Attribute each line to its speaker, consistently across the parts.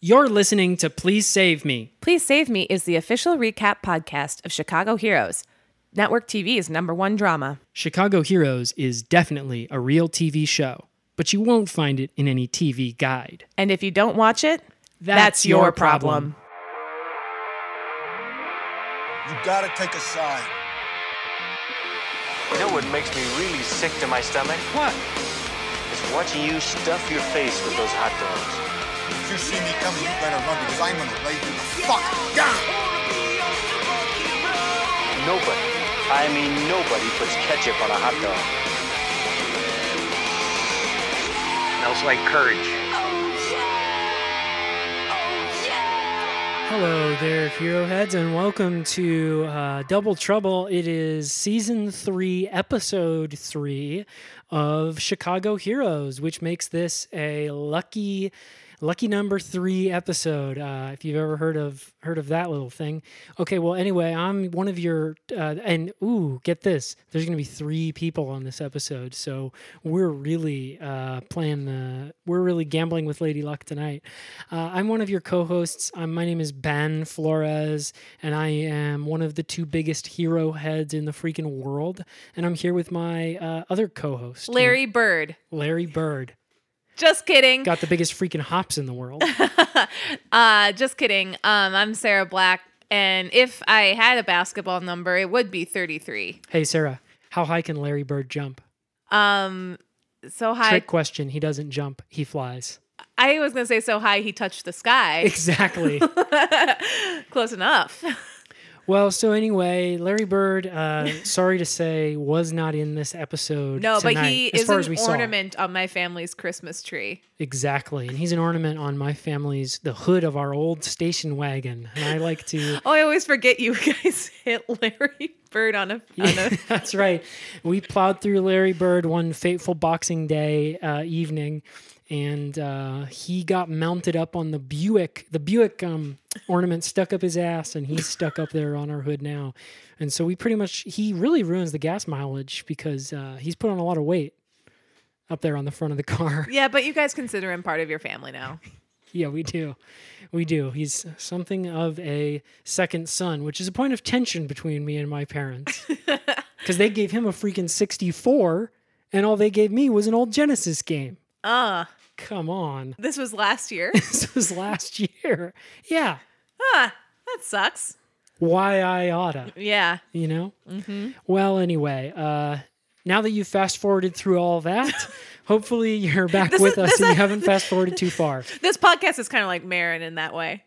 Speaker 1: You're listening to Please Save Me.
Speaker 2: Please Save Me is the official recap podcast of Chicago Heroes, network TV's number one drama.
Speaker 1: Chicago Heroes is definitely a real TV show, but you won't find it in any TV guide.
Speaker 2: And if you don't watch it, that's, your problem.
Speaker 3: You gotta take a side.
Speaker 4: You know what makes me really sick to my stomach? What? Is watching you stuff your face with those hot dogs.
Speaker 3: If you see me coming, you better run because I'm gonna lay you the fuck down.
Speaker 4: Nobody, I mean nobody, puts ketchup on a hot dog. Smells like courage.
Speaker 1: Hello there, Hero Heads, and welcome to uh, Double Trouble. It is season three, episode three of Chicago Heroes, which makes this a lucky, lucky number three episode. Uh, if you've ever heard of heard of that little thing. Okay, well, anyway, I'm one of your, uh, and ooh, get this. There's going to be three people on this episode, so we're really uh, playing the, we're really gambling with Lady Luck tonight. Uh, I'm one of your co-hosts. Um, my name is Ben Flores, and I am one of the two biggest hero heads in the freaking world. And I'm here with my uh, other co-host,
Speaker 2: Larry Bird.
Speaker 1: Larry Bird.
Speaker 2: Just kidding.
Speaker 1: Got the biggest freaking hops in the world.
Speaker 2: Uh, just kidding. Um, I'm Sarah Black, and if I had a basketball number, it would be 33.
Speaker 1: hey, Sarah, how high can Larry Bird jump?
Speaker 2: Um, so high.
Speaker 1: Trick question. He doesn't jump. He flies.
Speaker 2: I was gonna say so high he touched the sky.
Speaker 1: Exactly.
Speaker 2: Close enough.
Speaker 1: well, so anyway, Larry Bird, uh, sorry to say, was not in this episode.
Speaker 2: No, but
Speaker 1: tonight,
Speaker 2: he
Speaker 1: as
Speaker 2: is
Speaker 1: far as we
Speaker 2: an
Speaker 1: saw.
Speaker 2: ornament on my family's Christmas tree.
Speaker 1: Exactly, and he's an ornament on my family's the hood of our old station wagon, and I like to.
Speaker 2: Oh, I always forget you guys hit Larry Bird on a. On a
Speaker 1: That's right. We plowed through Larry Bird one fateful Boxing Day uh, evening, and uh, he got mounted up on the Buick. The Buick um, ornament stuck up his ass, and he's stuck up there on our hood now. And so we pretty much he really ruins the gas mileage because uh, he's put on a lot of weight up there on the front of the car.
Speaker 2: yeah, but you guys consider him part of your family now.
Speaker 1: Yeah, we do. We do. He's something of a second son, which is a point of tension between me and my parents. Because they gave him a freaking 64, and all they gave me was an old Genesis game.
Speaker 2: Uh,
Speaker 1: Come on.
Speaker 2: this was last year.
Speaker 1: This was last year. Yeah.
Speaker 2: huh, that sucks.
Speaker 1: Why I oughta,
Speaker 2: Yeah.
Speaker 1: you know? Mm-hmm. Well, anyway, uh, now that you've fast forwarded through all that, hopefully you're back with us and you haven't fast forwarded too far.
Speaker 2: This podcast is kind of like Marin in that way.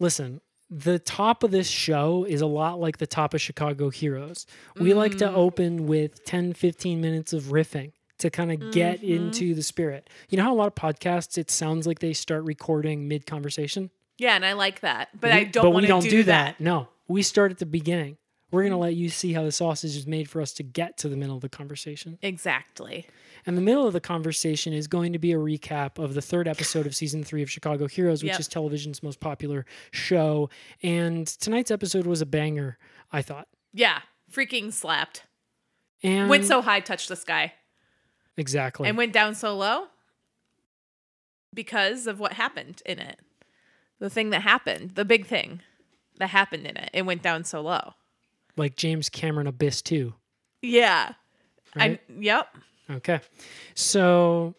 Speaker 1: listen the top of this show is a lot like the top of chicago heroes we like
Speaker 2: Mm.
Speaker 1: to open with 10 15 minutes of riffing to kind of get
Speaker 2: Mm-hmm.
Speaker 1: into the spirit you know how a lot of podcasts it sounds like they start recording mid conversation
Speaker 2: Yeah, and I like that, but I don't.
Speaker 1: but we
Speaker 2: wanna
Speaker 1: don't
Speaker 2: do, Mm.
Speaker 1: do, that. no we start at the beginning we're going to let you see how the sausage is made for us to get to the middle of the conversation
Speaker 2: Exactly.
Speaker 1: and the middle of the conversation is going to be a recap of the third episode of season three of Chicago Heroes, which
Speaker 2: Yep.
Speaker 1: is television's most popular show. And tonight's episode was a banger, I thought.
Speaker 2: Yeah, freaking slapped.
Speaker 1: And
Speaker 2: Went so high, touched the sky,
Speaker 1: exactly.
Speaker 2: and went down so low because of what happened in it. The thing that happened, the big thing that happened in it, it went down so low.
Speaker 1: like James Cameron Abyss too.
Speaker 2: Yeah.
Speaker 1: Right?
Speaker 2: I'm. Yep.
Speaker 1: Okay. So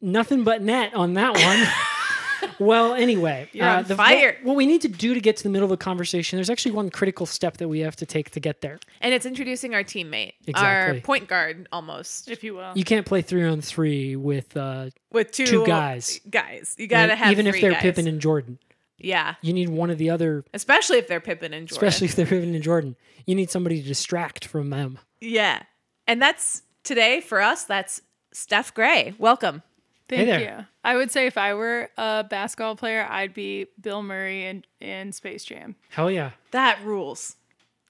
Speaker 1: nothing but net on that one. well, anyway, uh,
Speaker 2: You're on
Speaker 1: the-
Speaker 2: fire.
Speaker 1: What, what we need to do to get to the middle of the conversation, there's actually one critical step that we have to take to get there.
Speaker 2: And it's introducing our teammate,
Speaker 1: Exactly.
Speaker 2: our point guard, almost, if you will,
Speaker 1: You can't play three on three with uh,
Speaker 2: with two,
Speaker 1: Two guys.
Speaker 2: Guys, you gotta
Speaker 1: like,
Speaker 2: have
Speaker 1: even if
Speaker 2: three
Speaker 1: they're
Speaker 2: guys.
Speaker 1: Pippin and Jordan.
Speaker 2: yeah,
Speaker 1: You need one of the other,
Speaker 2: especially if they're Pippin and Jordan.
Speaker 1: especially if they're Pippen and Jordan. You need somebody to distract from them.
Speaker 2: Yeah. And that's today for us, that's Steph Gray. Welcome.
Speaker 5: Thank
Speaker 1: there.
Speaker 5: you. I would say if I were a basketball player, I'd be Bill Murray in, in Space Jam.
Speaker 1: Hell yeah,
Speaker 2: That rules.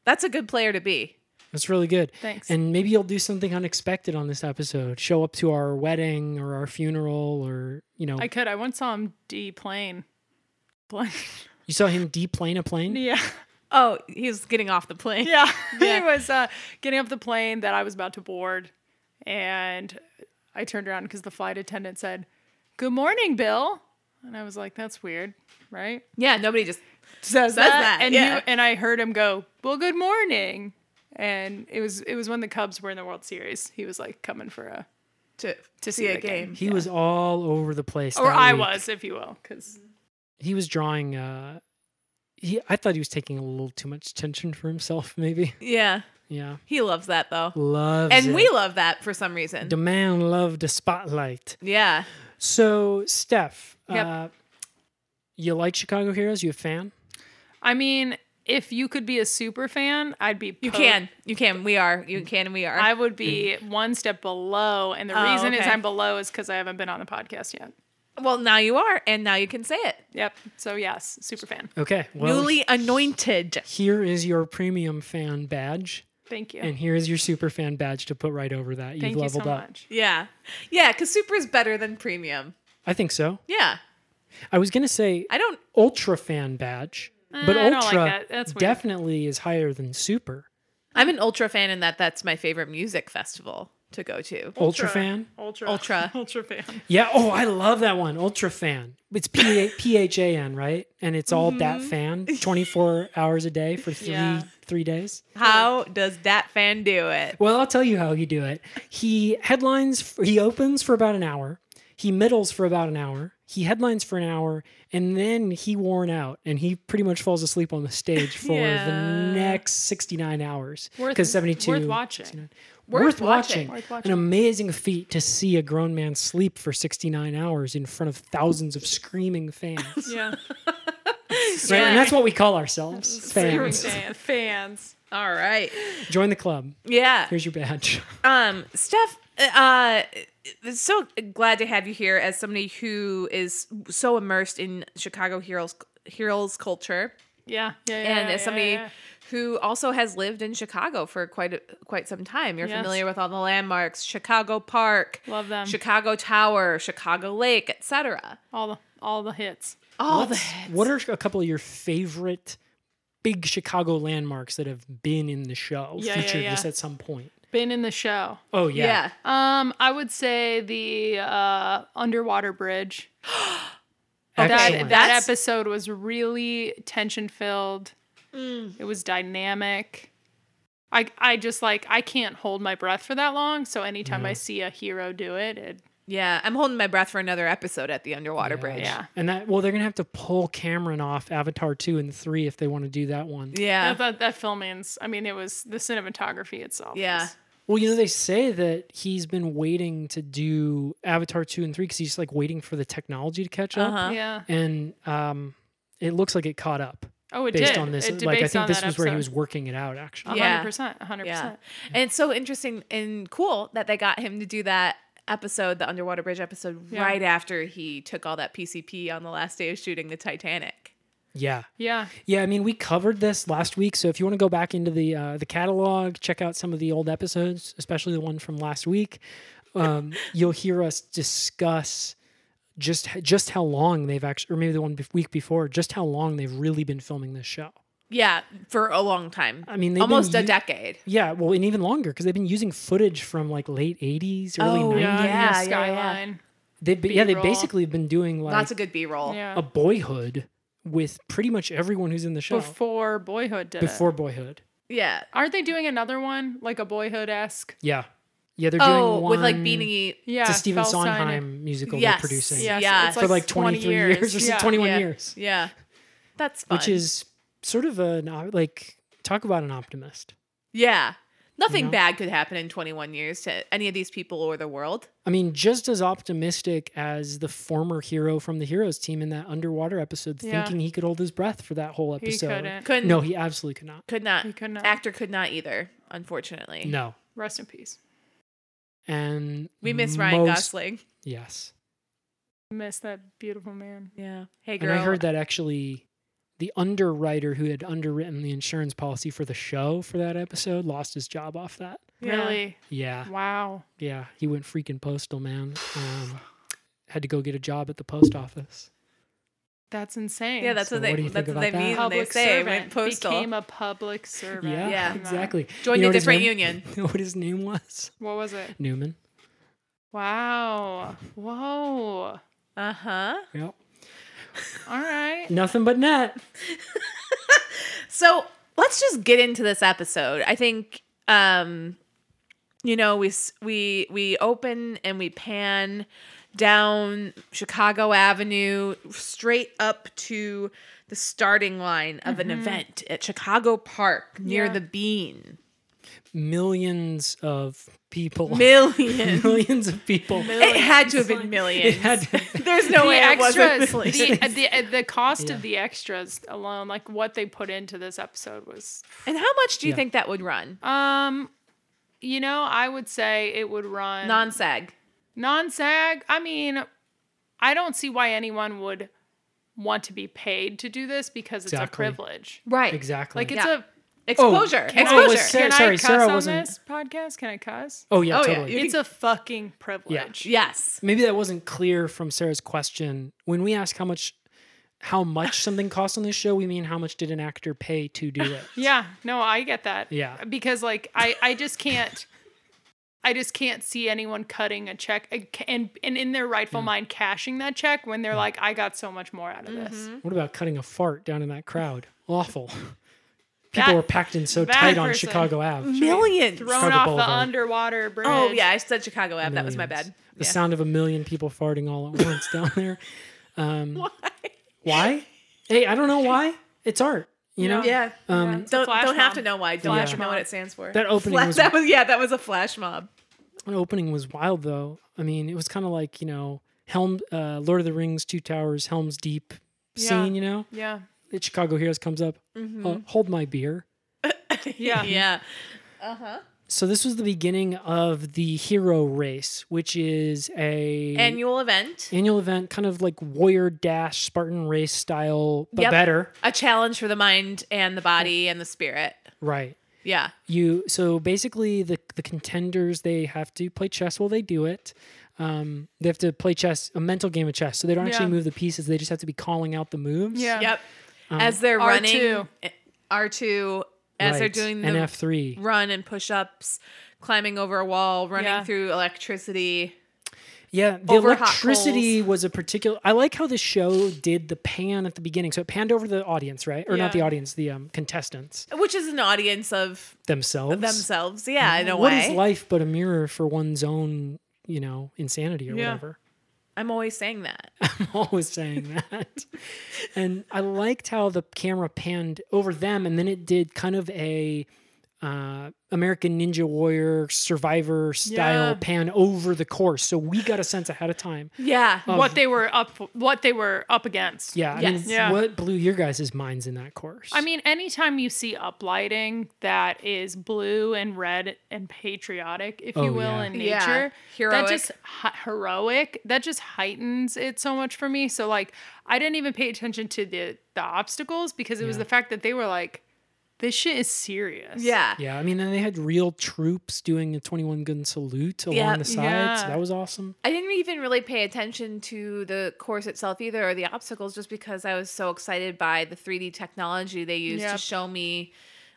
Speaker 2: That's a good player to be.
Speaker 1: that's really good.
Speaker 5: Thanks.
Speaker 1: And maybe you'll do something unexpected on this episode. Show up to our wedding or our funeral, or you know,
Speaker 5: I could. I once saw him deplane. Plane.
Speaker 1: you saw him deplane a plane.
Speaker 5: yeah.
Speaker 2: Oh, he was getting off the plane.
Speaker 5: Yeah.
Speaker 2: Yeah.
Speaker 5: he was uh, getting off the plane that I was about to board. And I turned around because the flight attendant said, Good morning, Bill. And I was like, that's weird, right?
Speaker 2: Yeah, nobody just
Speaker 5: Says
Speaker 2: that,
Speaker 5: and
Speaker 2: yeah.
Speaker 5: you and I heard him go, "Well, good morning." And it was it was when the Cubs were in the World Series. He was like coming for a
Speaker 6: to to see
Speaker 5: see
Speaker 6: a
Speaker 5: the game.
Speaker 6: game.
Speaker 1: He was all over the place.
Speaker 5: or
Speaker 1: that
Speaker 5: I
Speaker 1: week.
Speaker 5: was, if you will, because
Speaker 1: He was drawing. Uh, he, I thought he was taking a little too much attention for himself. Maybe.
Speaker 2: yeah.
Speaker 1: Yeah.
Speaker 2: He loves that though.
Speaker 1: Loves
Speaker 2: and
Speaker 1: it.
Speaker 2: we love that for some reason.
Speaker 1: The man loved the spotlight.
Speaker 2: yeah.
Speaker 1: So, Steph,
Speaker 5: Yep.
Speaker 1: uh, you like Chicago Heroes? You a fan?
Speaker 5: I mean, if you could be a super fan, I'd be.
Speaker 2: You
Speaker 5: po-
Speaker 2: can. You can. We are. You can and we are.
Speaker 5: I would be one step below, and the
Speaker 2: Oh,
Speaker 5: reason is
Speaker 2: okay.
Speaker 5: I'm below is because I haven't been on the podcast yet.
Speaker 2: well, now you are, and now you can say it.
Speaker 5: Yep. So yes, super fan.
Speaker 1: Okay. Well,
Speaker 2: Newly anointed.
Speaker 1: here is your premium fan badge,
Speaker 5: Thank you.
Speaker 1: and here is your super fan badge to put right over that. You've
Speaker 5: Thank you so
Speaker 1: leveled up.
Speaker 5: much.
Speaker 2: Yeah. Yeah, because super is better than premium.
Speaker 1: I think so.
Speaker 2: Yeah.
Speaker 1: I was gonna say
Speaker 2: I don't
Speaker 1: ultra fan badge, but
Speaker 5: Eh, I don't like
Speaker 1: ultra
Speaker 5: that. That's weird.
Speaker 1: definitely is higher than super.
Speaker 2: I'm an ultra fan in that that's my favorite music festival to go to.
Speaker 1: Ultra, fan.
Speaker 5: Ultra.
Speaker 2: Ultra.
Speaker 5: Ultra fan.
Speaker 1: Yeah. Oh, I love that one. Ultra fan. It's P P H A N, right? And it's all that fan, twenty four hours a day for three
Speaker 5: Mm-hmm. Yeah.
Speaker 1: three days.
Speaker 2: How does that fan do it?
Speaker 1: Well, I'll tell you how he do it. He headlines. He opens for about an hour. He middles for about an hour. He headlines for an hour, and then he worn out, and he pretty much falls asleep on the stage for the
Speaker 2: Yeah.
Speaker 1: next sixty nine hours.
Speaker 5: Worth-
Speaker 1: Because seventy two
Speaker 5: worth watching.
Speaker 1: Worth,
Speaker 2: Worth
Speaker 1: watching.
Speaker 2: watching.
Speaker 5: Worth
Speaker 1: An
Speaker 5: watching.
Speaker 1: amazing feat to see a grown man sleep for sixty nine hours in front of thousands of screaming fans.
Speaker 5: Yeah.
Speaker 1: Right? And that's what we call ourselves, fans.
Speaker 5: Fans. Fans.
Speaker 2: All right.
Speaker 1: Join the club.
Speaker 2: Yeah.
Speaker 1: Here's your badge.
Speaker 2: Um, Steph, uh, so glad to have you here as somebody who is so immersed in Chicago heroes heroes culture,
Speaker 5: Yeah. Yeah. yeah
Speaker 2: and
Speaker 5: yeah,
Speaker 2: as somebody
Speaker 5: yeah,
Speaker 2: who also has lived in Chicago for quite a, quite some time. You're
Speaker 5: Yes.
Speaker 2: familiar with all the landmarks, Chicago Park,
Speaker 5: Love them.
Speaker 2: Chicago Tower, Chicago Lake, etc.
Speaker 5: all the all the hits.
Speaker 2: All the
Speaker 1: What's- What are a couple of your favorite big Chicago landmarks that have been in the show,
Speaker 5: Yeah, yeah,
Speaker 1: featured
Speaker 5: yeah.
Speaker 1: just at some point?
Speaker 5: Been in the show.
Speaker 1: Oh yeah.
Speaker 2: yeah.
Speaker 5: Um, I would say the uh, underwater bridge.
Speaker 1: Excellent.
Speaker 5: That, that
Speaker 2: That's-
Speaker 5: episode was really tension filled. It was dynamic. I I just like I can't hold my breath for that long. So anytime I see a hero do it, it
Speaker 2: Yeah, I'm holding my breath for another episode at the underwater bridge.
Speaker 5: yeah.
Speaker 1: And that well, they're gonna have to pull Cameron off Avatar two and three if they want to do that one.
Speaker 2: Yeah.
Speaker 5: that, that that filming's. I mean, it was the cinematography itself.
Speaker 2: Yeah.
Speaker 5: was-
Speaker 1: Well, you know they say that he's been waiting to do Avatar two and three because he's like waiting for the technology to catch up,
Speaker 2: Uh-huh.
Speaker 5: yeah.
Speaker 1: and um, it looks like it caught up
Speaker 5: Oh, it
Speaker 1: based
Speaker 5: did.
Speaker 1: on this.
Speaker 5: It did
Speaker 1: like I
Speaker 5: based
Speaker 1: think
Speaker 5: on
Speaker 1: this
Speaker 5: that
Speaker 1: was where he was
Speaker 5: episode. Uh-huh.
Speaker 1: working it out actually.
Speaker 5: A
Speaker 2: Yeah.
Speaker 5: hundred percent. a Hundred
Speaker 2: Yeah.
Speaker 5: percent.
Speaker 2: And it's so interesting and cool that they got him to do that episode, the underwater bridge episode,
Speaker 5: Yeah.
Speaker 2: right after he took all that PCP on the last day of shooting the Titanic.
Speaker 1: yeah.
Speaker 5: Yeah.
Speaker 1: Yeah, I mean, we covered this last week, so if you want to go back into the uh, the catalog, check out some of the old episodes, especially the one from last week. Um, you'll hear us discuss just just how long they've actually, or maybe the one bef- week before, just how long they've really been filming this show.
Speaker 2: Yeah, for a long time.
Speaker 1: I mean, they've been
Speaker 2: almost a
Speaker 1: u-
Speaker 2: decade.
Speaker 1: Yeah, well, and even longer because they've been using footage from like late '80s, early
Speaker 2: Oh,
Speaker 1: '90s.
Speaker 5: Yeah.
Speaker 2: Yeah, yeah, yeah.
Speaker 5: Skyline.
Speaker 1: They've been, yeah, they've
Speaker 5: B-roll.
Speaker 1: basically been doing like
Speaker 2: Lots of good B roll.
Speaker 5: Yeah.
Speaker 1: Oh, a Boyhood with pretty much everyone who's in the show
Speaker 5: Before Boyhood did it.
Speaker 1: before Boyhood.
Speaker 2: Yeah.
Speaker 5: Aren't they doing another one like a Boyhood esque?
Speaker 1: Yeah, yeah, they're
Speaker 2: Oh,
Speaker 1: doing one
Speaker 2: with like Beanie.
Speaker 5: Yeah,
Speaker 1: it's a Stephen
Speaker 5: Feldstein and-
Speaker 1: Sondheim musical
Speaker 2: Yes.
Speaker 1: they're producing
Speaker 2: Yeah.
Speaker 5: Yes,
Speaker 2: Yeah.
Speaker 5: it's
Speaker 1: for like
Speaker 5: 20
Speaker 1: 23 years, or so-
Speaker 5: Yeah.
Speaker 1: 21
Speaker 2: yeah.
Speaker 1: years,
Speaker 2: Yeah. That's fun.
Speaker 1: which is sort of an op- like talk about an optimist.
Speaker 2: Yeah. Nothing
Speaker 1: know?
Speaker 2: bad could happen in 21 years to any of these people or the world.
Speaker 1: I mean, just as optimistic as the former hero from the Heroes team in that underwater episode,
Speaker 5: Yeah.
Speaker 1: thinking he could hold his breath for that whole
Speaker 5: He
Speaker 1: episode.
Speaker 5: couldn't.
Speaker 2: Couldn't.
Speaker 1: No, he absolutely could not.
Speaker 2: Could not.
Speaker 5: He could not.
Speaker 2: Actor could not either, unfortunately.
Speaker 1: No,
Speaker 5: Rest in peace.
Speaker 1: and
Speaker 2: We miss Ryan
Speaker 1: most-
Speaker 2: Gosling.
Speaker 1: Yes,
Speaker 5: Miss that beautiful man.
Speaker 2: Yeah. Hey,
Speaker 1: and
Speaker 2: girl.
Speaker 1: I heard that actually. The underwriter who had underwritten the insurance policy for the show for that episode lost his job off that.
Speaker 2: Yeah.
Speaker 5: Really?
Speaker 1: Yeah.
Speaker 5: Wow.
Speaker 1: Yeah, he went freaking postal, man. Um, had to go get a job at the post office.
Speaker 5: That's insane.
Speaker 2: Yeah, that's
Speaker 1: So
Speaker 2: what they,
Speaker 1: what do you
Speaker 2: that's
Speaker 1: think
Speaker 2: what they
Speaker 1: about
Speaker 2: mean
Speaker 1: that?
Speaker 2: when they
Speaker 5: public
Speaker 2: say
Speaker 5: servant.
Speaker 2: went postal.
Speaker 5: Became a public servant.
Speaker 1: Yeah,
Speaker 2: Yeah.
Speaker 1: exactly.
Speaker 2: Joined
Speaker 1: You know
Speaker 2: a
Speaker 1: what his
Speaker 2: different
Speaker 1: name-
Speaker 2: union.
Speaker 1: You know what his name was?
Speaker 5: What was it?
Speaker 1: Newman.
Speaker 5: Wow. Whoa.
Speaker 2: Uh huh.
Speaker 1: Yep.
Speaker 5: All right.
Speaker 1: Nothing but net.
Speaker 2: So let's just get into this episode. I think, um, you know, we s- we we open and we pan down Chicago Avenue straight up to the starting line of an event at Chicago Park near
Speaker 5: Yeah.
Speaker 2: the Bean.
Speaker 1: Millions of people.
Speaker 2: Millions.
Speaker 1: Millions of people.
Speaker 2: it had to have been
Speaker 1: It
Speaker 2: millions.
Speaker 1: had to-
Speaker 2: There's no
Speaker 5: the
Speaker 2: way it
Speaker 5: extras,
Speaker 2: wasn't.
Speaker 5: the, uh, the, uh, the cost of the extras alone, like what they put into this episode was,
Speaker 2: And how much do you
Speaker 1: Yeah.
Speaker 2: think that would run?
Speaker 5: um, you know, I would say it would run
Speaker 2: Non-sag.
Speaker 5: non SAG. I mean, I don't see why anyone would want to be paid to do this because it's
Speaker 1: Exactly.
Speaker 5: a privilege.
Speaker 2: Right.
Speaker 1: exactly.
Speaker 5: Like it's
Speaker 2: Yeah.
Speaker 5: a
Speaker 2: Exposure.
Speaker 1: can I-
Speaker 5: exposure.
Speaker 1: Oh,
Speaker 2: Exposure.
Speaker 1: was Sarah-
Speaker 5: Can I
Speaker 1: sorry,
Speaker 5: cuss
Speaker 1: Sarah
Speaker 5: on
Speaker 1: wasn't-
Speaker 5: this podcast? Can I cuss?
Speaker 1: oh yeah,
Speaker 2: Oh, yeah,
Speaker 1: totally.
Speaker 2: you-
Speaker 5: It's a fucking privilege.
Speaker 2: yes.
Speaker 1: Maybe that wasn't clear from Sarah's question. When we ask how much how much something costs on this show, we mean how much did an actor pay to do it.
Speaker 5: Yeah, no, I get that.
Speaker 1: Yeah.
Speaker 5: Because like I I just can't I just can't see anyone cutting a check and and, and in their rightful
Speaker 1: Mm.
Speaker 5: mind cashing that check when they're like I got so much more out of this.
Speaker 1: What about cutting a fart down in that crowd? Awful. People
Speaker 5: That-
Speaker 1: were packed in so
Speaker 5: that
Speaker 1: tight on
Speaker 5: person.
Speaker 1: Chicago Ave.
Speaker 2: Millions.
Speaker 5: Thrown
Speaker 1: Chicago
Speaker 5: off
Speaker 1: Boulevard.
Speaker 5: the underwater bridge.
Speaker 2: Oh yeah, I said Chicago Ave. That was my
Speaker 1: Millions.
Speaker 2: bad.
Speaker 1: The
Speaker 2: Yeah.
Speaker 1: sound of a million people farting all at once down there. Um, why? Why? Hey, I don't know why. It's art, you know.
Speaker 2: Yeah.
Speaker 1: Um,
Speaker 2: don't don't
Speaker 5: flash
Speaker 2: have
Speaker 5: mob.
Speaker 2: to know why. Don't have to know what it stands for.
Speaker 1: That opening
Speaker 2: Fla-
Speaker 1: was-
Speaker 2: that was yeah, that was a flash mob.
Speaker 1: The opening was wild, though. I mean, it was kind of like you know, Helm, uh, Lord of the Rings, Two Towers, Helm's Deep
Speaker 5: Yeah. Mm-hmm.
Speaker 1: scene. You know,
Speaker 5: Yeah.
Speaker 1: the Chicago Heroes comes up. uh, hold my beer.
Speaker 5: Yeah.
Speaker 2: Yeah.
Speaker 1: So this was the beginning of the Hero Race, which is a
Speaker 2: Annual event.
Speaker 1: annual event, kind of like Warrior Dash, Spartan Race style, but
Speaker 2: Yep.
Speaker 1: better.
Speaker 2: A challenge for the mind and the body and the spirit.
Speaker 1: Right.
Speaker 2: Yeah.
Speaker 1: you so basically the the contenders they have to play chess while they do it um, they have to play chess a mental game of chess so they don't actually
Speaker 5: Yeah.
Speaker 1: move the pieces they just have to be calling out the moves
Speaker 5: Yeah.
Speaker 2: Yep.
Speaker 1: um,
Speaker 2: as they're
Speaker 5: R2.
Speaker 2: running eh, R two as they're
Speaker 1: Right.
Speaker 2: doing the
Speaker 1: and f3
Speaker 2: run and push ups, climbing over a wall, running
Speaker 5: Yeah.
Speaker 2: through electricity.
Speaker 1: yeah the
Speaker 2: over hot
Speaker 1: electricity was a particular i like how the show did the pan at the beginning so it panned over the audience right or not
Speaker 5: Yeah.
Speaker 1: the audience the um, contestants
Speaker 2: Which is an audience of
Speaker 1: themselves
Speaker 2: themselves, yeah, in a
Speaker 1: what
Speaker 2: way.
Speaker 1: is life but a mirror for one's own you know insanity or
Speaker 5: Yeah.
Speaker 1: whatever
Speaker 2: I'm always saying that.
Speaker 1: always saying that. and I liked how the camera panned over them, and then it did kind of a uh, American Ninja Warrior Survivor style
Speaker 5: Yeah.
Speaker 1: pan over the course. So we got a sense ahead of time.
Speaker 2: Yeah.
Speaker 1: Oh.
Speaker 5: What they were up what they were up against.
Speaker 1: Yeah, I
Speaker 2: Yes.
Speaker 1: mean,
Speaker 5: Yeah.
Speaker 1: what blew your guys' minds in that course?
Speaker 5: I mean, anytime you see uplighting that is blue and red and patriotic, if
Speaker 1: Oh,
Speaker 5: you will,
Speaker 1: yeah.
Speaker 5: in nature,
Speaker 2: Yeah. Heroic.
Speaker 5: that just hi- heroic, that just heightens it so much for me. So like, I didn't even pay attention to the the obstacles because it was
Speaker 1: Yeah.
Speaker 5: the fact that they were like, this shit is serious.
Speaker 2: Yeah.
Speaker 1: yeah, I mean, and they had real troops doing a 21 gun salute along
Speaker 2: Yeah.
Speaker 1: the side, so
Speaker 5: Yeah.
Speaker 1: that was awesome.
Speaker 2: I didn't even really pay attention to the course itself either or the obstacles just because I was so excited by the 3D technology they used to
Speaker 5: Yep.
Speaker 2: show me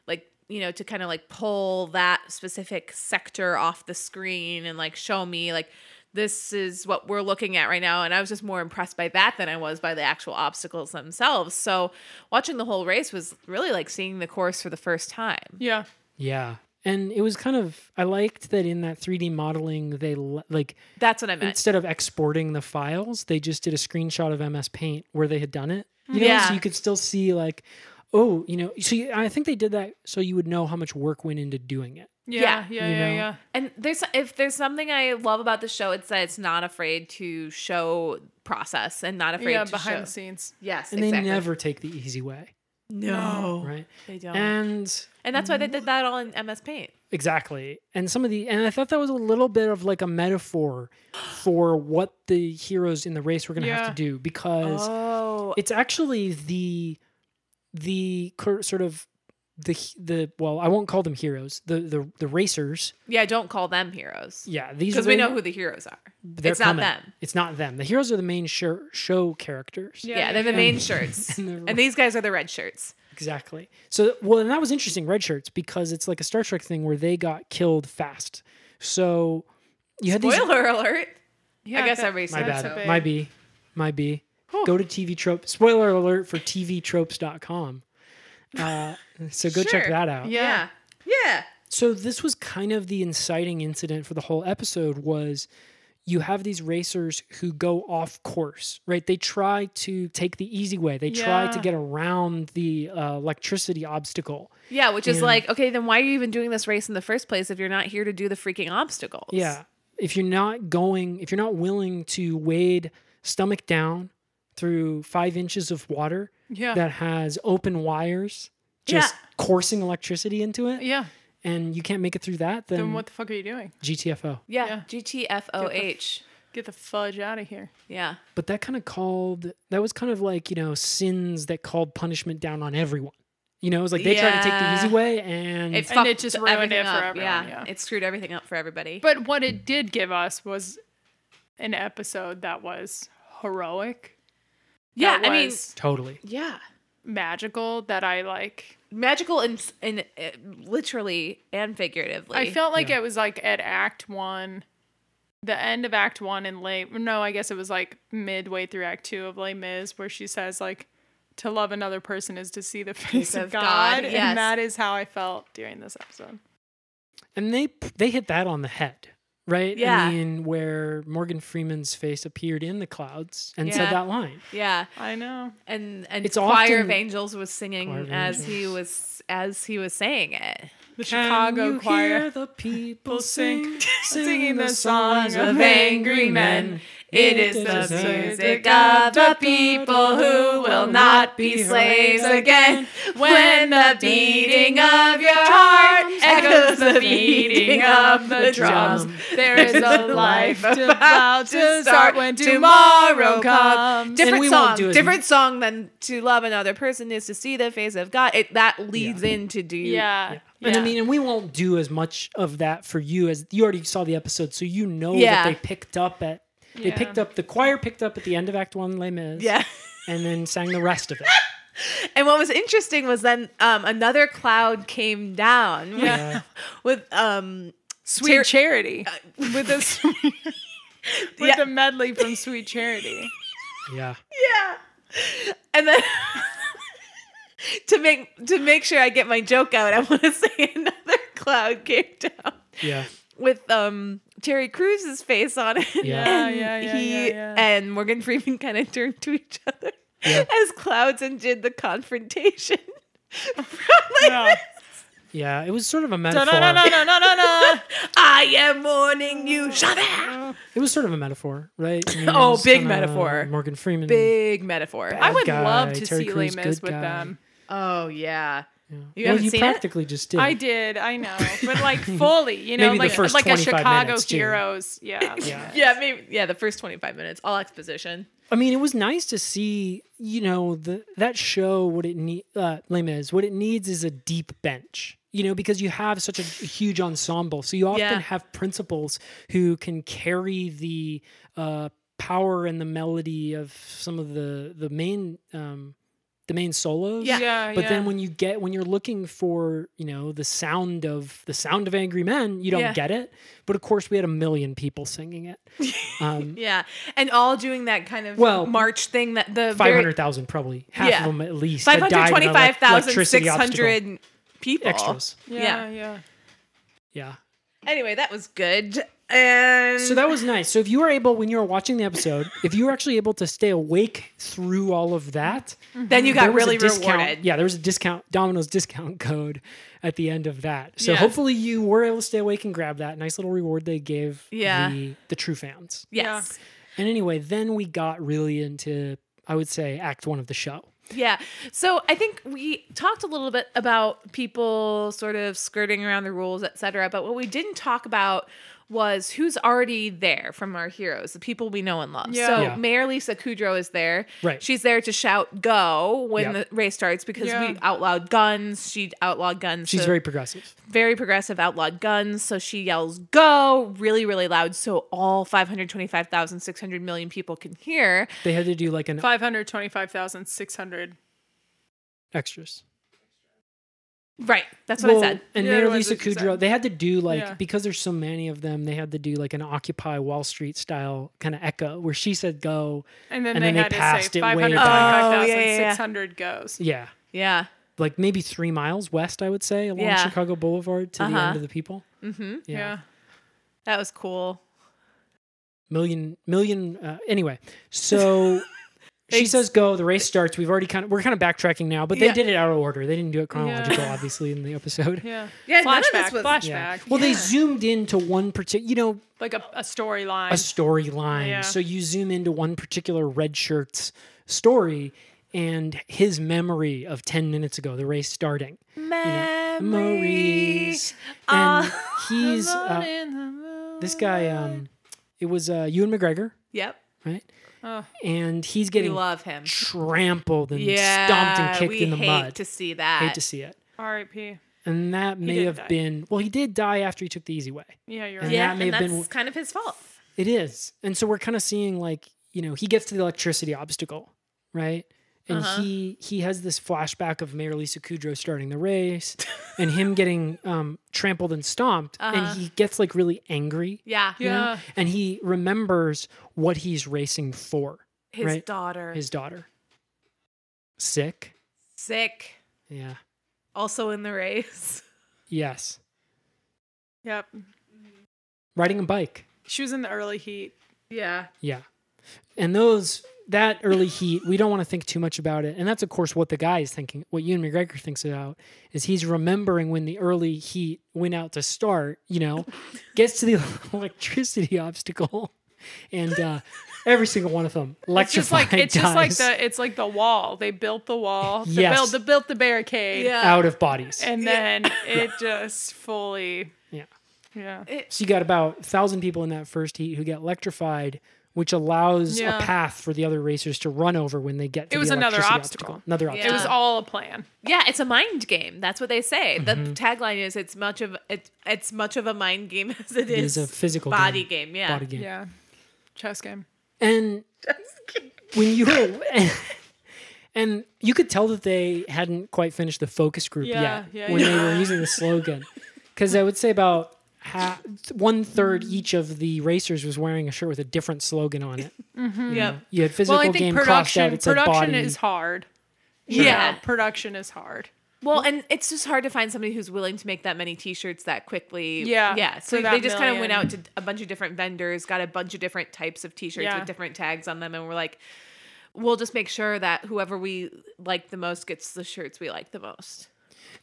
Speaker 2: like you know to kind of like pull that specific sector off the screen and like show me like this is what we're looking at right now and I was just more impressed by that than I was by the actual obstacles themselves. So watching the whole race was really like seeing the course for the first time.
Speaker 5: yeah,
Speaker 1: Yeah. And it was kind of, I liked that in that 3D modeling, they le- like,
Speaker 2: That's what I meant.
Speaker 1: instead of exporting the files, they just did a screenshot of MS Paint where they had done it. You know,
Speaker 2: Yeah.
Speaker 1: so you could still see like, oh, you know, so you, I think they did that so you would know how much work went into doing it.
Speaker 5: yeah, yeah, yeah,
Speaker 1: You
Speaker 5: yeah.
Speaker 1: know?
Speaker 2: And there's if there's something I love about the show, it's that it's not afraid to show process and not afraid
Speaker 5: Yeah,
Speaker 2: to
Speaker 5: behind
Speaker 2: show.
Speaker 5: the scenes.
Speaker 2: Yes,
Speaker 1: And
Speaker 2: exactly.
Speaker 1: they never take the easy way,
Speaker 2: no,
Speaker 5: Oh,
Speaker 1: right?
Speaker 2: they don't. And,
Speaker 1: And
Speaker 2: that's why they did that all in MS Paint.
Speaker 1: exactly. And some of the and I thought that was a little bit of like a metaphor for what the heroes in the race were going to
Speaker 5: Yeah.
Speaker 1: have to do because
Speaker 2: Oh,
Speaker 1: it's actually the the cur- sort of the the well I won't call them heroes the the the racers
Speaker 2: yeah. Don't call them heroes
Speaker 1: yeah these
Speaker 2: because
Speaker 1: are
Speaker 2: we
Speaker 1: the-
Speaker 2: know who the heroes are.
Speaker 1: they're
Speaker 2: it's not
Speaker 1: coming.
Speaker 2: them.
Speaker 1: it's not them the heroes are the main show, show characters
Speaker 2: Yeah, they're the
Speaker 1: yeah.
Speaker 2: main shirts,
Speaker 1: And they're-
Speaker 2: and these guys are the red shirts.
Speaker 1: exactly so well and that was interesting red shirts because it's like a Star Trek thing where they got killed fast so you had these
Speaker 2: Spoiler alert.
Speaker 5: Yeah,
Speaker 2: I guess
Speaker 5: that-
Speaker 2: every
Speaker 1: my
Speaker 2: that's
Speaker 1: bad
Speaker 5: a
Speaker 1: my B my B Go to TV Trope. Spoiler alert for TVTropes.com. Uh, so go check
Speaker 2: Sure.
Speaker 1: that out.
Speaker 2: Yeah. Yeah.
Speaker 1: So this was kind of the inciting incident for the whole episode was you have these racers who go off course, right? They try to take the easy way. They try to
Speaker 5: Yeah.
Speaker 1: get around the uh, electricity obstacle.
Speaker 2: Yeah, which is
Speaker 1: And-
Speaker 2: like, okay, then why are you even doing this race in the first place if you're not here to do the freaking obstacles?
Speaker 1: Yeah. If you're not going, if you're not willing to wade stomach down through five inches of water
Speaker 5: Yeah.
Speaker 1: that has open wires just coursing electricity into it,
Speaker 5: yeah.
Speaker 1: and you can't make it through that, then,
Speaker 5: Then what the fuck are you doing?
Speaker 1: GTFO.
Speaker 2: Yeah.
Speaker 5: Get
Speaker 2: GTFOH.
Speaker 5: Get the fudge out of here.
Speaker 2: Yeah.
Speaker 1: But that kind of called, that was kind of like, you know, sins that called punishment down on everyone. You know, it was like they tried to take the
Speaker 2: Yeah.
Speaker 1: easy way and
Speaker 2: It
Speaker 5: And
Speaker 2: fucked
Speaker 5: it just ruined
Speaker 2: everything
Speaker 5: it for
Speaker 2: up.
Speaker 5: everyone,
Speaker 2: Yeah.
Speaker 5: yeah.
Speaker 2: It screwed everything up for everybody.
Speaker 5: But what it did give us was an episode that was heroic.
Speaker 2: yeah,
Speaker 5: that
Speaker 2: I mean,
Speaker 5: was
Speaker 1: totally.
Speaker 2: yeah.
Speaker 5: magical that I like.
Speaker 2: Magical and, and uh, literally and figuratively.
Speaker 5: I felt like
Speaker 1: Yeah.
Speaker 5: it was like at Act One, the end of Act One, and late. No, I guess it was like midway through Act Two of Les Mis, where she says like, "To love another person is to see the face
Speaker 2: of
Speaker 5: of, God,",
Speaker 2: God, yes.
Speaker 5: and that is how I felt during this episode.
Speaker 1: And they they hit that on the head, right?
Speaker 2: Yeah.
Speaker 1: I mean, where Morgan Freeman's face appeared in the clouds and said
Speaker 2: Yeah.
Speaker 1: that line.
Speaker 2: yeah.
Speaker 5: I know.
Speaker 2: And and
Speaker 1: It's
Speaker 2: choir
Speaker 1: often-
Speaker 2: of angels
Speaker 1: Choir of
Speaker 2: was singing as he
Speaker 1: Angels.
Speaker 2: was as he was saying it.
Speaker 5: The
Speaker 1: Can
Speaker 5: Chicago
Speaker 1: you
Speaker 5: Choir.
Speaker 1: hear the people sing,
Speaker 5: singing the songs of angry men?
Speaker 2: It is the music of the people who will not be slaves again. When the beating of your heart echoes the beating of the drums, there is a life about to start when tomorrow comes. Different
Speaker 1: And we
Speaker 2: song,
Speaker 1: won't do it.
Speaker 2: different song than to love another person is to see the face of God. It, that leads into do you-
Speaker 5: Yeah. yeah.
Speaker 1: And I mean, and we won't do as much of that for you as you already saw the episode, so you know
Speaker 2: Yeah.
Speaker 1: that they picked up at they
Speaker 5: Yeah.
Speaker 1: picked up the choir picked up at the end of Act One, Les Mis,
Speaker 2: yeah.
Speaker 1: and then sang the rest of it.
Speaker 2: And what was interesting was then um, another cloud came down
Speaker 1: Yeah.
Speaker 2: with um,
Speaker 5: Sweet
Speaker 2: Ter-
Speaker 5: Charity
Speaker 2: with this
Speaker 5: with
Speaker 2: yeah.
Speaker 5: the medley from Sweet Charity.
Speaker 1: yeah.
Speaker 2: yeah and then to make to make sure i get my joke out i want to say another cloud came down
Speaker 1: Yeah.
Speaker 2: with um terry cruz's face on it
Speaker 1: Yeah.
Speaker 5: Yeah, yeah, yeah,
Speaker 2: he
Speaker 5: yeah, yeah.
Speaker 2: and morgan freeman kind of turned to each other as clouds and did the confrontation from like
Speaker 5: Yeah.
Speaker 1: Yeah. It was sort of a
Speaker 5: No,
Speaker 1: metaphor.
Speaker 5: no, no, no, no, no, no.
Speaker 2: i am warning you shut up
Speaker 1: It was sort of a metaphor, right? I mean, it
Speaker 2: Oh,
Speaker 1: was
Speaker 2: big
Speaker 1: kinda
Speaker 2: metaphor.
Speaker 1: Morgan Freeman.
Speaker 2: big metaphor
Speaker 5: I would
Speaker 1: guy,
Speaker 5: love to
Speaker 1: Terry
Speaker 5: see
Speaker 1: Crews,
Speaker 5: Les Mis
Speaker 1: good
Speaker 5: with
Speaker 1: guy.
Speaker 5: them.
Speaker 2: oh yeah you
Speaker 1: well,
Speaker 2: haven't
Speaker 1: you
Speaker 2: seen it
Speaker 1: practically just did.
Speaker 5: I did, I know, but like fully, you know,
Speaker 1: Maybe the
Speaker 5: like
Speaker 1: first
Speaker 5: like a
Speaker 1: 25
Speaker 5: Chicago
Speaker 1: minutes, too.
Speaker 5: Heroes, yeah, yeah,
Speaker 2: yeah maybe yeah the first 25 minutes all exposition
Speaker 1: I mean, it was nice to see, you know, the that show what it need uh Les Mis, what it needs is a deep bench. You know, because you have such a huge ensemble. So you often
Speaker 2: Yeah.
Speaker 1: have principals who can carry the uh power and the melody of some of the the main um the main solos.
Speaker 2: Yeah.
Speaker 5: yeah.
Speaker 1: But then when you get when you're looking for, you know, the sound of the sound of angry men, you don't
Speaker 2: Yeah.
Speaker 1: get it. But of course we had a million people singing it. Um
Speaker 2: Yeah, and all doing that kind of
Speaker 1: Well,
Speaker 2: march thing that the
Speaker 1: Five hundred thousand, probably half
Speaker 2: Yeah.
Speaker 1: of them at least. had
Speaker 2: five
Speaker 1: died in
Speaker 2: hundred
Speaker 1: an elec-
Speaker 2: twenty-five thousand
Speaker 1: electricity
Speaker 2: six
Speaker 1: obstacle.
Speaker 2: hundred people
Speaker 1: extras.
Speaker 5: yeah, yeah,
Speaker 2: Yeah.
Speaker 1: Yeah.
Speaker 2: Anyway, that was good. And
Speaker 1: So that was nice. So if you were able, when you were watching the episode, if you were actually able to stay awake through all of that,
Speaker 2: then you
Speaker 1: there
Speaker 2: got
Speaker 1: was a
Speaker 2: really
Speaker 1: discount-
Speaker 2: rewarded.
Speaker 1: Yeah, there was a discount Domino's discount code at the end of that. So
Speaker 5: Yeah.
Speaker 1: hopefully you were able to stay awake and grab that nice little reward they gave
Speaker 2: Yeah.
Speaker 1: the, the true fans.
Speaker 2: Yes.
Speaker 1: And anyway, then we got really into I would say act one of the show.
Speaker 2: Yeah. So I think we talked a little bit about people sort of skirting around the rules, et cetera. But what we didn't talk about was who's already there from our heroes, the people we know and love.
Speaker 5: Yeah.
Speaker 2: So
Speaker 1: Yeah.
Speaker 2: Mayor Lisa Kudrow is there.
Speaker 1: Right.
Speaker 2: She's there to shout go when
Speaker 1: Yep.
Speaker 2: the race starts because
Speaker 5: Yeah.
Speaker 2: we outlawed guns. She outlawed guns.
Speaker 1: She's
Speaker 2: so
Speaker 1: very progressive.
Speaker 2: very progressive outlawed guns. So she yells go really, really loud so all 525,600 million people can hear.
Speaker 1: They had to do like an
Speaker 5: Five hundred twenty-five thousand six hundred.
Speaker 1: extras.
Speaker 2: Right. That's what
Speaker 1: Well,
Speaker 2: I said.
Speaker 1: And
Speaker 5: Yeah,
Speaker 1: Mayor
Speaker 5: otherwise
Speaker 1: Lisa
Speaker 5: it's just
Speaker 1: Kudrow,
Speaker 5: that-
Speaker 1: they had to do like
Speaker 5: Yeah.
Speaker 1: because there's so many of them, they had to do like an Occupy Wall Street style kind of echo where she said go.
Speaker 5: And then
Speaker 1: And
Speaker 5: they
Speaker 1: then they
Speaker 5: had to
Speaker 1: passed
Speaker 5: say
Speaker 1: it way down.
Speaker 5: 595,600 goes.
Speaker 1: Yeah.
Speaker 2: Yeah.
Speaker 1: Like maybe three miles west, I would say, along
Speaker 2: Yeah.
Speaker 1: Chicago Boulevard to the
Speaker 2: Uh-huh.
Speaker 1: end of the people. Mm-hmm.
Speaker 5: Yeah.
Speaker 2: That was cool.
Speaker 1: million million uh, anyway so she
Speaker 2: They-
Speaker 1: says go the race starts we've already kind of we're kind of backtracking now but they
Speaker 2: Yeah.
Speaker 1: did it out of order they didn't do it chronological obviously in the episode
Speaker 5: Yeah.
Speaker 2: Yeah, none
Speaker 5: Flashback.
Speaker 2: of this was-
Speaker 5: flashback.
Speaker 1: yeah well they zoomed into one particular you know
Speaker 5: like a, a
Speaker 1: a
Speaker 5: storyline.
Speaker 1: storyline
Speaker 5: Yeah.
Speaker 1: so you zoom into one particular red shirt's story and his memory of 10 minutes ago the race starting memories
Speaker 2: Ah,
Speaker 1: and he's uh, this guy um it was uh ewan mcgregor
Speaker 2: Yep.
Speaker 1: right
Speaker 5: Oh.
Speaker 1: and he's
Speaker 2: We
Speaker 1: getting
Speaker 2: love him.
Speaker 1: trampled and
Speaker 2: Yeah.
Speaker 1: stomped and kicked
Speaker 2: we
Speaker 1: in the
Speaker 2: hate
Speaker 1: mud.
Speaker 2: to see that.
Speaker 1: hate to see it.
Speaker 5: R.I.P.
Speaker 1: And that may
Speaker 5: did
Speaker 1: have
Speaker 5: die.
Speaker 1: been well, he did die after he took the easy way.
Speaker 5: Yeah, you're
Speaker 1: And
Speaker 5: right.
Speaker 2: yeah,
Speaker 1: that may
Speaker 2: and
Speaker 1: have
Speaker 2: that's
Speaker 1: been-
Speaker 2: kind of his fault.
Speaker 1: It is. And so we're kind of seeing like, you know, he gets to the electricity obstacle, right? And he he has this flashback of Mayor Lisa Kudrow starting the race and him getting um, trampled and stomped. And he gets like really angry.
Speaker 2: Yeah.
Speaker 1: you know?
Speaker 5: Yeah.
Speaker 1: And he remembers what he's racing for.
Speaker 2: His
Speaker 1: Right.
Speaker 2: daughter.
Speaker 1: His daughter. Sick.
Speaker 2: sick.
Speaker 1: Yeah.
Speaker 2: Also in the race.
Speaker 1: Yes.
Speaker 5: Yep.
Speaker 1: Riding a bike.
Speaker 5: She was in the early heat.
Speaker 2: Yeah.
Speaker 1: Yeah. And those that early heat, we don't want to think too much about it. And that's of course what the guy is thinking. What Ewan McGregor thinks about is he's remembering when the early heat went out to start, you know, gets to the electricity obstacle. And uh every single one of them
Speaker 5: It's just
Speaker 1: electrified
Speaker 5: like it's
Speaker 1: dies
Speaker 5: just like the it's like the wall. They built the wall. They
Speaker 1: Yes.
Speaker 5: built they built the barricade.
Speaker 2: Yeah.
Speaker 1: out of bodies.
Speaker 5: And then it just fully
Speaker 1: yeah.
Speaker 5: yeah.
Speaker 1: So you got about a thousand people in that first heat who get electrified, which allows
Speaker 5: Yeah.
Speaker 1: a path for the other racers to run over when they get. To
Speaker 5: It was
Speaker 1: the
Speaker 5: another
Speaker 1: electricity
Speaker 5: obstacle.
Speaker 1: Another
Speaker 5: It
Speaker 1: obstacle.
Speaker 5: was
Speaker 2: Yeah.
Speaker 5: all a plan.
Speaker 2: Yeah, it's a mind game. That's what they say. The tagline is it's much of it's it's much of a mind game as it
Speaker 1: It
Speaker 2: is,
Speaker 1: is a physical
Speaker 2: body
Speaker 1: game.
Speaker 2: game. Yeah.
Speaker 1: Body game.
Speaker 5: Yeah. Chess game.
Speaker 1: And when you were, and, you could tell that they hadn't quite finished the focus group
Speaker 5: Yeah,
Speaker 1: yet
Speaker 5: yeah,
Speaker 1: when they
Speaker 5: yeah.
Speaker 1: were using the slogan, because I would say about ha- one third each of the racers was wearing a shirt with a different slogan on it.
Speaker 2: Yep.
Speaker 1: You had physical
Speaker 5: Well, I
Speaker 1: game
Speaker 5: think
Speaker 1: crossed out.
Speaker 5: production
Speaker 1: It said
Speaker 5: production
Speaker 1: body.
Speaker 5: is hard.
Speaker 2: Yeah.
Speaker 5: Production is hard.
Speaker 2: Well, and it's just hard to find somebody who's willing to make that many T-shirts that quickly.
Speaker 5: Yeah,
Speaker 2: yeah. So
Speaker 5: for
Speaker 2: they
Speaker 5: that
Speaker 2: just kind of went
Speaker 5: million.
Speaker 2: out to a bunch of different vendors, got a bunch of different types of T-shirts
Speaker 5: Yeah.
Speaker 2: with different tags on them, and we're like, we'll just make sure that whoever we like the most gets the shirts we like the most.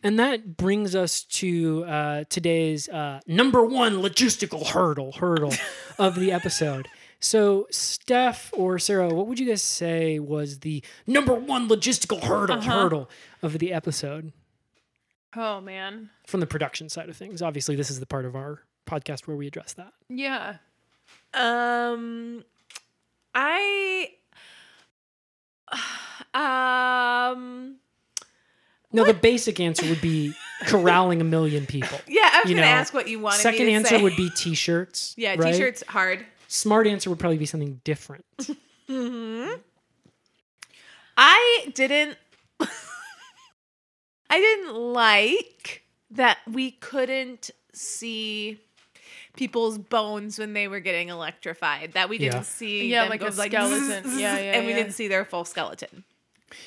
Speaker 1: And that brings us to uh, today's uh, number one logistical hurdle hurdle of the episode. So, Steph or Sarah, what would you guys say was the number one logistical hurdle
Speaker 2: Uh-huh.
Speaker 1: hurdle of the episode
Speaker 5: Oh man.
Speaker 1: from the production side of things? Obviously, this is the part of our podcast where we address that.
Speaker 5: Yeah.
Speaker 2: Um, I. Um.
Speaker 1: No, the basic answer would be corralling a million people.
Speaker 2: Yeah, I was
Speaker 1: You
Speaker 2: gonna
Speaker 1: know,
Speaker 2: ask what you wanted.
Speaker 1: Second
Speaker 2: me to
Speaker 1: answer
Speaker 2: say.
Speaker 1: would be t-shirts.
Speaker 2: yeah,
Speaker 1: right?
Speaker 2: T-shirts hard.
Speaker 1: Smart answer would probably be something different.
Speaker 2: Mm-hmm. I didn't I didn't like that we couldn't see people's bones when they were getting electrified. That we didn't
Speaker 1: Yeah.
Speaker 2: see
Speaker 5: Yeah,
Speaker 2: them
Speaker 5: like
Speaker 2: go,
Speaker 5: a skeleton.
Speaker 2: zzz,
Speaker 5: Yeah,
Speaker 2: zzz,
Speaker 5: yeah,
Speaker 2: and we
Speaker 5: yeah.
Speaker 2: didn't see their full skeleton.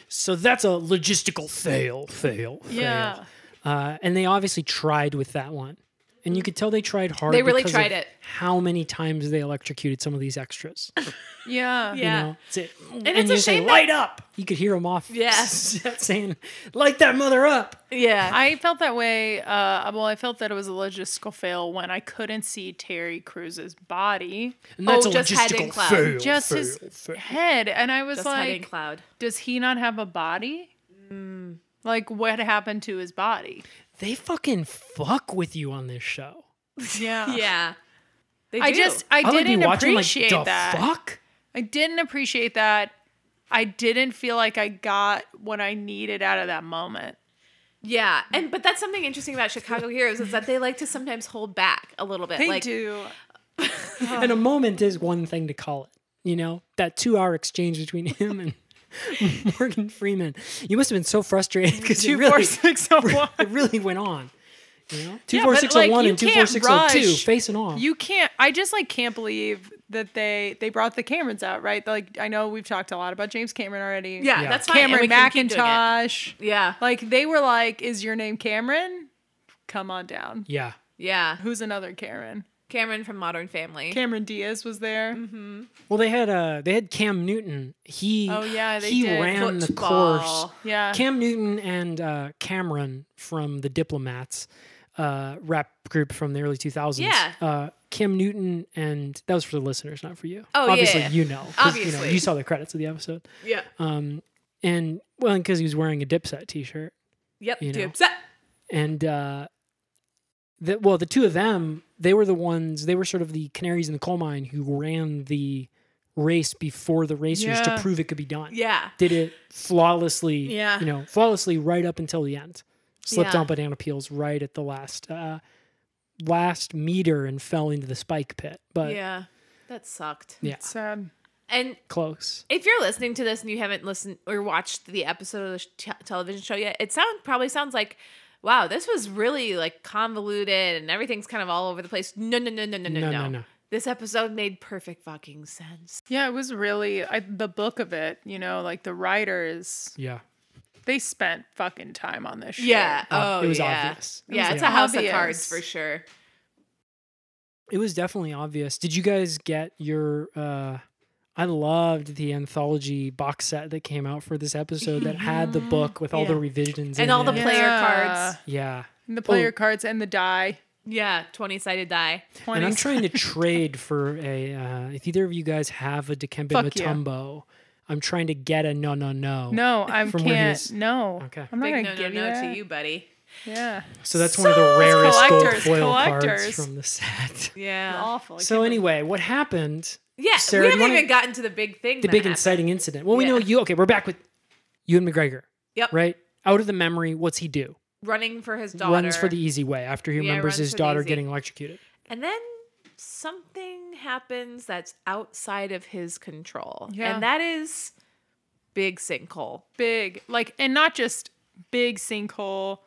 Speaker 1: So that's a logistical fail, fail, fail.
Speaker 5: Yeah.
Speaker 1: Uh, and they obviously tried with that one. And you could tell they tried hard.
Speaker 2: They really
Speaker 1: because
Speaker 2: tried
Speaker 1: of
Speaker 2: it.
Speaker 1: How many times they electrocuted some of these extras? You
Speaker 5: Yeah.
Speaker 2: Yeah.
Speaker 1: know, it's it. And,
Speaker 2: Uh-huh. it's a
Speaker 1: you say,
Speaker 2: shame that-
Speaker 1: "Light up!" You could hear them off.
Speaker 2: Yeah.
Speaker 1: saying, "Light that mother up."
Speaker 2: Yeah.
Speaker 5: I felt that way. Uh, well, I felt that it was a logistical fail when I couldn't see Terry Cruz's body,
Speaker 1: And that's
Speaker 2: Oh,
Speaker 1: a
Speaker 2: just head in
Speaker 1: logistical
Speaker 2: cloud.
Speaker 1: fail.
Speaker 5: just
Speaker 1: fail,
Speaker 5: his
Speaker 1: fail.
Speaker 5: head, and I was
Speaker 2: Just head in
Speaker 5: like,
Speaker 2: cloud.
Speaker 5: "Does he not have a body? Mm. Like, what happened to his body?"
Speaker 1: They fucking fuck with you on this show.
Speaker 5: Yeah,
Speaker 2: Yeah. They
Speaker 5: I
Speaker 2: do.
Speaker 5: just, I
Speaker 1: would be
Speaker 5: didn't
Speaker 1: watching
Speaker 5: appreciate
Speaker 1: like, the
Speaker 5: that.
Speaker 1: Fuck.
Speaker 5: I didn't appreciate that. I didn't feel like I got what I needed out of that moment.
Speaker 2: Yeah. And but that's something interesting about Chicago Heroes is that they like to sometimes hold back a little bit.
Speaker 5: They
Speaker 2: like
Speaker 5: do.
Speaker 1: And a moment is one thing to call it. You know that two-hour exchange between him and Morgan Freeman. You must have been so frustrated because you
Speaker 5: Two,
Speaker 1: really,
Speaker 5: four, six, oh, one.
Speaker 1: it really went on. You know, two
Speaker 5: Yeah,
Speaker 1: four
Speaker 5: but,
Speaker 1: six oh
Speaker 5: like,
Speaker 1: one
Speaker 5: you
Speaker 1: and two four six oh two
Speaker 5: can't rush.
Speaker 1: facing off.
Speaker 5: You can't. I just like can't believe that they they brought the Camerons out, right? Like I know we've talked a lot about James Cameron already.
Speaker 2: Yeah,
Speaker 1: Yeah.
Speaker 2: that's fine. and
Speaker 5: Cameron
Speaker 2: we can keep doing it.
Speaker 5: Macintosh.
Speaker 2: Yeah,
Speaker 5: Like they were like, "Is your name Cameron? Come on down."
Speaker 1: yeah,
Speaker 2: yeah.
Speaker 5: Who's another Karen?
Speaker 2: Cameron from Modern Family.
Speaker 5: Cameron Diaz was there.
Speaker 1: Mm-hmm. well they had uh they had Cam Newton. He
Speaker 5: Oh, yeah, they
Speaker 1: he
Speaker 5: did.
Speaker 1: ran the course.
Speaker 2: Football.
Speaker 5: Yeah.
Speaker 1: Cam Newton and uh, Cameron from the Diplomats uh, rap group from the early 2000s.
Speaker 2: Yeah.
Speaker 1: Uh, Cam Newton and that was for the listeners, not for you.
Speaker 2: Oh,
Speaker 1: obviously
Speaker 2: yeah.
Speaker 1: you know, 'cause, you know,
Speaker 2: Obviously.
Speaker 1: you saw the credits of the episode, Um,
Speaker 2: Yeah.
Speaker 1: and well, because he was wearing a Dipset T-shirt,
Speaker 2: yep.
Speaker 1: you
Speaker 2: Too
Speaker 1: know.
Speaker 2: upset.
Speaker 1: and uh, the, well, the two of them, they were the ones, they were sort of the canaries in the coal mine who ran the race before the racers to
Speaker 5: Yeah.
Speaker 1: prove it could be done.
Speaker 2: Yeah.
Speaker 1: did it flawlessly.
Speaker 2: Yeah.
Speaker 1: You know, flawlessly right up until the end. Slipped
Speaker 2: Yeah.
Speaker 1: on banana peels right at the last uh, last meter and fell into the spike pit. But
Speaker 2: Yeah. That sucked.
Speaker 1: yeah,
Speaker 5: Sad.
Speaker 2: And
Speaker 1: close.
Speaker 2: if you're listening to this and you haven't listened or watched the episode of the sh- te- television show yet, it sound probably sounds like, wow, this was really like convoluted and everything's kind of all over the place. No, no, no, no, no, no,
Speaker 1: No,
Speaker 2: no,
Speaker 1: no, no.
Speaker 2: This episode made perfect fucking sense.
Speaker 5: Yeah, it was really I, the book of it. You know, like the writers,
Speaker 1: Yeah.
Speaker 5: they spent fucking time on this. Shit.
Speaker 2: Yeah.
Speaker 1: Uh,
Speaker 2: oh,
Speaker 1: it was
Speaker 2: yeah.
Speaker 1: obvious. It
Speaker 2: Yeah,
Speaker 1: was
Speaker 2: it's a house
Speaker 5: obvious.
Speaker 2: of cards for sure.
Speaker 1: It was definitely obvious. Did you guys get your uh I loved the anthology box set that came out for this episode that had the book with all the revisions in
Speaker 2: And all the
Speaker 1: it.
Speaker 2: player
Speaker 5: Yeah.
Speaker 2: cards.
Speaker 1: yeah.
Speaker 5: And the
Speaker 1: Oh.
Speaker 5: player cards and the die.
Speaker 2: Yeah, 20 sided die.
Speaker 5: 20
Speaker 1: And I'm trying to trade for a. Uh, if either of you guys have a Dikembe
Speaker 5: Fuck yeah.
Speaker 1: Mutombo, I'm trying to get a no, no, no.
Speaker 5: No, I
Speaker 1: From where he's-
Speaker 5: can't. No.
Speaker 1: Okay.
Speaker 5: I'm not
Speaker 2: Big
Speaker 5: gonna
Speaker 2: no, no,
Speaker 5: give you
Speaker 2: no
Speaker 5: that.
Speaker 2: to you, buddy.
Speaker 5: Yeah.
Speaker 1: So that's one of the rarest gold
Speaker 5: collectors,
Speaker 1: foil cards
Speaker 5: collectors.
Speaker 1: from the set.
Speaker 2: Yeah.
Speaker 5: Awful. I
Speaker 1: So
Speaker 5: can't
Speaker 1: anyway, what happened?
Speaker 2: Yeah,
Speaker 1: Sarah, do
Speaker 2: we
Speaker 1: you
Speaker 2: haven't
Speaker 1: wanna-
Speaker 2: even gotten to the big thing.
Speaker 1: The
Speaker 2: that
Speaker 1: big
Speaker 2: happened.
Speaker 1: inciting incident. Well, we
Speaker 2: Yeah. Oh.
Speaker 1: know you. Okay, we're back with you and McGregor,
Speaker 2: Yep.
Speaker 1: right? Out of the memory, what's he do?
Speaker 2: Running for his daughter.
Speaker 1: Runs for the easy way after he remembers
Speaker 2: runs
Speaker 1: his
Speaker 2: for the
Speaker 1: daughter
Speaker 2: easy.
Speaker 1: getting electrocuted.
Speaker 2: And then something happens that's outside of his control.
Speaker 5: Yeah.
Speaker 2: And that is big sinkhole.
Speaker 5: big like and not just big sinkhole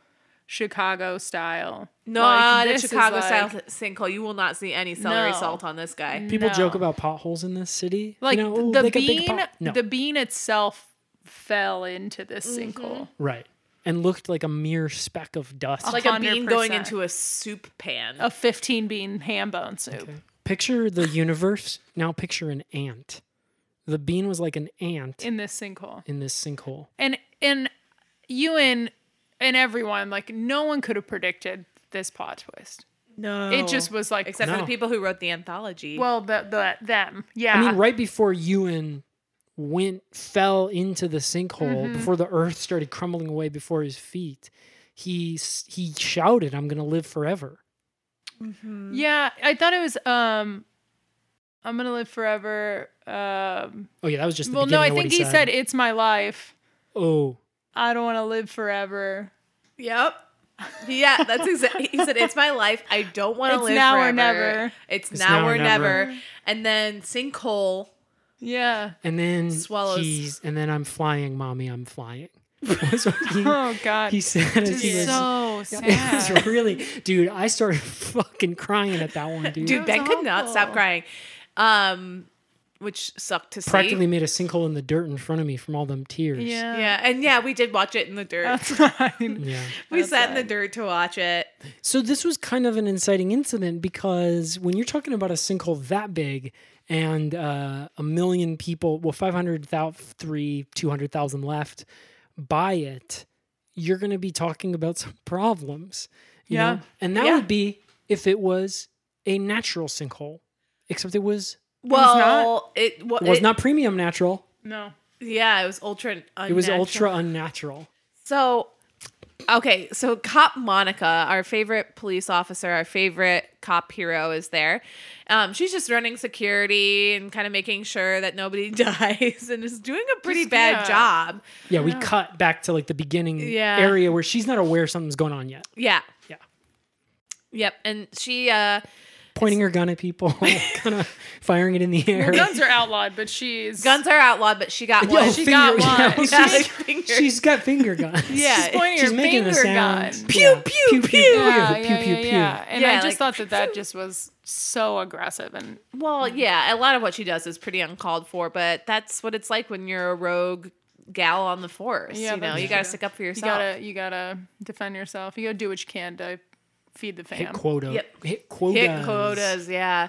Speaker 5: chicago style
Speaker 2: No,
Speaker 5: Like,
Speaker 2: the
Speaker 5: this is
Speaker 2: Chicago
Speaker 5: like-
Speaker 2: style sinkhole. You will not see any celery
Speaker 5: No. Mm.
Speaker 2: salt on this guy.
Speaker 1: People
Speaker 5: No.
Speaker 1: joke about potholes in this city.
Speaker 5: like
Speaker 1: you know, "Ooh,
Speaker 5: the
Speaker 1: they got big
Speaker 5: bean
Speaker 1: pot-" No.
Speaker 5: the bean itself fell into this sinkhole
Speaker 1: right, and looked like a mere speck of dust.
Speaker 2: Like a bean going
Speaker 5: 100%.
Speaker 2: into a soup pan.
Speaker 5: a 15 bean ham bone soup
Speaker 1: Okay. Picture the universe. Now picture an ant. The bean was like an ant in,
Speaker 5: in this sinkhole
Speaker 1: this sinkhole.
Speaker 5: and and you and and everyone like no one could have predicted this plot twist
Speaker 2: no.
Speaker 5: it just was like
Speaker 2: Except for
Speaker 1: No.
Speaker 2: the people who wrote the anthology.
Speaker 5: well the, the them yeah
Speaker 1: I mean, right before Ewan went fell into the sinkhole,
Speaker 5: Mm-hmm.
Speaker 1: before the earth started crumbling away before his feet, he s- he shouted, "I'm gonna live forever."
Speaker 5: yeah i thought it was um i'm gonna live forever um
Speaker 1: Oh yeah, that was just the
Speaker 5: Well, no, I
Speaker 1: beginning of what
Speaker 5: think he said,
Speaker 1: said.
Speaker 5: "It's my life.
Speaker 1: Oh,
Speaker 5: I don't want to live forever.
Speaker 2: Yep. Yeah, that's exactly. He said, "It's my life. I don't want to
Speaker 5: It's
Speaker 2: live
Speaker 5: now or
Speaker 2: forever.
Speaker 5: never.
Speaker 2: It's, now, or never. And then sinkhole.
Speaker 5: Yeah.
Speaker 1: and then
Speaker 2: Swallows.
Speaker 1: he's and then I'm flying, mommy, I'm flying. That's what he,
Speaker 5: Oh God.
Speaker 1: he said as he was.
Speaker 5: so
Speaker 1: it
Speaker 5: sad.
Speaker 1: was really, dude. I started fucking crying at that one,
Speaker 2: Dude,
Speaker 5: That
Speaker 2: Ben
Speaker 5: was
Speaker 2: could not stop
Speaker 5: awful.
Speaker 2: crying, um, which sucked to see.
Speaker 1: practically made a sinkhole in the dirt in front of me from all them tears.
Speaker 5: yeah.
Speaker 2: Yeah, and yeah, we did watch it in the dirt.
Speaker 5: Fine.
Speaker 1: Yeah.
Speaker 2: we sat in the dirt to watch it.
Speaker 1: So this was kind of an inciting incident because when you're talking about a sinkhole that big and uh, a million people, well, 500,000, three, 200,000 left buy it, you're going to be talking about some problems. You
Speaker 5: Yeah.
Speaker 1: Know? And that
Speaker 2: Yeah.
Speaker 1: would be if it was a natural sinkhole, except it was,
Speaker 2: Well, it wa-
Speaker 1: it was
Speaker 2: it-
Speaker 1: not premium natural.
Speaker 5: No.
Speaker 2: Yeah, it was ultra. Unnatural.
Speaker 1: It was ultra unnatural.
Speaker 2: So, okay, so Cop Monica, our favorite police officer, our favorite cop hero, is there. Um, she's just running security and kind of making sure that nobody dies and is doing a pretty
Speaker 5: Just,
Speaker 2: bad
Speaker 5: yeah.
Speaker 2: job.
Speaker 1: Yeah, we cut back to like the beginning
Speaker 2: Yeah.
Speaker 1: area where she's not aware something's going on yet.
Speaker 2: Yeah.
Speaker 1: Yeah.
Speaker 2: Yep. And she, uh,
Speaker 1: pointing her gun at people, kind of firing it in the air.
Speaker 5: Her guns are outlawed, but she's
Speaker 2: Guns are outlawed, but she got
Speaker 1: Yo,
Speaker 2: one.
Speaker 5: she got
Speaker 1: yeah,
Speaker 5: one.
Speaker 2: Yeah,
Speaker 1: she's,
Speaker 2: fingers.
Speaker 1: she's got finger guns.
Speaker 2: Yeah,
Speaker 5: she's pointing
Speaker 1: she's
Speaker 5: her
Speaker 1: making
Speaker 5: finger
Speaker 1: the sound.
Speaker 5: gun.
Speaker 1: Pew, pew, pew, pew,
Speaker 5: Yeah,
Speaker 1: pew,
Speaker 5: yeah,
Speaker 1: pew,
Speaker 5: yeah,
Speaker 1: pew.
Speaker 5: yeah. And
Speaker 2: Yeah,
Speaker 5: I just
Speaker 2: like,
Speaker 5: thought that that just was so aggressive and
Speaker 2: Well, yeah, a lot of what she does is pretty uncalled for, but that's what it's like when you're a rogue gal on the force.
Speaker 5: Yeah,
Speaker 2: you know,
Speaker 5: that's
Speaker 2: you gotta
Speaker 5: true.
Speaker 2: stick up for
Speaker 5: you
Speaker 2: yourself.
Speaker 5: gotta you gotta defend yourself. You gotta do what you can to feed the
Speaker 1: Hit
Speaker 5: fam.
Speaker 1: quota.
Speaker 2: Yep.
Speaker 1: Hit quotas.
Speaker 2: Hit quotas, yeah.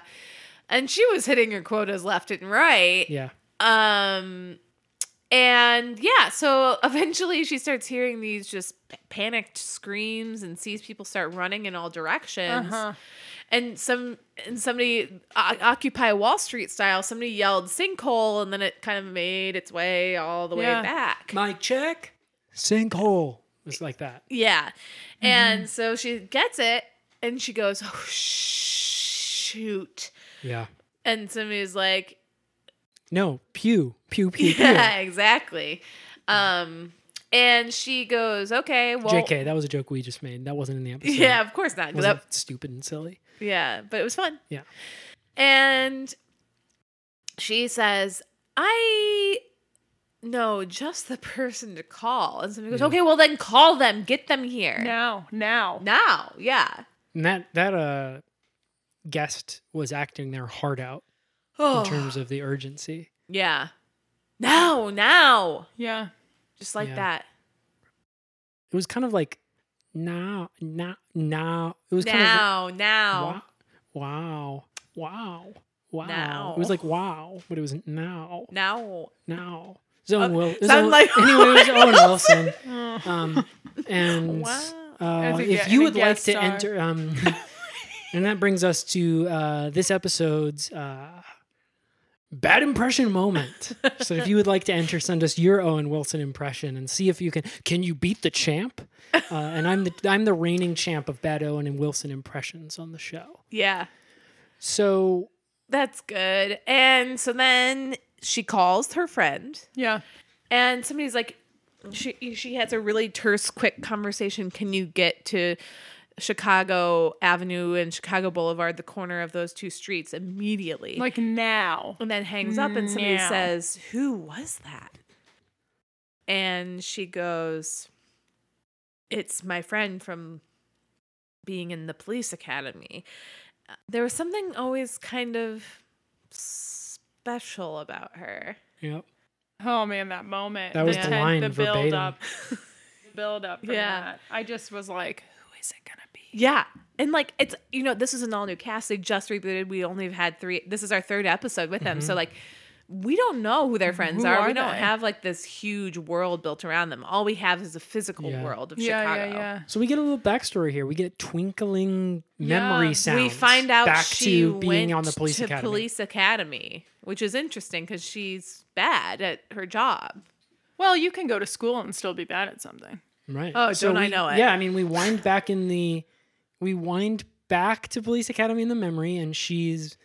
Speaker 2: And she was hitting her quotas left and right.
Speaker 1: Yeah.
Speaker 2: Um and yeah, so eventually she starts hearing these just p- panicked screams and sees people start running in all directions.
Speaker 5: Uh-huh.
Speaker 2: And some and somebody o- Occupy Wall Street style, somebody yelled sinkhole and then it kind of made its way all the
Speaker 5: Yeah.
Speaker 2: way back.
Speaker 1: Mic check. Sinkhole. It's like that.
Speaker 2: Yeah. And so she gets it and she goes, "Oh shoot."
Speaker 1: Yeah.
Speaker 2: And somebody's like,
Speaker 1: No. Pew. Pew. Pew.
Speaker 2: Yeah, exactly. Um, and she goes, okay, well,
Speaker 1: Pew. Jk. That was a joke we just made. That wasn't in the episode.
Speaker 2: yeah, of course not. 'cause
Speaker 1: Wasn't
Speaker 2: that-
Speaker 1: that stupid and silly?
Speaker 2: yeah, but it was fun.
Speaker 1: Yeah.
Speaker 2: And she says, I know just the person to call. And somebody goes, okay, well then call them, get them here
Speaker 5: Now, now.
Speaker 2: now. Yeah.
Speaker 1: And that that uh guest was acting their heart out
Speaker 2: Oh,
Speaker 1: in terms of the urgency.
Speaker 2: yeah. Now, now,
Speaker 5: Yeah.
Speaker 2: just like
Speaker 1: Yeah.
Speaker 2: that.
Speaker 1: It was kind of like now, now, now. It was kind of like,
Speaker 2: Now, now.
Speaker 1: Wow. Wow. Wow. Wow.
Speaker 2: Now.
Speaker 1: It was like wow, but it was now.
Speaker 2: Now.
Speaker 1: Now. Zone
Speaker 2: Uh,
Speaker 1: Will.
Speaker 2: sound
Speaker 1: Owen-
Speaker 2: like
Speaker 1: anyway, it was Owen Wilson.
Speaker 5: Mm.
Speaker 1: Um, and
Speaker 2: Wow.
Speaker 1: uh,
Speaker 5: As a
Speaker 1: if you
Speaker 5: gu- and a
Speaker 1: would like
Speaker 5: guest
Speaker 1: to
Speaker 5: star.
Speaker 1: enter, um, and that brings us to uh, this episode's uh, bad impression moment. so if you would like to enter, send us your Owen Wilson impression and see if you can. Can you beat the champ? Uh, and I'm the I'm the reigning champ of bad Owen and Wilson impressions on the show.
Speaker 2: Yeah.
Speaker 1: So
Speaker 2: That's good. And so then she calls her friend,
Speaker 5: Yeah.
Speaker 2: and somebody's like, she she has a really terse, quick conversation. Can you get to Chicago Avenue and Chicago Boulevard, the corner of those two streets, immediately?
Speaker 5: Like now.
Speaker 2: and then hangs up, and somebody
Speaker 5: Now.
Speaker 2: says, "Who was that?" And she goes, "It's my friend from being in the police academy." Uh, There was something always kind of special about her.
Speaker 1: Yep.
Speaker 5: Oh man, that moment.
Speaker 1: That was
Speaker 2: the
Speaker 5: ten-
Speaker 1: line
Speaker 5: the build
Speaker 1: verbatim.
Speaker 5: up. build up from
Speaker 2: Yeah.
Speaker 5: that. I just was like, who is it gonna be?
Speaker 2: Yeah. And like it's you know, this is an all new cast. They just rebooted. We only have had three this is our third episode with them.
Speaker 1: Mm-hmm.
Speaker 2: So like we don't know who their friends
Speaker 5: Who
Speaker 2: are.
Speaker 5: are
Speaker 2: We don't
Speaker 5: they?
Speaker 2: have like this huge world built around them. All we have is the physical
Speaker 1: Yeah.
Speaker 2: world of
Speaker 5: Yeah,
Speaker 2: Chicago.
Speaker 5: yeah, yeah.
Speaker 1: So we get a little backstory here. We get twinkling
Speaker 5: Yeah.
Speaker 1: memory sounds.
Speaker 2: We find out
Speaker 1: back
Speaker 2: she
Speaker 1: to being
Speaker 2: went
Speaker 1: on the police
Speaker 2: to
Speaker 1: academy.
Speaker 2: police academy, which is interesting because she's bad at her job.
Speaker 5: Well, you can go to school and still be bad at something.
Speaker 1: Right.
Speaker 2: Oh, don't I
Speaker 1: we-
Speaker 2: know it.
Speaker 1: Yeah, I mean, we wind back in the, we wind back to police academy in the memory, and she's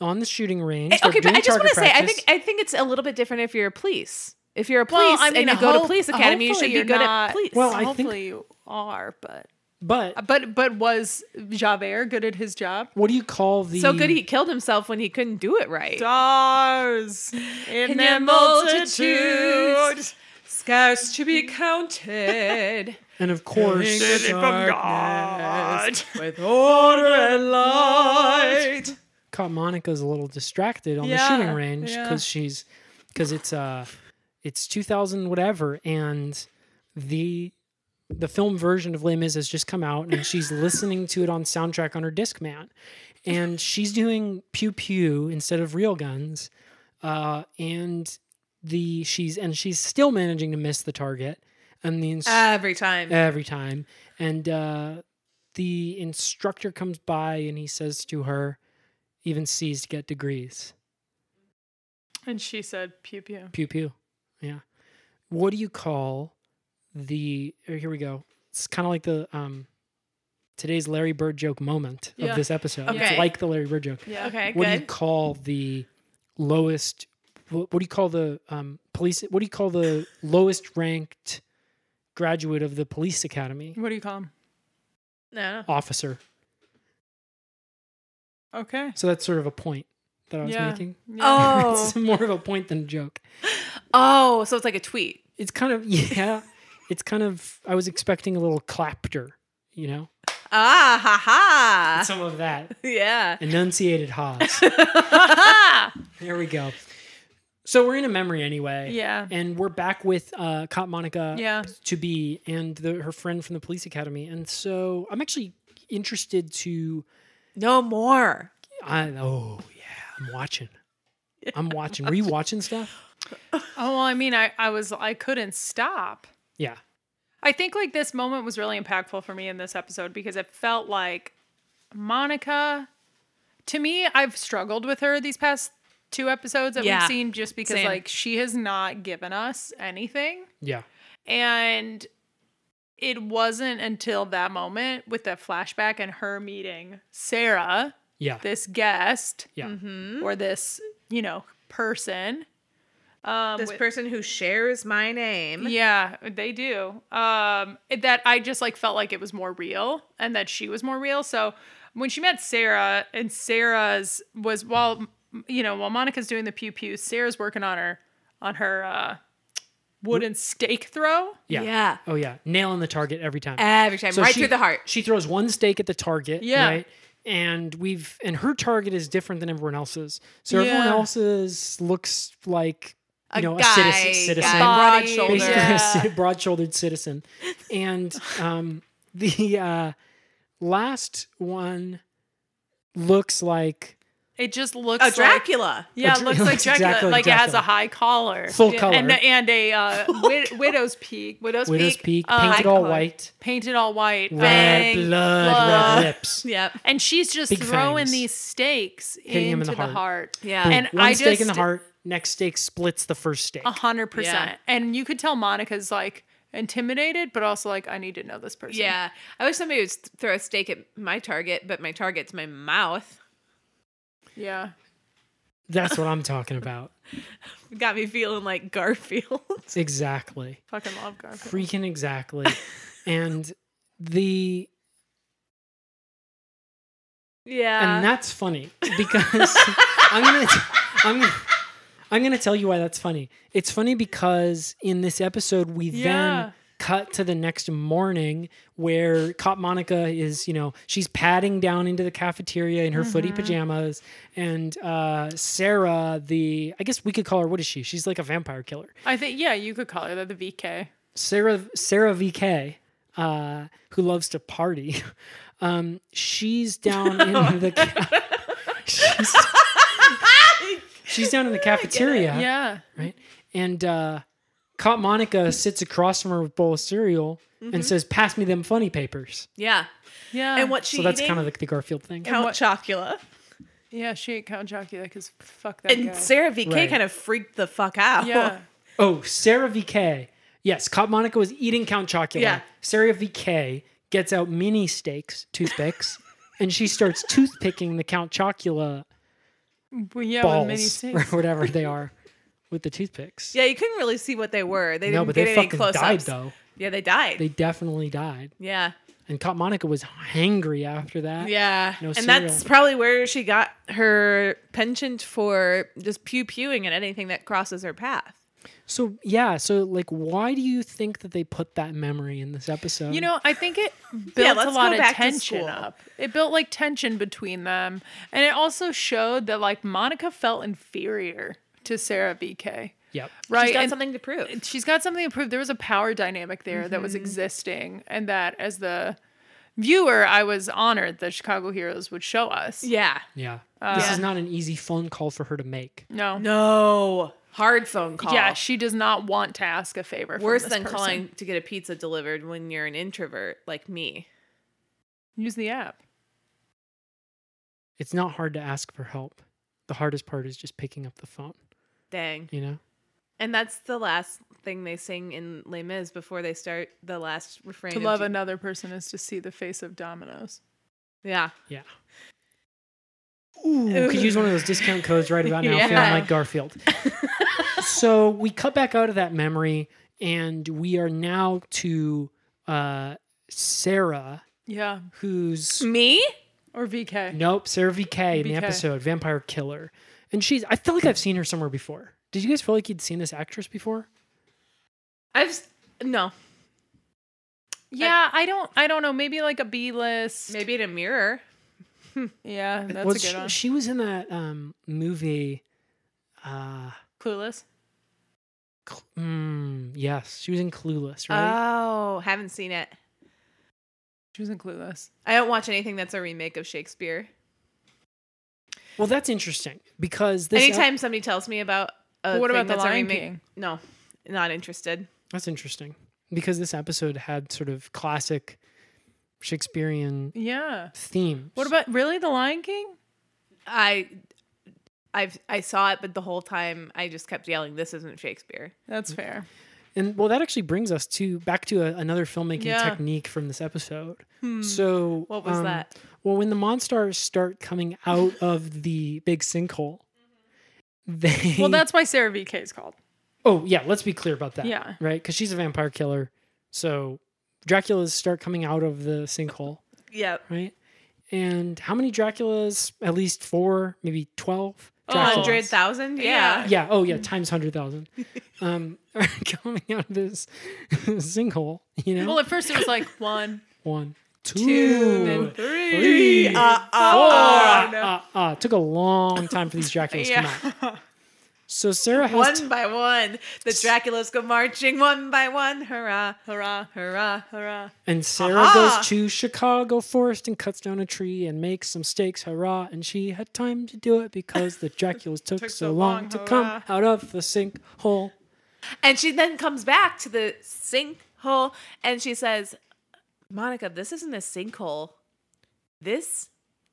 Speaker 1: on the shooting range. They're
Speaker 2: Eh, okay, but
Speaker 1: doing
Speaker 2: I just want
Speaker 1: target
Speaker 2: to say, I
Speaker 1: practice.
Speaker 2: think I think it's a little bit different if you're a police. If you're a police
Speaker 5: Well, I mean,
Speaker 2: and you go to
Speaker 5: hope-
Speaker 2: police academy, you should
Speaker 5: hopefully
Speaker 2: be
Speaker 5: you're
Speaker 2: good
Speaker 5: not-
Speaker 2: at police.
Speaker 1: Well, I think-
Speaker 5: Hopefully you are, but
Speaker 1: But
Speaker 5: but but was Javert good at his job?
Speaker 1: what do you call the?
Speaker 2: so good he killed himself when he couldn't do it right.
Speaker 5: Stars
Speaker 2: their
Speaker 5: in their multitude,
Speaker 2: multitudes,
Speaker 5: scarce to be counted.
Speaker 1: And of course,
Speaker 5: God.
Speaker 1: with order and light. Caught Monica's a little distracted on the
Speaker 5: Yeah,
Speaker 1: shooting range
Speaker 5: yeah.
Speaker 1: because she's because it's uh it's 2000 whatever and the the film version of Les Mis has just come out and she's listening to it on soundtrack on her Discman and she's doing pew pew instead of real guns uh and the she's and she's still managing to miss the target and the inst-
Speaker 2: Every time.
Speaker 1: every time. And uh, the instructor comes by and he says to her, "Even C's get degrees."
Speaker 5: And she said, "Pew pew."
Speaker 1: Pew pew. Yeah. What do you call the? or Here we go. It's kind of like the um, today's Larry Bird joke moment
Speaker 5: Yeah.
Speaker 1: of this episode.
Speaker 2: Okay.
Speaker 1: It's like the Larry Bird joke.
Speaker 5: Yeah.
Speaker 2: Okay,
Speaker 1: What do you
Speaker 2: good.
Speaker 1: call the lowest? What, what do you call the um, police? What do you call the lowest ranked graduate of the police
Speaker 2: Mm.
Speaker 1: academy?
Speaker 5: What do you call him?
Speaker 2: no.
Speaker 1: Officer.
Speaker 5: Okay.
Speaker 1: So that's sort of a point that I was
Speaker 5: Yeah.
Speaker 1: making.
Speaker 2: Oh,
Speaker 1: It's more of a point than a joke.
Speaker 2: oh, so it's like a tweet.
Speaker 1: It's kind of yeah. It's kind of I was expecting a little clapter, you know,
Speaker 2: Ah, ha ha.
Speaker 1: some of that
Speaker 2: Yeah.
Speaker 1: enunciated Haas. there we go. So we're in a memory anyway.
Speaker 5: Yeah.
Speaker 1: And we're back with uh, Cop Monica
Speaker 5: Yeah.
Speaker 1: to be and the, her friend from the police academy. And so I'm actually interested to.
Speaker 2: No more.
Speaker 1: I oh yeah, I'm watching. I'm watching. Were you watching stuff?
Speaker 5: Oh, well, I mean, I, I was, I couldn't stop.
Speaker 1: Yeah.
Speaker 5: I think like this moment was really impactful for me in this episode because it felt like Monica, to me, I've struggled with her these past two episodes that
Speaker 2: Yeah.
Speaker 5: we've seen just because
Speaker 2: Same.
Speaker 5: like she has not given us anything.
Speaker 1: Yeah.
Speaker 5: And it wasn't until that moment with that flashback and her meeting Sarah,
Speaker 1: Yeah.
Speaker 5: this guest
Speaker 1: yeah.
Speaker 2: Mm.
Speaker 5: or this, you know, person. Um,
Speaker 2: This
Speaker 5: with-
Speaker 2: person who shares my name.
Speaker 5: yeah, they do. Um, it- that I just like felt like it was more real and that she was more real. So when she met Sarah and Sarah's was while you know while Monica's doing the pew pew, Sarah's working on her on her uh, wooden stake throw.
Speaker 1: Yeah.
Speaker 2: Yeah.
Speaker 1: Oh yeah. Nailing the target every time.
Speaker 2: Every time,
Speaker 1: So
Speaker 2: right
Speaker 1: she-
Speaker 2: through the heart.
Speaker 1: She throws one stake at the target,
Speaker 5: Yeah.
Speaker 1: right? And we've and her target is different than everyone else's. So everyone
Speaker 5: Yeah.
Speaker 1: else's looks like you
Speaker 2: A
Speaker 1: know
Speaker 2: guy,
Speaker 1: a citizen, citizen
Speaker 2: guy. Broad
Speaker 5: Body,
Speaker 2: shoulder.
Speaker 1: basically
Speaker 5: yeah.
Speaker 1: a broad shouldered citizen. And um, the uh, last one looks like
Speaker 5: It just looks
Speaker 2: A
Speaker 5: like
Speaker 2: Dracula.
Speaker 5: yeah,
Speaker 1: A
Speaker 5: it looks
Speaker 1: dra-
Speaker 5: like Dracula.
Speaker 1: exactly
Speaker 5: like it has
Speaker 1: Dracula.
Speaker 5: a high collar,
Speaker 1: Full
Speaker 5: Yeah.
Speaker 1: color.
Speaker 5: and and a uh, wid- widow's peak, widow's,
Speaker 1: Widow's Peak,
Speaker 5: peak, uh,
Speaker 1: painted
Speaker 5: high
Speaker 1: all
Speaker 5: collar.
Speaker 1: white,
Speaker 5: painted all white,
Speaker 1: red
Speaker 2: Bang,
Speaker 1: blood,
Speaker 5: blood.
Speaker 1: red lips.
Speaker 2: Yep.
Speaker 5: And she's just
Speaker 1: Big
Speaker 5: throwing
Speaker 1: fangs.
Speaker 5: these stakes
Speaker 1: Hitting him in
Speaker 5: into
Speaker 1: the
Speaker 5: the heart.
Speaker 2: Yeah.
Speaker 1: Boom.
Speaker 5: And
Speaker 1: one
Speaker 5: I
Speaker 1: stake in the
Speaker 5: just-
Speaker 1: heart, next stake splits the first stake.
Speaker 5: A hundred
Speaker 2: Yeah.
Speaker 5: percent. And you could tell Monica's like intimidated, but also like, I need to know this person.
Speaker 2: Yeah. I wish somebody would s- throw a stake at my target, but my target's my mouth.
Speaker 5: Yeah.
Speaker 1: That's what I'm talking about.
Speaker 2: Got me feeling like Garfield.
Speaker 1: Exactly.
Speaker 5: Fucking love Garfield.
Speaker 1: Freaking exactly. and the
Speaker 2: yeah.
Speaker 1: and
Speaker 5: Uh.
Speaker 1: that's funny because I'm gonna t- I'm gonna, I'm gonna tell you why that's funny. It's funny because in this episode we
Speaker 5: Yeah.
Speaker 1: then cut to the next morning where Cop Monica is, you know, she's padding down into the cafeteria in her footy pajamas, and uh, Sarah, the I guess we could call her what is she? She's like a vampire killer.
Speaker 5: I think, yeah, you could call her the VK.
Speaker 1: Sarah Sarah VK, uh, who loves to party, um, she's down in the ca- she's, she's down in the cafeteria,
Speaker 5: Yeah.
Speaker 1: right? And uh, Cop Monica sits across from her with a bowl of cereal
Speaker 2: Mm-hmm.
Speaker 1: and says, "Pass me them funny papers."
Speaker 2: yeah.
Speaker 5: Yeah.
Speaker 2: And what she
Speaker 1: So that's
Speaker 2: eating?
Speaker 1: kind of like the Garfield thing.
Speaker 2: Count Chocula.
Speaker 5: Yeah, she ate Count Chocula because fuck that
Speaker 2: And
Speaker 5: guy.
Speaker 2: Sarah VK
Speaker 1: Right.
Speaker 2: kind of freaked the fuck out.
Speaker 5: yeah.
Speaker 1: Oh, Sarah VK. Yes, Cop Monica was eating Count Chocula.
Speaker 2: Yeah.
Speaker 1: Sarah VK gets out mini steaks, toothpicks, and she starts toothpicking the Count Chocula
Speaker 5: Well, yeah, with
Speaker 1: balls
Speaker 5: many
Speaker 1: or
Speaker 5: stakes.
Speaker 1: whatever they are with the toothpicks.
Speaker 2: Yeah, you couldn't really see what they were. They didn't
Speaker 1: no, but
Speaker 2: get
Speaker 1: they
Speaker 2: any
Speaker 1: fucking
Speaker 2: close
Speaker 1: died though.
Speaker 2: Yeah, they died.
Speaker 1: They definitely died.
Speaker 2: yeah.
Speaker 1: And Cop Monica was hangry after that.
Speaker 2: Yeah.
Speaker 1: No
Speaker 2: and
Speaker 1: cereal.
Speaker 2: that's probably where she got her penchant for just pew pewing at anything that crosses her path.
Speaker 1: So yeah, so like why do you think that they put that memory in this episode?
Speaker 5: You know, I think it built a
Speaker 2: let's
Speaker 5: lot
Speaker 2: go
Speaker 5: of
Speaker 2: back to
Speaker 5: tension
Speaker 2: school.
Speaker 5: up. It built like tension between them. And it also showed that like Monica felt inferior to Sarah BK.
Speaker 1: Yep.
Speaker 5: Right.
Speaker 2: She's got
Speaker 5: and
Speaker 2: something to prove.
Speaker 5: she's got something to prove. There was a power dynamic there that
Speaker 2: Mm-hmm.
Speaker 5: was existing and that as the viewer, I was honored that Chicago Heroes would show us.
Speaker 2: uh, Yeah.
Speaker 1: Yeah. this is not an easy phone call for her to make.
Speaker 5: No.
Speaker 2: No. Hard phone call.
Speaker 5: Yeah, she does not want to ask a favor. from
Speaker 2: Worse
Speaker 5: this
Speaker 2: than
Speaker 5: person.
Speaker 2: calling to get a pizza delivered when you're an introvert like me.
Speaker 5: Use the app.
Speaker 1: It's not hard to ask for help. The hardest part is just picking up the phone,
Speaker 2: Dang.
Speaker 1: you know?
Speaker 2: And that's the last thing they sing in Les Mis before they start the last refrain.
Speaker 5: To
Speaker 2: of
Speaker 5: love
Speaker 2: Ju-
Speaker 5: another person is to see the face of Dominoes.
Speaker 2: Yeah.
Speaker 1: Yeah. Ooh, could use one of those discount codes right about now, feeling
Speaker 2: Yeah.
Speaker 1: like Garfield. so we cut back out of that memory, and we are now to uh, Sarah,
Speaker 5: Yeah. Mm.
Speaker 1: who's
Speaker 2: Me?
Speaker 5: or VK.
Speaker 1: Nope, Sarah VK in the
Speaker 5: VK.
Speaker 1: episode Vampire Killer, and she's. I feel like I've seen her somewhere before. Did you guys feel like you'd seen this actress before?
Speaker 2: I've s- no,
Speaker 5: Yeah, I don't. I don't know. Maybe like a B list.
Speaker 2: maybe in a mirror.
Speaker 5: Yeah, that's
Speaker 1: Well,
Speaker 5: a good
Speaker 1: she,
Speaker 5: one.
Speaker 1: she was in that um, movie. Uh,
Speaker 5: Clueless.
Speaker 1: Cl- mm, yes, she was in Clueless, right?
Speaker 2: Oh, haven't seen it.
Speaker 5: She was in Clueless.
Speaker 2: I don't watch anything that's a remake of Shakespeare.
Speaker 1: well, that's interesting because this
Speaker 2: Anytime somebody tells me about a
Speaker 5: But what
Speaker 2: thing
Speaker 5: about The
Speaker 2: that's a
Speaker 5: Lion
Speaker 2: remake,
Speaker 5: King?
Speaker 2: no, not interested.
Speaker 1: That's interesting because this episode had sort of classic Shakespearean
Speaker 5: Yeah.
Speaker 1: themes.
Speaker 5: What about really the Lion King?
Speaker 2: I, I've I saw it, but the whole time I just kept yelling, "This isn't Shakespeare."
Speaker 5: That's fair.
Speaker 1: and well, that actually brings us to back to a, another filmmaking
Speaker 5: Yeah. Hmm.
Speaker 1: technique from this episode. So
Speaker 2: What was
Speaker 1: um,
Speaker 2: that?
Speaker 1: Well, when the monsters start coming out of the big sinkhole, they
Speaker 5: Well, that's why Sarah VK is called.
Speaker 1: oh yeah. Let's be clear about that.
Speaker 5: Yeah.
Speaker 1: right, because she's a vampire killer. So Dracula's start coming out of the sinkhole.
Speaker 2: Yeah,
Speaker 1: right? And how many Draculas? At least four, maybe twelve. Draculas.
Speaker 2: Oh, hundred thousand. Yeah.
Speaker 1: Yeah. Oh, yeah. Times hundred thousand. Um, are coming out of this sinkhole. You know,
Speaker 5: Well, at first it was like one,
Speaker 1: one, two,
Speaker 5: then three.
Speaker 1: three,
Speaker 2: Uh, uh,
Speaker 1: ah,
Speaker 5: Oh, no.
Speaker 1: ah, ah. Took a long time for these Draculas to come out. So Sarah has
Speaker 2: one by one, the Draculas go marching one by one. Hurrah, hurrah, hurrah, hurrah.
Speaker 1: And Sarah
Speaker 2: Aha!
Speaker 1: goes to Chicago forest and cuts down a tree and makes some stakes, hurrah. And she had time to do it because the Draculas took, so long, to come out of the sinkhole.
Speaker 2: And she then comes back to the sinkhole and she says, Monica, this isn't a sinkhole. This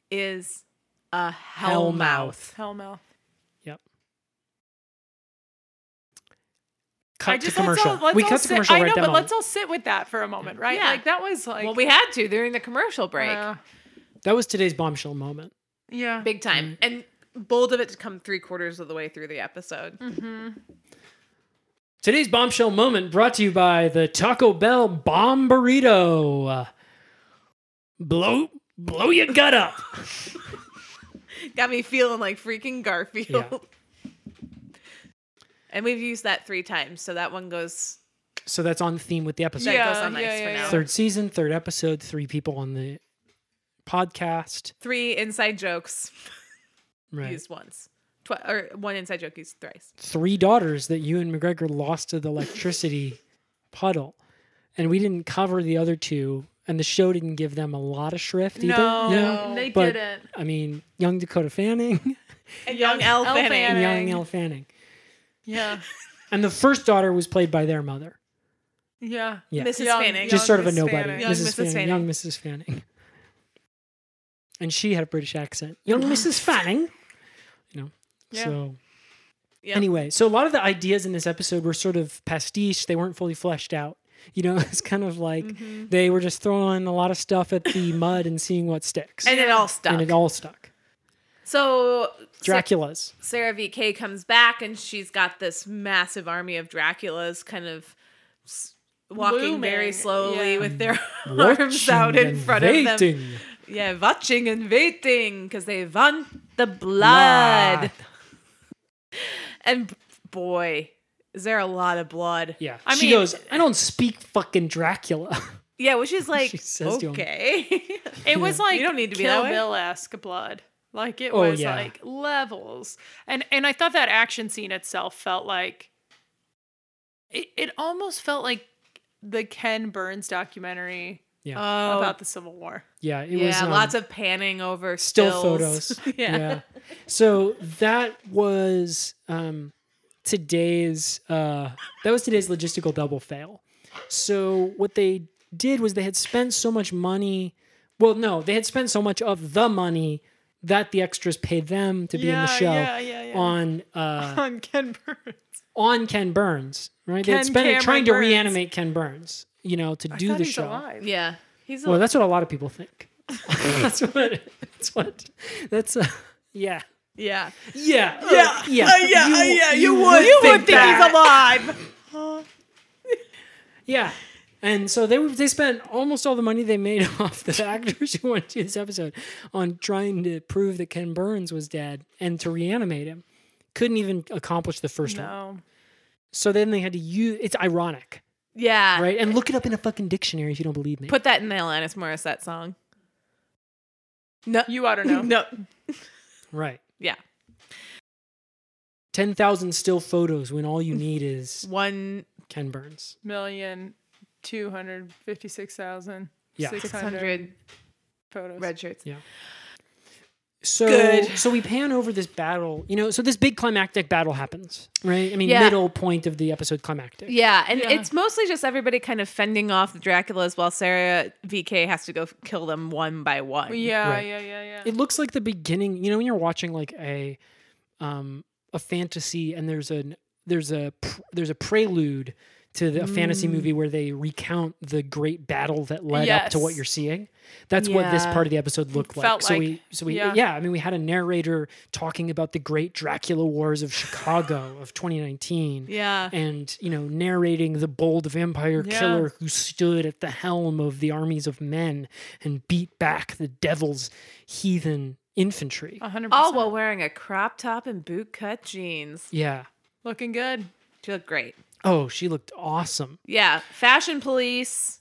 Speaker 2: is a hellmouth.
Speaker 5: Hellmouth.
Speaker 1: Yep. Cut
Speaker 5: I just
Speaker 1: to commercial.
Speaker 5: Let's all, let's
Speaker 1: we
Speaker 5: all
Speaker 1: cut to
Speaker 5: sit,
Speaker 1: commercial
Speaker 5: I know,
Speaker 1: right
Speaker 5: but
Speaker 1: down.
Speaker 5: let's all sit with that for a moment, right?
Speaker 2: Yeah.
Speaker 5: Like that was like
Speaker 2: Well, we had to during the commercial break.
Speaker 5: uh,
Speaker 1: that was today's bombshell moment.
Speaker 5: yeah.
Speaker 2: Big time. Mm. And bold of it to come three quarters of the way through the episode.
Speaker 1: Today's bombshell moment brought to you by the Taco Bell Bomb Burrito. Blow, blow your gut up.
Speaker 2: Got me feeling like freaking Garfield.
Speaker 1: Yeah.
Speaker 2: And we've used that three times, so that one goes
Speaker 1: So that's on theme with the episode.
Speaker 2: that goes on ice for now.
Speaker 1: Third season, third episode, three people on the podcast.
Speaker 2: three inside jokes
Speaker 1: Right.
Speaker 2: used once. Twi- or one inside joke used thrice.
Speaker 1: Three daughters that you and McGregor lost to the electricity puddle. And we didn't cover the other two, and the show didn't give them a lot of shrift either.
Speaker 5: No,
Speaker 1: you
Speaker 5: no, they
Speaker 1: But,
Speaker 5: didn't.
Speaker 1: I mean, young Dakota Fanning
Speaker 2: And young, Elle
Speaker 5: Elle
Speaker 2: Fanning.
Speaker 5: Fanning.
Speaker 1: and young Elle Fanning.
Speaker 5: Yeah.
Speaker 1: And the first daughter was played by their mother.
Speaker 5: Yeah.
Speaker 1: Yeah.
Speaker 2: Mrs.
Speaker 5: Young-
Speaker 2: Fanning.
Speaker 1: Just
Speaker 5: young
Speaker 1: sort of a
Speaker 5: Miss
Speaker 1: nobody.
Speaker 5: Fanning.
Speaker 2: Young Mrs. Fanning.
Speaker 1: Young Mrs. Fanning. And she had a British accent. Young Mrs. Fanning. You know.
Speaker 5: Yeah.
Speaker 1: So
Speaker 2: Yeah.
Speaker 1: anyway, so a lot of the ideas in this episode were sort of pastiche. They weren't fully fleshed out. You know, it's kind of like
Speaker 2: Mm-hmm.
Speaker 1: they were just throwing a lot of stuff at the mud and seeing what sticks.
Speaker 2: And it all stuck.
Speaker 1: And it all stuck.
Speaker 2: so Sa-
Speaker 1: Dracula's.
Speaker 2: Sarah VK comes back and she's got this massive army of Draculas kind of s- walking
Speaker 5: Looming,
Speaker 2: very slowly
Speaker 5: yeah.
Speaker 2: with their arms out
Speaker 1: Watching
Speaker 2: in
Speaker 1: and
Speaker 2: front of them.
Speaker 1: waiting.
Speaker 2: Yeah, watching and waiting because they want the blood.
Speaker 1: Blood.
Speaker 2: and b- boy, is there a lot of blood.
Speaker 1: Yeah.
Speaker 5: I
Speaker 1: she
Speaker 5: mean-
Speaker 1: goes, I don't speak fucking Dracula.
Speaker 2: Yeah, which is like,
Speaker 1: She says to him.
Speaker 2: okay.
Speaker 5: It was like
Speaker 2: You don't need to be that
Speaker 5: Kill
Speaker 2: way.
Speaker 5: Bill esque blood. Like it
Speaker 1: Oh,
Speaker 5: was
Speaker 1: yeah.
Speaker 5: like levels, and and I thought that action scene itself felt like it. It almost felt like the Ken Burns documentary
Speaker 1: Yeah.
Speaker 2: oh,
Speaker 5: about the Civil War.
Speaker 1: yeah. It
Speaker 2: yeah,
Speaker 1: was um,
Speaker 2: lots of panning over
Speaker 1: still
Speaker 2: stills.
Speaker 1: photos.
Speaker 2: yeah.
Speaker 1: So that was um, today's uh, that was today's logistical double fail. So what they did was they had spent so much money. Well, no, they had spent so much of the money that the extras paid them to be in
Speaker 5: Yeah,
Speaker 1: the show
Speaker 5: yeah, yeah, yeah.
Speaker 1: on uh,
Speaker 5: on Ken Burns.
Speaker 1: on Ken Burns. Right? they had
Speaker 5: Ken
Speaker 1: spent it
Speaker 5: Cameron
Speaker 1: trying to
Speaker 5: Burns.
Speaker 1: reanimate Ken Burns. You know, to do
Speaker 5: I thought
Speaker 1: the
Speaker 5: he's
Speaker 1: show.
Speaker 5: alive.
Speaker 2: Yeah. He's a,
Speaker 1: Well, that's what a lot of people think. that's what. That's what. That's uh, yeah.
Speaker 2: yeah.
Speaker 1: Yeah, yeah, yeah, yeah,
Speaker 5: Uh,
Speaker 1: yeah. You, would,
Speaker 2: You would think he's alive.
Speaker 1: Yeah, And so they were- they spent almost all the money they made off the actors who went to this episode on trying to prove that Ken Burns was dead and to reanimate him. Couldn't even accomplish the first one.
Speaker 5: No.
Speaker 1: So then they had to use. It's ironic,
Speaker 2: Yeah.
Speaker 1: right? And look it up in a fucking dictionary if you don't believe me.
Speaker 2: Uh, Put that in the Alanis Morissette song. No.
Speaker 5: You ought to know.
Speaker 2: No.
Speaker 1: right.
Speaker 2: Yeah.
Speaker 1: Ten thousand still photos when all you need is
Speaker 2: One
Speaker 1: Ken Burns.
Speaker 5: Million two hundred fifty six thousand
Speaker 1: Yeah.
Speaker 5: six
Speaker 2: six
Speaker 5: hundred
Speaker 2: hundred
Speaker 5: photos.
Speaker 2: red shirts.
Speaker 1: So
Speaker 2: Good.
Speaker 1: so we pan over this battle, you know, so this big climactic battle happens, right? I mean,
Speaker 2: Yeah.
Speaker 1: middle point of the episode climactic.
Speaker 2: Yeah, and
Speaker 5: Yeah.
Speaker 2: it's mostly just everybody kind of fending off the Draculas while Sarah VK has to go f- kill them one by one.
Speaker 5: Yeah,
Speaker 1: Right.
Speaker 5: yeah, yeah, yeah.
Speaker 1: It looks like the beginning, you know, when you're watching like a um a fantasy and there's an there's a pr- there's a prelude to the, a fantasy movie where they recount the great battle that led up to what
Speaker 5: Yes.
Speaker 1: you're seeing. That's what this
Speaker 2: Yeah.
Speaker 1: part of the episode looked like.
Speaker 5: Felt
Speaker 1: so
Speaker 5: like,
Speaker 1: we so we yeah.
Speaker 5: yeah.
Speaker 1: I mean we had a narrator talking about the great Dracula Wars of Chicago of 2019.
Speaker 2: Yeah.
Speaker 1: and you know narrating the bold vampire
Speaker 5: Yeah.
Speaker 1: killer who stood at the helm of the armies of men and beat back the devil's heathen infantry
Speaker 5: A hundred
Speaker 2: All
Speaker 5: percent.
Speaker 2: while wearing a crop top and boot cut jeans.
Speaker 1: yeah
Speaker 5: Looking good.
Speaker 2: She looked great.
Speaker 1: oh she looked awesome
Speaker 2: Yeah. Fashion police.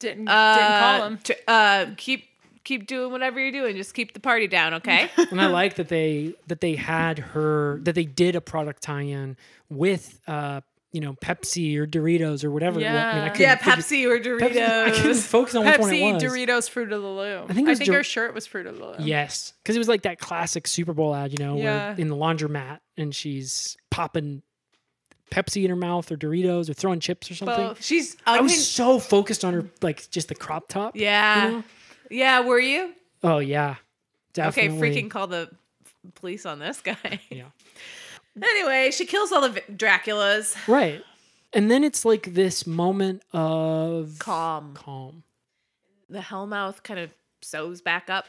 Speaker 5: Didn't
Speaker 2: Uh,
Speaker 5: didn't call him.
Speaker 2: t- uh, keep keep doing whatever you're doing. Just keep the party down, okay?
Speaker 1: and i like that they that they had her that they did a product tie-in with uh you know pepsi or doritos or whatever it was. I mean, I
Speaker 5: Yeah.
Speaker 1: couldn't
Speaker 2: yeah,
Speaker 1: figure-
Speaker 2: Pepsi or
Speaker 1: Pepsi- i couldn't
Speaker 2: Doritos.
Speaker 1: focus on which one it
Speaker 5: Pepsi,
Speaker 1: was
Speaker 5: Doritos, Fruit of the Loom. I
Speaker 1: think
Speaker 5: think,
Speaker 1: it was Dor-
Speaker 5: her shirt was Fruit of the Loom.
Speaker 1: Yes, because it was like that classic Super Bowl ad, you know,
Speaker 5: Yeah.
Speaker 1: where in the laundromat and she's popping Pepsi in her mouth or Doritos or throwing chips or something.
Speaker 5: Both.
Speaker 2: Oh, She's
Speaker 1: I
Speaker 2: ugly.
Speaker 1: was so focused on her, like just the crop top.
Speaker 2: yeah.
Speaker 1: you know?
Speaker 2: Yeah, were you?
Speaker 1: Oh yeah. Definitely.
Speaker 2: Okay, freaking call the f- police on this guy.
Speaker 1: Yeah.
Speaker 2: Anyway, she kills all the vi- Draculas.
Speaker 1: Right. And then it's like this moment of
Speaker 2: Calm.
Speaker 1: Calm.
Speaker 2: The Hellmouth kind of sews back up.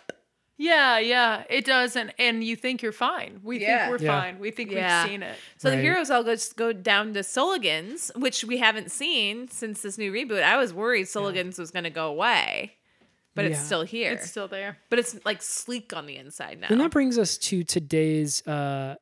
Speaker 5: Yeah, yeah, it does, and and you think you're fine. We
Speaker 2: Yeah.
Speaker 5: think we're
Speaker 1: Yeah.
Speaker 5: fine. We think
Speaker 2: Yeah.
Speaker 5: we've seen it.
Speaker 2: So
Speaker 1: Right.
Speaker 2: the heroes all go go down to Sulligan's, which we haven't seen since this new reboot. I was worried Sulligan's was going to go away, but
Speaker 1: Yeah.
Speaker 2: it's still here.
Speaker 5: It's still there.
Speaker 2: but it's like sleek on the inside now.
Speaker 1: And that brings us to today's uh,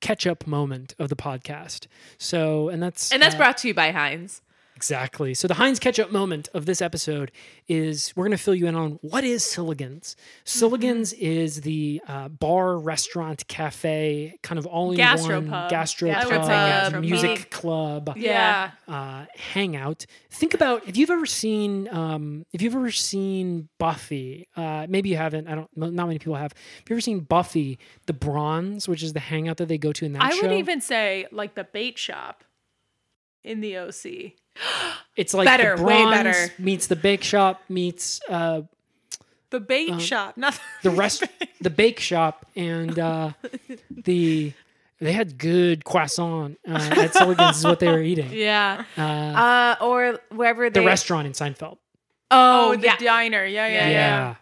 Speaker 1: catch-up moment of the podcast. So, and that's
Speaker 2: And that's
Speaker 1: uh,
Speaker 2: brought to you by Heinz.
Speaker 1: Exactly. So the Heinz catch-up moment of this episode is we're going to fill you in on what is Silligan's.
Speaker 5: Mm-hmm.
Speaker 1: Silligan's is the uh, bar, restaurant, cafe, kind of all in one
Speaker 5: Gastropub.
Speaker 1: gastropub,
Speaker 5: Gastropub,
Speaker 1: music
Speaker 2: meeting.
Speaker 1: club,
Speaker 5: Yeah,
Speaker 1: uh, hangout. Think about if you've ever seen um, if you've ever seen Buffy. Uh, maybe you haven't. I don't. Not many people have. If you have ever seen Buffy, the Bronze, which is the hangout that they go to in that
Speaker 5: I
Speaker 1: show?
Speaker 5: would even say like the bait shop in the OC.
Speaker 1: it's like
Speaker 2: Better,
Speaker 1: the
Speaker 2: way
Speaker 1: Bronze
Speaker 2: better.
Speaker 1: meets the Bake Shop meets. Uh,
Speaker 5: The bait
Speaker 1: Uh-huh.
Speaker 5: shop, not
Speaker 1: the rest the bake shop and uh the they had good croissant uh, at Sullivan's is what they were eating.
Speaker 5: yeah.
Speaker 1: Uh,
Speaker 2: Uh, or wherever
Speaker 1: the
Speaker 2: they,
Speaker 1: restaurant in Seinfeld.
Speaker 5: Oh,
Speaker 2: Oh,
Speaker 5: the
Speaker 2: yeah,
Speaker 5: diner. Yeah, yeah, yeah.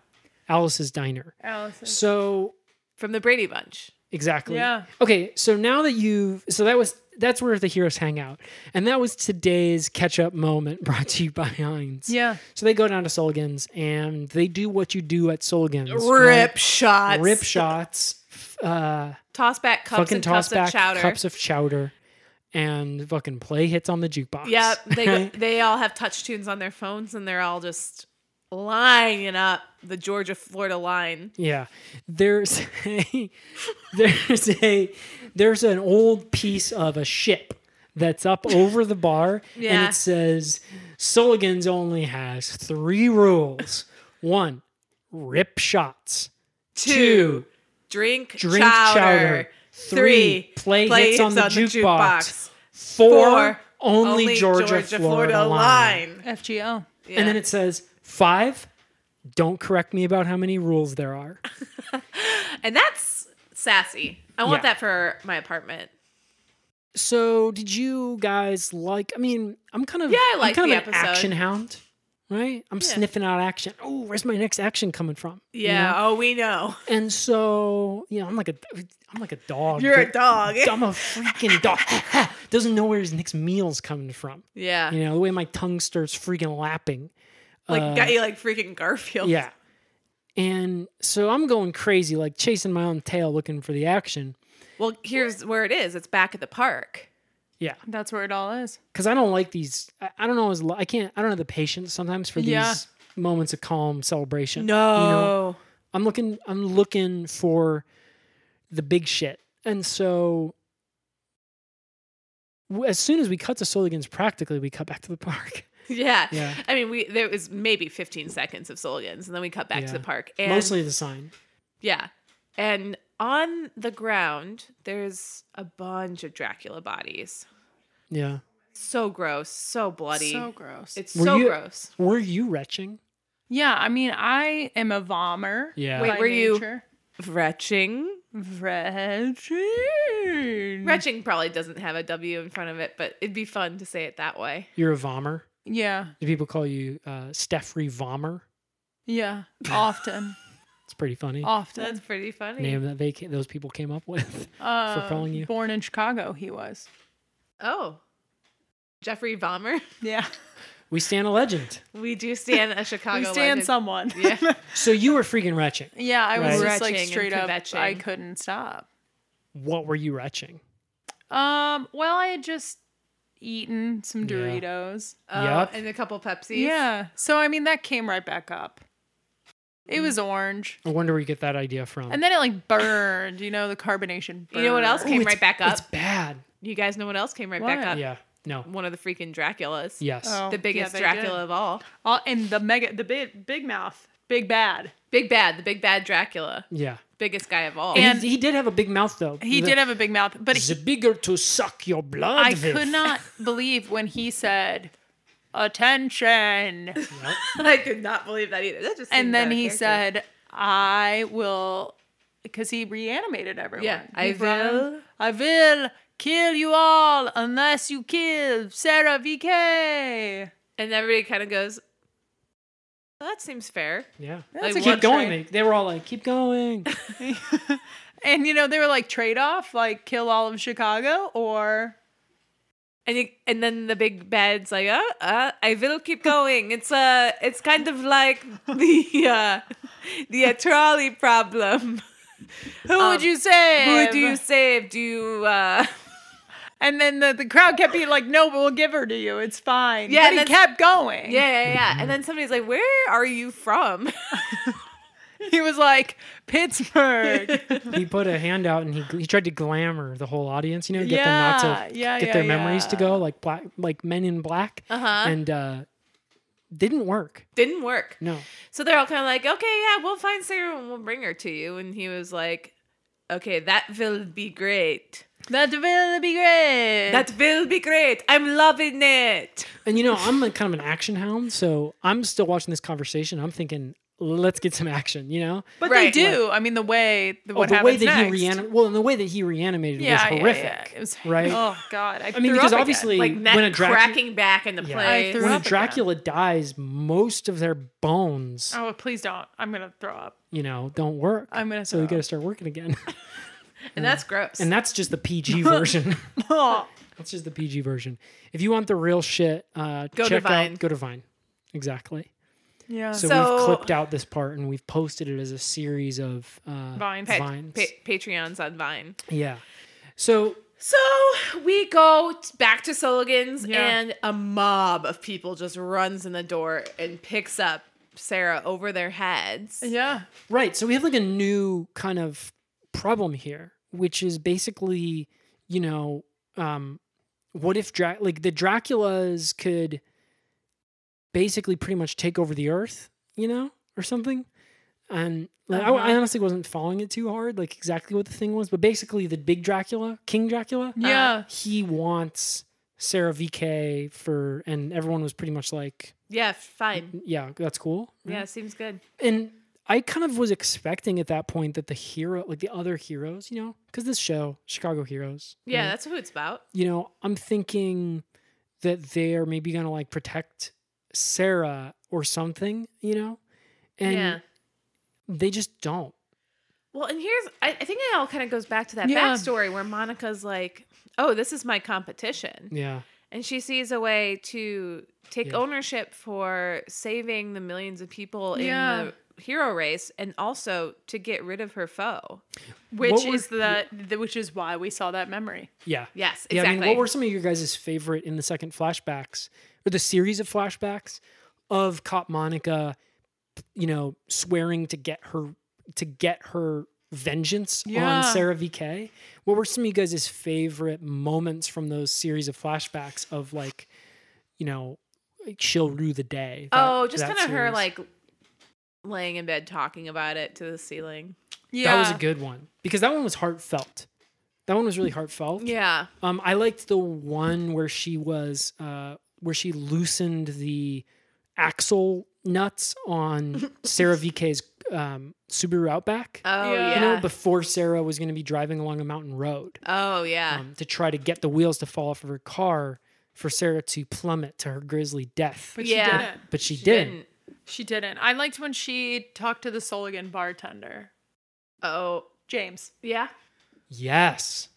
Speaker 1: Alice's diner.
Speaker 5: Alice's.
Speaker 1: So
Speaker 2: from the Brady Bunch.
Speaker 1: exactly.
Speaker 5: Yeah.
Speaker 1: Okay, so now that you've so that was that's where the heroes hang out. And that was today's catch up moment brought to you by Heinz.
Speaker 5: Yeah.
Speaker 1: So they go down to Sulligan's and they do what you do at Sulligan's.
Speaker 2: Rip shots.
Speaker 1: right? rip shots. f- Uh
Speaker 2: Toss back cups
Speaker 1: fucking
Speaker 2: and
Speaker 1: toss
Speaker 2: cups
Speaker 1: back
Speaker 2: of chowder.
Speaker 1: cups of chowder and fucking play hits on the jukebox.
Speaker 2: Yep, they go, they all have touch tunes on their phones, and they're all just lining up the Georgia Florida line.
Speaker 1: yeah. There's a there's a there's an old piece of a ship that's up over the bar and
Speaker 2: Yeah.
Speaker 1: it says Sulligan's only has three rules. One, rip shots. Two,
Speaker 2: drink,
Speaker 1: drink chowder.
Speaker 2: chowder.
Speaker 1: Three, play, hits on the jukebox. Four,
Speaker 2: Four,
Speaker 1: only, Georgia, Florida, line.
Speaker 5: FGL.
Speaker 1: And then it says five. Don't correct me about how many rules there are.
Speaker 2: And that's sassy. I want
Speaker 1: Yeah.
Speaker 2: that for my apartment.
Speaker 1: So, did you guys like? I mean, I'm kind of
Speaker 2: Yeah, I
Speaker 1: I'm
Speaker 2: liked
Speaker 1: kind
Speaker 2: the
Speaker 1: of an
Speaker 2: episode.
Speaker 1: action hound, right? I'm sniffing out action. Oh, where's my next action coming from? You
Speaker 2: Yeah.
Speaker 1: know?
Speaker 2: Oh, we know.
Speaker 1: And so, you know, I'm like a, I'm like a dog.
Speaker 2: You're a
Speaker 1: that-
Speaker 2: dog.
Speaker 1: I'm a freaking dog. Doesn't know where his next meal's coming from.
Speaker 2: Yeah.
Speaker 1: You know, the way my tongue starts freaking lapping.
Speaker 2: Like got you like freaking Garfield.
Speaker 1: Uh, Yeah. And so I'm going crazy, like chasing my own tail looking for the action.
Speaker 2: Well, here's where it is. It's back at the park.
Speaker 1: Yeah.
Speaker 5: That's where it all is.
Speaker 1: Cause I don't like these. I, I don't know. As, lo- I can't, I don't have the patience sometimes for these
Speaker 5: Yeah.
Speaker 1: moments of calm celebration.
Speaker 2: No.
Speaker 1: You know? I'm looking I'm looking for the big shit. And so w- as soon as we cut to Soligan's practically we cut back to the park.
Speaker 2: Yeah.
Speaker 1: Yeah.
Speaker 2: I mean, we there was maybe 15 seconds of Solgans, and then we cut back to
Speaker 1: Yeah.
Speaker 2: the park. And
Speaker 1: Mostly the sign.
Speaker 2: Yeah. And on the ground, there's a bunch of Dracula bodies.
Speaker 1: Yeah.
Speaker 2: So gross, so bloody.
Speaker 5: So gross.
Speaker 2: it's
Speaker 1: Were
Speaker 2: so
Speaker 1: you-
Speaker 2: gross.
Speaker 1: Were you retching?
Speaker 5: yeah, I mean, I am a vomer.
Speaker 1: Yeah.
Speaker 2: Wait,
Speaker 5: by
Speaker 2: were you-
Speaker 5: nature.
Speaker 2: Retching.
Speaker 5: Reggie?
Speaker 2: Mm-hmm. Retching probably doesn't have a W in front of it, but it'd be fun to say it that way.
Speaker 1: You're a vomer.
Speaker 5: Yeah,
Speaker 1: Do people call you uh Steffrey Vomer?
Speaker 5: yeah. Often,
Speaker 1: It's pretty funny.
Speaker 2: Oh,
Speaker 5: often.
Speaker 2: That's pretty funny.
Speaker 1: Name that they ca- those people came up with.
Speaker 5: Uh,
Speaker 1: calling you.
Speaker 5: Born in Chicago, he was.
Speaker 2: Oh. Jeffrey Bomber.
Speaker 5: Yeah.
Speaker 1: We stand a legend.
Speaker 2: We do stand a Chicago
Speaker 5: we stand
Speaker 2: legend.
Speaker 5: someone.
Speaker 2: Yeah.
Speaker 1: So you were freaking retching.
Speaker 5: yeah, I was
Speaker 1: Right.
Speaker 5: just
Speaker 2: Retching
Speaker 5: like
Speaker 2: and
Speaker 5: straight up.
Speaker 2: kvetching.
Speaker 5: I couldn't stop.
Speaker 1: What were you retching?
Speaker 5: Um. Well, I had just eaten some
Speaker 1: Yeah.
Speaker 5: Doritos.
Speaker 2: Oh,
Speaker 1: Yup.
Speaker 2: And a couple Pepsis.
Speaker 5: Yeah. So I mean, that came right back up. It was orange,
Speaker 1: I wonder where you get that idea from.
Speaker 5: and then it like burned. You know, the carbonation.
Speaker 2: You
Speaker 5: Burned.
Speaker 2: know what else
Speaker 1: Ooh,
Speaker 2: came
Speaker 1: it's-
Speaker 2: right back up?
Speaker 1: It's bad.
Speaker 2: You guys know what else came right
Speaker 5: What?
Speaker 2: back up?
Speaker 1: Yeah. No.
Speaker 2: One of the freaking Draculas.
Speaker 1: Yes.
Speaker 5: Uh, Oh.
Speaker 2: The biggest
Speaker 5: Yeah, they
Speaker 2: Dracula
Speaker 5: did.
Speaker 2: of all.
Speaker 5: All, and the mega, the big, big mouth, big bad.
Speaker 2: Big Bad, the big bad Dracula.
Speaker 1: Yeah.
Speaker 2: Biggest guy of all.
Speaker 1: And he, he did have a big mouth, though.
Speaker 5: He
Speaker 1: The-
Speaker 5: did have a big mouth, but
Speaker 1: the
Speaker 5: he,
Speaker 1: bigger to suck your blood.
Speaker 5: I
Speaker 1: with.
Speaker 5: could not believe when he said, "Attention,"
Speaker 2: I could not believe that either. That just seemed
Speaker 5: and then
Speaker 2: out of
Speaker 5: he
Speaker 2: character.
Speaker 5: said, "I will," because he reanimated everyone.
Speaker 2: Yeah,
Speaker 5: He
Speaker 2: I
Speaker 5: brought him-
Speaker 2: will.
Speaker 5: I will kill you all unless you kill Sarah VK.
Speaker 2: and everybody kind of goes, well, "That seems fair."
Speaker 1: Yeah.
Speaker 5: That's
Speaker 2: Like,
Speaker 5: a
Speaker 1: Keep
Speaker 5: good
Speaker 2: what
Speaker 1: going.
Speaker 5: trade.
Speaker 1: They, they were all like, keep going.
Speaker 5: And you know they were like trade off, like kill all of Chicago or
Speaker 2: And you, and then the big bad's like, "Uh, uh I will keep going." It's uh it's kind of like the uh, the uh, trolley problem.
Speaker 5: who would
Speaker 2: Um,
Speaker 5: you say?
Speaker 2: Who do you save? Do you? Uh...
Speaker 5: And then the, the crowd kept being like, "No, but we'll give her to you. It's fine."
Speaker 2: Yeah,
Speaker 5: but he
Speaker 2: that's-
Speaker 5: kept going.
Speaker 2: Yeah, yeah, yeah. And then somebody's like, "Where are you from?"
Speaker 5: he was like Pittsburgh.
Speaker 1: he put a hand out and he he tried to glamour the whole audience, you know, get them
Speaker 5: Yeah,
Speaker 1: not to
Speaker 5: yeah,
Speaker 1: get
Speaker 5: yeah,
Speaker 1: their memories to
Speaker 5: yeah.
Speaker 1: go, like black, like Men in Black,
Speaker 2: Uh-huh.
Speaker 1: and uh, didn't work.
Speaker 2: Didn't work.
Speaker 1: No.
Speaker 2: So they're all kind of like, okay, yeah, we'll find Sarah and we'll bring her to you. And he was like, okay, that will be great.
Speaker 5: that will be great.
Speaker 2: That will be great. I'm loving it.
Speaker 1: And you know, I'm a, kind of an action hound, so I'm still watching this conversation. I'm thinking, let's get some action, you know.
Speaker 5: but
Speaker 2: Right.
Speaker 5: they do. I mean, the way the,
Speaker 1: Oh,
Speaker 5: what
Speaker 1: the way
Speaker 5: happens
Speaker 1: that he
Speaker 5: next.
Speaker 1: reanimated, well, and the way that he reanimated
Speaker 5: yeah, yeah,
Speaker 1: was
Speaker 5: yeah,
Speaker 1: horrific.
Speaker 5: yeah. It was
Speaker 1: right?
Speaker 5: Oh God, I,
Speaker 1: I mean,
Speaker 5: threw
Speaker 1: because
Speaker 5: up again.
Speaker 1: obviously,
Speaker 2: Like
Speaker 1: when a
Speaker 2: neck
Speaker 1: Dracula,
Speaker 2: cracking back in the
Speaker 1: Yeah.
Speaker 2: play.
Speaker 5: I threw
Speaker 1: when a
Speaker 5: up again.
Speaker 1: Dracula dies, most of their bones,
Speaker 5: Oh, please don't. I'm gonna throw up.
Speaker 1: you know, don't work.
Speaker 5: I'm gonna
Speaker 1: so you
Speaker 5: throw
Speaker 1: got to
Speaker 5: up.
Speaker 1: start working again,
Speaker 2: and that's gross.
Speaker 1: and that's just the PG version.
Speaker 5: Oh,
Speaker 1: that's just the PG version. If you want the real shit, uh,
Speaker 2: Go to
Speaker 1: check
Speaker 2: Vine.
Speaker 1: out go to Vine. Exactly.
Speaker 5: yeah.
Speaker 1: So, we've
Speaker 2: So-
Speaker 1: clipped out this part and we've posted it as a series of uh,
Speaker 5: Vines.
Speaker 2: Pa-
Speaker 1: Vines.
Speaker 2: pa- Patreon's on Vine.
Speaker 1: yeah. So
Speaker 2: So we go t- back to Sulligan's,
Speaker 5: Yeah.
Speaker 2: and a mob of people just runs in the door and picks up Sarah over their heads.
Speaker 5: yeah.
Speaker 1: Right. So we have like a new kind of problem here, which is basically, you know, um, what if Dra- like the Draculas could basically pretty much take over the Earth, you know, or something. And like, I, I honestly wasn't following it too hard, like exactly what the thing was, but basically the big Dracula, King Dracula,
Speaker 5: Yeah.
Speaker 1: he wants Sarah VK for, and everyone was pretty much like,
Speaker 2: Yeah, fine. Mm-hmm.
Speaker 1: yeah, that's cool. right?
Speaker 2: Yeah, seems good.
Speaker 1: and I kind of was expecting at that point that the hero, like the other heroes, you know, because this show, Chicago Heroes,
Speaker 2: Yeah, that's who it's about.
Speaker 1: you know, I'm thinking that they're maybe gonna like protect Sarah or something, you know? And
Speaker 2: yeah.
Speaker 1: they just don't.
Speaker 2: Well, and here's I, I think it all kind of goes back to that
Speaker 5: Yeah.
Speaker 2: backstory where Monica's like, "Oh, this is my competition,"
Speaker 1: Yeah.
Speaker 2: and she sees a way to take
Speaker 1: Yeah.
Speaker 2: ownership for saving the millions of people
Speaker 5: Yeah.
Speaker 2: in the hero race, and also to get rid of her foe.
Speaker 5: which
Speaker 1: What were-
Speaker 5: is the, the which is why we saw that memory.
Speaker 1: Yeah.
Speaker 2: Yes,
Speaker 1: Yeah, I mean, what
Speaker 2: exactly.
Speaker 1: were some of your guys' favorite in the second flashbacks or the series of flashbacks of Cop Monica, you know, swearing to get her to get her vengeance on
Speaker 5: Yeah.
Speaker 1: Sarah VK? What were some of you guys' favorite moments from those series of flashbacks of like, you know, like she'll rue the day? that-
Speaker 2: oh, just
Speaker 1: that
Speaker 2: kind of her
Speaker 1: series?
Speaker 2: like laying in bed talking about it to the ceiling.
Speaker 5: Yeah,
Speaker 1: that was a good one because that one was heartfelt. That one was really heartfelt.
Speaker 2: Yeah,
Speaker 1: Um, I liked the one where she was, uh, where she loosened the axle nuts on Sarah VK's um, Subaru Outback.
Speaker 2: Oh
Speaker 5: Yeah.
Speaker 2: yeah.
Speaker 1: You know, before Sarah was going to be driving along a mountain road
Speaker 2: oh yeah.
Speaker 1: um, to try to get the wheels to fall off of her car for Sarah to plummet to her grisly death.
Speaker 5: but she
Speaker 2: Yeah.
Speaker 5: didn't.
Speaker 1: But she,
Speaker 2: She
Speaker 1: didn't.
Speaker 2: didn't.
Speaker 5: She didn't. I liked when she talked to the Soligan bartender,
Speaker 2: Oh
Speaker 5: James,
Speaker 2: yeah.
Speaker 1: Yes.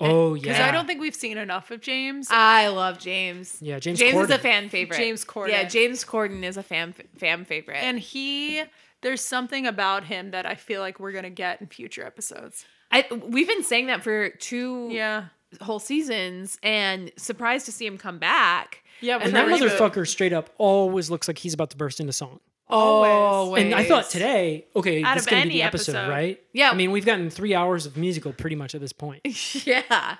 Speaker 1: Oh yeah. Uh,
Speaker 5: because I don't think we've seen enough of James.
Speaker 2: I love James.
Speaker 1: Yeah, James
Speaker 2: James is a
Speaker 1: Corden.
Speaker 2: fan favorite.
Speaker 5: James Corden.
Speaker 2: Yeah, James Corden is a fan fan favorite.
Speaker 5: and he, there's something about him that I feel like we're gonna get in future episodes.
Speaker 2: I we've been saying that for two
Speaker 5: Yeah,
Speaker 2: whole seasons, and surprised to see him come back.
Speaker 5: yeah. with
Speaker 1: And
Speaker 5: the
Speaker 1: that
Speaker 5: reboot.
Speaker 1: motherfucker straight up always looks like he's about to burst into song.
Speaker 5: Always.
Speaker 1: And I thought today, okay,
Speaker 5: Out
Speaker 1: this
Speaker 5: of
Speaker 1: is going to be
Speaker 5: any
Speaker 1: the episode,
Speaker 5: episode.
Speaker 1: right?
Speaker 2: Yeah.
Speaker 1: I mean, we've gotten three hours of musical pretty much at this point.
Speaker 2: yeah.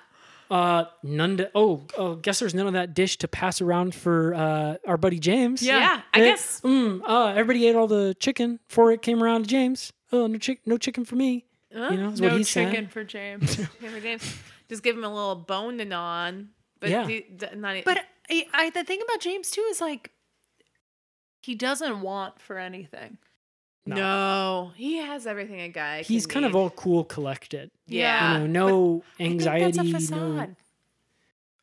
Speaker 1: Uh, none. To, oh, oh, guess there's none of that dish to pass around for uh, our buddy James.
Speaker 2: yeah, I
Speaker 1: Eh,
Speaker 2: guess.
Speaker 1: Mm, uh, everybody ate all the chicken before it came around to James. Oh, no, chick, no chicken for me. you know, is
Speaker 5: No
Speaker 1: what he
Speaker 5: chicken
Speaker 1: said.
Speaker 5: for James.
Speaker 2: Cameron James, just give him a little bone to gnawn. But
Speaker 1: Yeah.
Speaker 2: the- the- not e-
Speaker 5: but I, I, the thing about James too is like, he doesn't want for anything.
Speaker 2: no.
Speaker 1: No.
Speaker 2: he has everything a guy.
Speaker 1: He's
Speaker 2: can
Speaker 1: kind of
Speaker 2: need.
Speaker 1: all cool, collected.
Speaker 2: Yeah.
Speaker 1: you know, no
Speaker 5: I think
Speaker 1: anxiety.
Speaker 5: that's a
Speaker 1: no.
Speaker 5: facade.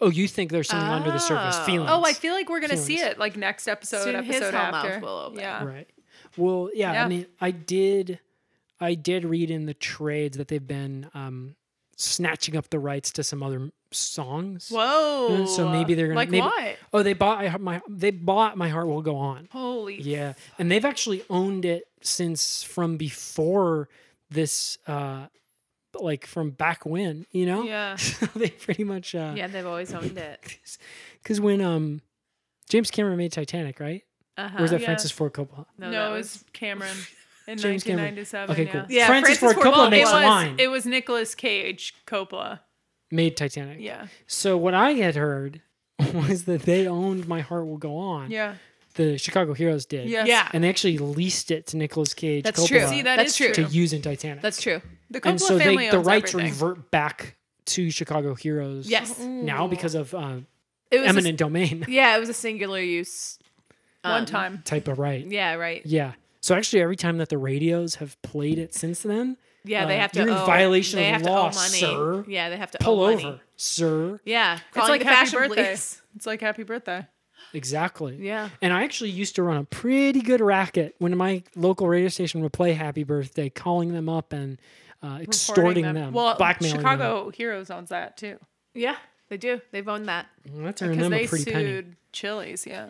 Speaker 1: Oh, you think there's something under the surface
Speaker 2: Oh.
Speaker 1: feelings?
Speaker 5: Oh, I feel like we're gonna see
Speaker 1: Feelings.
Speaker 5: it like next episode,
Speaker 2: Soon his
Speaker 5: episode
Speaker 2: whole mouth
Speaker 5: after.
Speaker 2: will open.
Speaker 5: Yeah.
Speaker 1: Right. Well, yeah,
Speaker 5: Yeah.
Speaker 1: I mean, I did, I did read in the trades that they've been um, snatching up the rights to some other m- songs.
Speaker 5: Whoa.
Speaker 1: So maybe they're gonna
Speaker 5: like
Speaker 1: maybe,
Speaker 5: what?
Speaker 1: Oh, they bought I, my they bought my heart will go on.
Speaker 5: Holy.
Speaker 1: Yeah, and they've actually owned it since from before this, uh, like from back when you know.
Speaker 5: Yeah.
Speaker 1: So they pretty much uh,
Speaker 2: Yeah, they've always owned it.
Speaker 1: Because when um, James Cameron made Titanic, right?
Speaker 2: Uh-huh.
Speaker 1: Or is that
Speaker 5: Uh, yeah.
Speaker 1: Francis Ford Coppola?
Speaker 5: No,
Speaker 2: that
Speaker 5: it was Cameron in
Speaker 1: James Cameron.
Speaker 5: 1997.
Speaker 1: Okay,
Speaker 5: yeah.
Speaker 1: cool.
Speaker 2: Yeah,
Speaker 1: Francis,
Speaker 2: Francis
Speaker 1: Ford
Speaker 2: Ford
Speaker 1: Coppola
Speaker 2: Coppola
Speaker 5: It
Speaker 1: makes
Speaker 5: was
Speaker 1: a line.
Speaker 5: it was Nicolas Cage Coppola.
Speaker 1: made Titanic.
Speaker 5: Yeah.
Speaker 1: So what I had heard was that they owned My Heart Will Go On.
Speaker 5: Yeah.
Speaker 1: The Chicago Heroes did.
Speaker 5: Yes.
Speaker 2: Yeah.
Speaker 1: And they actually leased it to Nicolas Cage
Speaker 2: That's
Speaker 1: Coppola
Speaker 2: true.
Speaker 5: See, that
Speaker 2: That's true.
Speaker 5: is
Speaker 1: to use in Titanic.
Speaker 2: That's true.
Speaker 5: The Coppola
Speaker 1: and so
Speaker 5: family
Speaker 1: they, the
Speaker 5: owns
Speaker 1: rights
Speaker 5: everything.
Speaker 1: revert back to Chicago Heroes
Speaker 2: Yes.
Speaker 1: now because of uh,
Speaker 2: It was a s-
Speaker 1: eminent domain
Speaker 2: yeah, it was a singular use.
Speaker 5: one
Speaker 2: um,
Speaker 5: time.
Speaker 1: type of right.
Speaker 2: Yeah, right.
Speaker 1: Yeah. So actually, every time that the radios have played it since then,
Speaker 2: Yeah, they
Speaker 1: Uh,
Speaker 2: have to.
Speaker 1: you're in
Speaker 2: owe-
Speaker 1: violation
Speaker 2: they
Speaker 1: of
Speaker 2: have to
Speaker 1: law,
Speaker 2: owe money.
Speaker 1: sir.
Speaker 2: Yeah, they have to
Speaker 1: pull
Speaker 2: owe
Speaker 1: over,
Speaker 2: Money.
Speaker 1: sir.
Speaker 2: Yeah,
Speaker 5: It's
Speaker 2: calling
Speaker 5: like
Speaker 2: the
Speaker 5: happy
Speaker 2: fashion
Speaker 5: birthday.
Speaker 2: police.
Speaker 5: It's like happy birthday.
Speaker 1: Exactly.
Speaker 2: Yeah.
Speaker 1: And I actually used to run a pretty good racket when my local radio station would play Happy Birthday, calling them up and uh, extorting
Speaker 5: Reporting
Speaker 1: them,
Speaker 5: Well,
Speaker 1: blackmailing
Speaker 5: Chicago Heroes owns that too.
Speaker 2: Yeah, they do. They've owned that.
Speaker 1: them. That's earning
Speaker 5: Because
Speaker 1: them
Speaker 5: they
Speaker 1: a pretty
Speaker 5: sued
Speaker 1: penny.
Speaker 5: Chili's, yeah.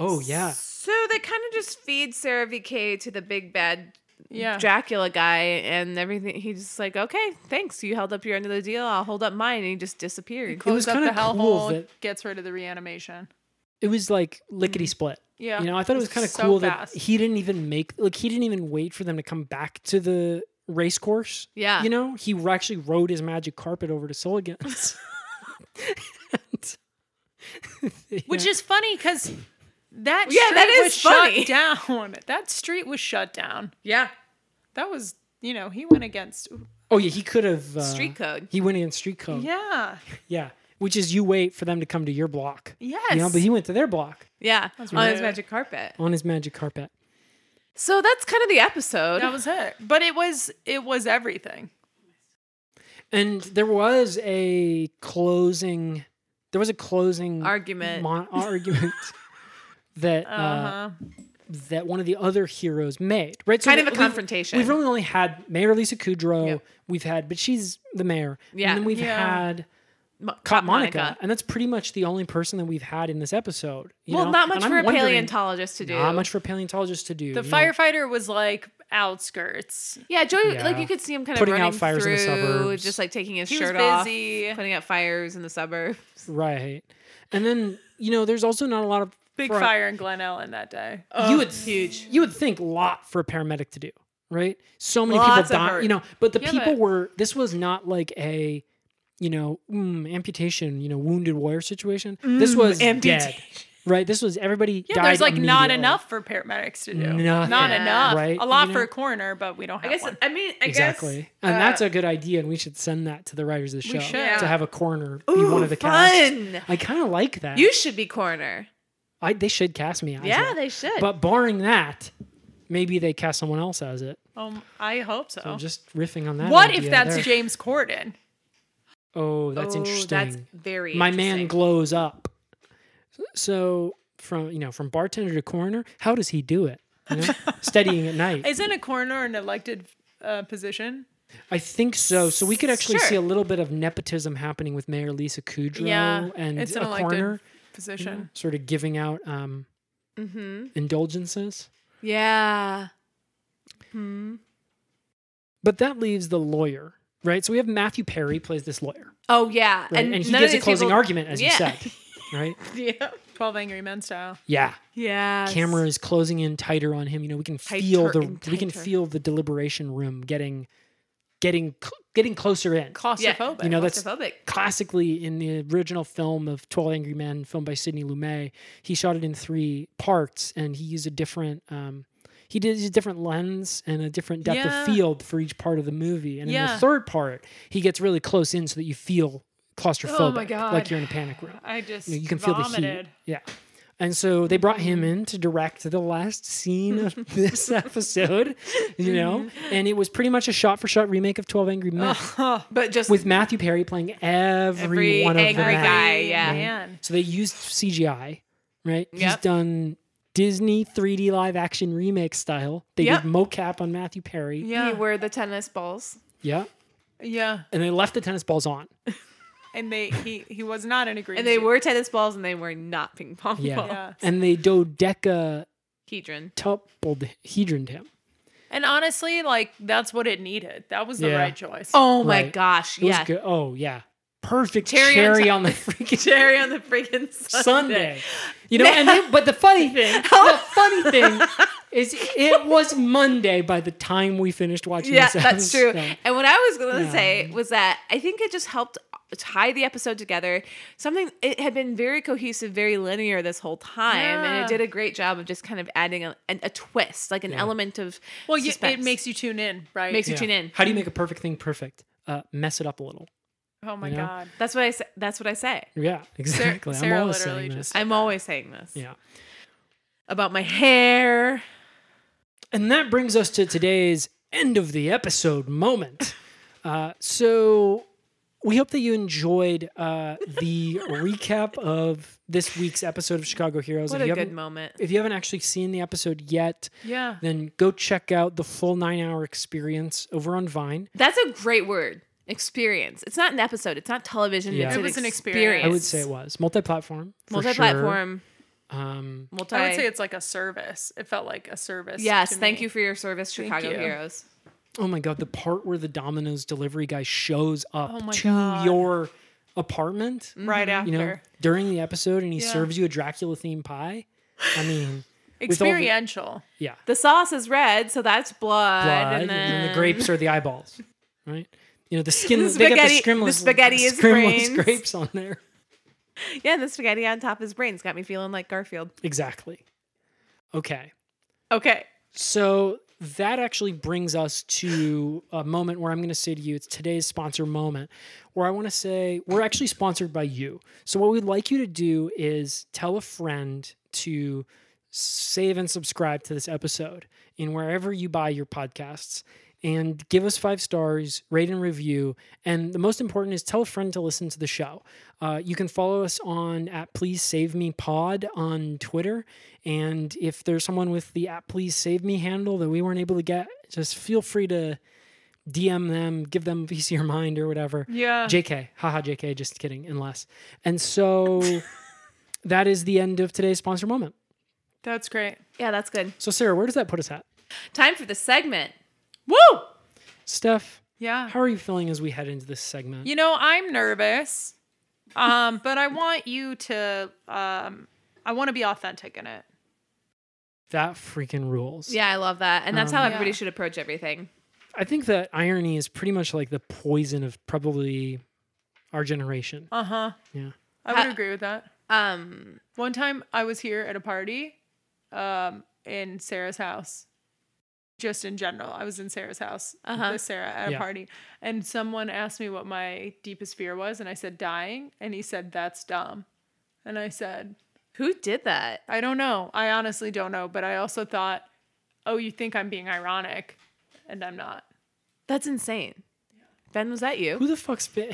Speaker 1: Oh yeah,
Speaker 2: So they kind of just feed Sarah VK to the big bad
Speaker 5: Yeah.
Speaker 2: Dracula guy and everything. He's just like, okay, thanks. You held up your end of the deal. I'll hold up mine. And he just disappeared.
Speaker 1: it was
Speaker 5: Close up
Speaker 1: kind of
Speaker 5: the
Speaker 1: cool
Speaker 5: hellhole,
Speaker 1: that
Speaker 5: gets rid of the reanimation.
Speaker 1: it was like lickety split.
Speaker 5: Mm-hmm. Yeah.
Speaker 1: You know, I thought it was kind of
Speaker 5: So
Speaker 1: cool
Speaker 5: fast.
Speaker 1: that he didn't even make like he didn't even wait for them to come back to the race course.
Speaker 2: Yeah.
Speaker 1: You know, he actually rode his magic carpet over to Sulligan's.
Speaker 5: Which is funny because that
Speaker 2: Yeah,
Speaker 5: street
Speaker 2: that is
Speaker 5: was
Speaker 2: funny.
Speaker 5: shut down. That street was shut down.
Speaker 2: Yeah.
Speaker 5: That was, you know, he went against.
Speaker 1: Oh yeah, he could have uh,
Speaker 2: Street code.
Speaker 1: He went in street code. Yeah.
Speaker 5: Yeah.
Speaker 1: Which is you wait for them to come to your block.
Speaker 5: Yes.
Speaker 1: You know, but he went to their block
Speaker 2: Yeah. On his
Speaker 5: rude.
Speaker 2: magic carpet.
Speaker 1: on his magic carpet.
Speaker 2: So that's kind of the episode.
Speaker 5: that was it. But it was it was everything.
Speaker 1: And there was a closing there was a closing
Speaker 2: Argument. Uh-huh.
Speaker 1: mon- argument that uh
Speaker 5: Uh-huh.
Speaker 1: that one of the other heroes made. Right, so
Speaker 2: Kind of
Speaker 1: that
Speaker 2: a
Speaker 1: we've-
Speaker 2: confrontation.
Speaker 1: We've really only had Mayor Lisa Kudrow.
Speaker 2: Yep.
Speaker 1: We've had, but she's the mayor.
Speaker 2: Yeah.
Speaker 1: and then we've
Speaker 5: Yeah.
Speaker 1: had
Speaker 2: Mo-
Speaker 1: Cop Monica, and that's pretty much the only person that we've had in this episode. you
Speaker 2: Well,
Speaker 1: know?
Speaker 2: not much
Speaker 1: And I'm
Speaker 2: for a
Speaker 1: wondering-
Speaker 2: paleontologist to do.
Speaker 1: Not much for paleontologists to do.
Speaker 5: The
Speaker 1: you know.
Speaker 5: firefighter was like outskirts.
Speaker 2: Yeah, Joey,
Speaker 1: Yeah.
Speaker 2: like you could see him kind
Speaker 1: Putting
Speaker 2: of
Speaker 1: out
Speaker 2: running
Speaker 1: fires in
Speaker 2: through,
Speaker 1: the suburbs.
Speaker 2: just like taking his
Speaker 5: He was
Speaker 2: shirt
Speaker 5: busy.
Speaker 2: off, putting out fires in the suburbs.
Speaker 1: Right. And then, you know, there's also not a lot of
Speaker 5: Big
Speaker 1: for-
Speaker 5: fire in Glen Ellen that day.
Speaker 1: you
Speaker 2: Oh,
Speaker 1: would
Speaker 2: huge.
Speaker 1: You would think lot for a paramedic to do, right? So many
Speaker 2: Lots of
Speaker 1: people die,
Speaker 2: hurt.
Speaker 1: you know, but the
Speaker 5: Yeah,
Speaker 1: people
Speaker 5: but-
Speaker 1: were this was not like a you know, mm, amputation, you know, wounded warrior situation. this was dead. Right? This was everybody
Speaker 5: Mm. Yeah,
Speaker 1: died
Speaker 5: there's like not
Speaker 1: immediately.
Speaker 5: enough for paramedics to do.
Speaker 1: Nothing,
Speaker 5: not enough.
Speaker 1: right?
Speaker 5: A lot
Speaker 1: You
Speaker 5: for
Speaker 1: know?
Speaker 5: a coroner, but we don't
Speaker 2: I
Speaker 5: have
Speaker 2: guess.
Speaker 5: one.
Speaker 2: I mean, I
Speaker 1: Exactly.
Speaker 2: guess.
Speaker 1: and
Speaker 2: uh,
Speaker 1: that's a good idea and we should send that to the writers of the show
Speaker 5: should.
Speaker 1: to have a corner be one of the
Speaker 2: fun!
Speaker 1: cast. I kind of like that.
Speaker 2: You should be coroner.
Speaker 1: I, they should cast me as
Speaker 2: Yeah,
Speaker 1: it.
Speaker 2: they should.
Speaker 1: But barring that, maybe they cast someone else as it.
Speaker 5: Um, I hope so.
Speaker 1: So just riffing on that.
Speaker 5: what if
Speaker 1: idea
Speaker 5: that's
Speaker 1: there.
Speaker 5: James Corden?
Speaker 1: Oh, that's
Speaker 2: Oh,
Speaker 1: interesting.
Speaker 2: That's very.
Speaker 1: My man
Speaker 2: interesting.
Speaker 1: glows up. So from you know from bartender to coroner, how does he do it? You know? Studying at night.
Speaker 5: Isn't a coroner an elected uh, position?
Speaker 1: I think so. So we could actually see a
Speaker 2: Sure.
Speaker 1: little bit of nepotism happening with Mayor Lisa Kudrow
Speaker 5: Yeah,
Speaker 1: and
Speaker 5: it's an
Speaker 1: a
Speaker 5: elected
Speaker 1: coroner Mm-hmm.
Speaker 5: Position.
Speaker 1: sort of giving out um,
Speaker 5: Mm-hmm.
Speaker 1: indulgences.
Speaker 2: Yeah.
Speaker 1: But that leaves the lawyer, right? So we have Matthew Perry plays this lawyer,
Speaker 2: Oh yeah,
Speaker 1: right? and, he
Speaker 2: none of
Speaker 1: gives a
Speaker 2: these
Speaker 1: closing
Speaker 2: people-
Speaker 1: argument, as you
Speaker 2: Yeah.
Speaker 1: said, right?
Speaker 2: yeah.
Speaker 5: Twelve Angry Men style.
Speaker 1: Yeah.
Speaker 2: Yeah.
Speaker 1: camera is closing in tighter on him. You know, we can
Speaker 2: Tighter
Speaker 1: feel the
Speaker 2: and
Speaker 1: we can
Speaker 2: tighter.
Speaker 1: feel the deliberation room getting getting cl- getting closer in.
Speaker 5: Claustrophobic.
Speaker 1: You know, that's
Speaker 2: Claustrophobic.
Speaker 1: classically in the original film of Twelve Angry Men, filmed by Sidney Lumet. He shot it in three parts, and he used a different. Um, he did a different lens and a different depth
Speaker 5: Yeah.
Speaker 1: of field for each part of the movie. And in
Speaker 5: Yeah.
Speaker 1: the third part, he gets really close in so that you feel claustrophobic,
Speaker 2: Oh
Speaker 1: like
Speaker 5: God.
Speaker 1: you're in a panic room
Speaker 5: I just
Speaker 1: you, know, you can feel the heat.
Speaker 5: vomited.
Speaker 1: Yeah. And so they brought him
Speaker 2: Mm-hmm.
Speaker 1: in to direct the last scene of this episode, you know,
Speaker 2: Mm-hmm.
Speaker 1: and it was pretty much a shot for shot remake of 12 Angry Men
Speaker 2: But just
Speaker 1: with Matthew Perry playing every,
Speaker 2: every
Speaker 1: one of
Speaker 2: angry
Speaker 1: them.
Speaker 2: guy. Yeah.
Speaker 5: Man.
Speaker 1: So they used CGI, right? He's
Speaker 2: Yep.
Speaker 1: done Disney 3D live action remake style. They
Speaker 5: Yep.
Speaker 1: did mocap on Matthew Perry.
Speaker 5: Yeah.
Speaker 2: He wore the tennis balls.
Speaker 1: Yeah.
Speaker 5: yeah.
Speaker 1: And they left the tennis balls on.
Speaker 5: And they he he was not in agreement.
Speaker 2: And they were tennis balls, and they were not ping pong
Speaker 1: Yeah.
Speaker 2: balls.
Speaker 5: Yeah.
Speaker 1: And they dodeca
Speaker 2: Hedron.
Speaker 1: tupled hedroned him.
Speaker 5: And honestly, like that's what it needed. That was the
Speaker 1: Yeah.
Speaker 5: right choice.
Speaker 2: Oh my
Speaker 1: Right.
Speaker 2: gosh!
Speaker 1: It was
Speaker 2: Yeah.
Speaker 1: good. Oh yeah, perfect cherry,
Speaker 2: Cherry on top.
Speaker 1: on, the freaking
Speaker 2: Cherry on the freaking Sunday.
Speaker 1: Sunday. You know, and then, but the funny thing, the funny thing is, it was Monday by the time we finished watching.
Speaker 2: Yeah,
Speaker 1: this
Speaker 2: that's true.
Speaker 1: episode.
Speaker 2: And what I was going to
Speaker 1: Yeah.
Speaker 2: say was that I think it just helped tie the episode together. Something it had been very cohesive, very linear this whole time, and
Speaker 5: Yeah.
Speaker 2: it did a great job of just kind of adding a, an a twist, like an element of
Speaker 5: well, you,
Speaker 2: suspense.
Speaker 5: it makes you tune in, right?
Speaker 2: Makes you
Speaker 1: Yeah.
Speaker 2: tune in.
Speaker 1: How do you make a perfect thing perfect? Uh, mess it up a little.
Speaker 5: oh my
Speaker 1: you know?
Speaker 5: god.
Speaker 2: That's what I say. That's what I say.
Speaker 1: Yeah, exactly.
Speaker 5: Sarah
Speaker 1: I'm always
Speaker 5: literally
Speaker 1: saying
Speaker 5: just-
Speaker 1: this.
Speaker 2: I'm always saying this
Speaker 1: Yeah,
Speaker 2: about my hair.
Speaker 1: and that brings us to today's end of the episode moment. Uh, so. We hope that you enjoyed uh, the recap of this week's episode of Chicago Heroes.
Speaker 2: What
Speaker 1: If
Speaker 2: a
Speaker 1: you
Speaker 2: good
Speaker 1: haven't-
Speaker 2: moment.
Speaker 1: if you haven't actually seen the episode yet,
Speaker 5: Yeah.
Speaker 1: then go check out the full nine hour experience over on Vine.
Speaker 2: That's a great word. Experience. It's not an episode. It's not television.
Speaker 1: Yeah.
Speaker 2: It's
Speaker 1: It
Speaker 2: an
Speaker 5: was an experience.
Speaker 2: experience.
Speaker 1: I would say it was multi platform.
Speaker 2: multi-platform.
Speaker 1: Um,
Speaker 2: Multi.
Speaker 5: I would say it's like a service. It felt like a service.
Speaker 2: Yes,
Speaker 5: to
Speaker 2: thank
Speaker 5: me.
Speaker 2: you for your service, Chicago
Speaker 5: you.
Speaker 2: Heroes.
Speaker 1: oh my God, the part where the Domino's delivery guy shows up
Speaker 5: Oh my
Speaker 1: to
Speaker 5: God.
Speaker 1: your apartment,
Speaker 5: Right after
Speaker 1: you know, during the episode and he
Speaker 5: Yeah.
Speaker 1: serves you a Dracula themed pie. I mean, with all the-
Speaker 5: experiential.
Speaker 1: yeah.
Speaker 2: The sauce is red, so that's blood.
Speaker 1: Blood,
Speaker 2: and, then
Speaker 1: the grapes are the eyeballs, right? You know, the skin,
Speaker 2: The
Speaker 1: they got the
Speaker 2: spaghetti- the
Speaker 1: scrimless,
Speaker 2: spaghetti is
Speaker 1: scrimless
Speaker 2: brains.
Speaker 1: grapes on there.
Speaker 2: Yeah, and the spaghetti on top is brains. Got me feeling like Garfield.
Speaker 1: Exactly. Okay.
Speaker 5: Okay.
Speaker 1: So that actually brings us to a moment where I'm going to say to you, it's today's sponsor moment, where I want to say we're actually sponsored by you. So what we'd like you to do is tell a friend to save and subscribe to this episode in wherever you buy your podcasts. and give us five stars, rate and review. And the most important is tell a friend to listen to the show. Uh, you can follow us on at Please Save Me Pod on Twitter. And if there's someone with the at Please Save Me handle that we weren't able to get, just feel free to DM them, give them a piece of your mind or whatever.
Speaker 5: Yeah.
Speaker 1: JK. Haha, JK. Just kidding. Unless. And so that is the end of today's sponsor moment.
Speaker 5: That's great.
Speaker 2: Yeah, that's good.
Speaker 1: So, Sarah, where does that put us at?
Speaker 2: Time for the segment.
Speaker 5: Woo!
Speaker 1: Steph,
Speaker 5: Yeah.
Speaker 1: how are you feeling as we head into this segment?
Speaker 5: You know, I'm nervous. Um, but I want you to um I want to be authentic in it.
Speaker 1: That freaking rules.
Speaker 2: Yeah, I love that. And that's how
Speaker 5: yeah.
Speaker 2: everybody should approach everything.
Speaker 1: I think that irony is pretty much like the poison of probably our generation.
Speaker 5: Uh-huh.
Speaker 1: Yeah.
Speaker 5: I would
Speaker 2: Ha-
Speaker 5: agree with that.
Speaker 2: Um,
Speaker 5: One time I was here at a party um in Sarah's house. Just in general, I was in Sarah's house
Speaker 2: Uh-huh.
Speaker 5: with Sarah at a
Speaker 1: Yeah.
Speaker 5: party, and someone asked me what my deepest fear was, and I said dying, and he said that's dumb, and I said
Speaker 2: who did that?
Speaker 5: I don't know. I honestly don't know, but I also thought, oh, you think I'm being ironic, and I'm not.
Speaker 2: That's insane. Ben, was that you?
Speaker 1: Who the fuck's been?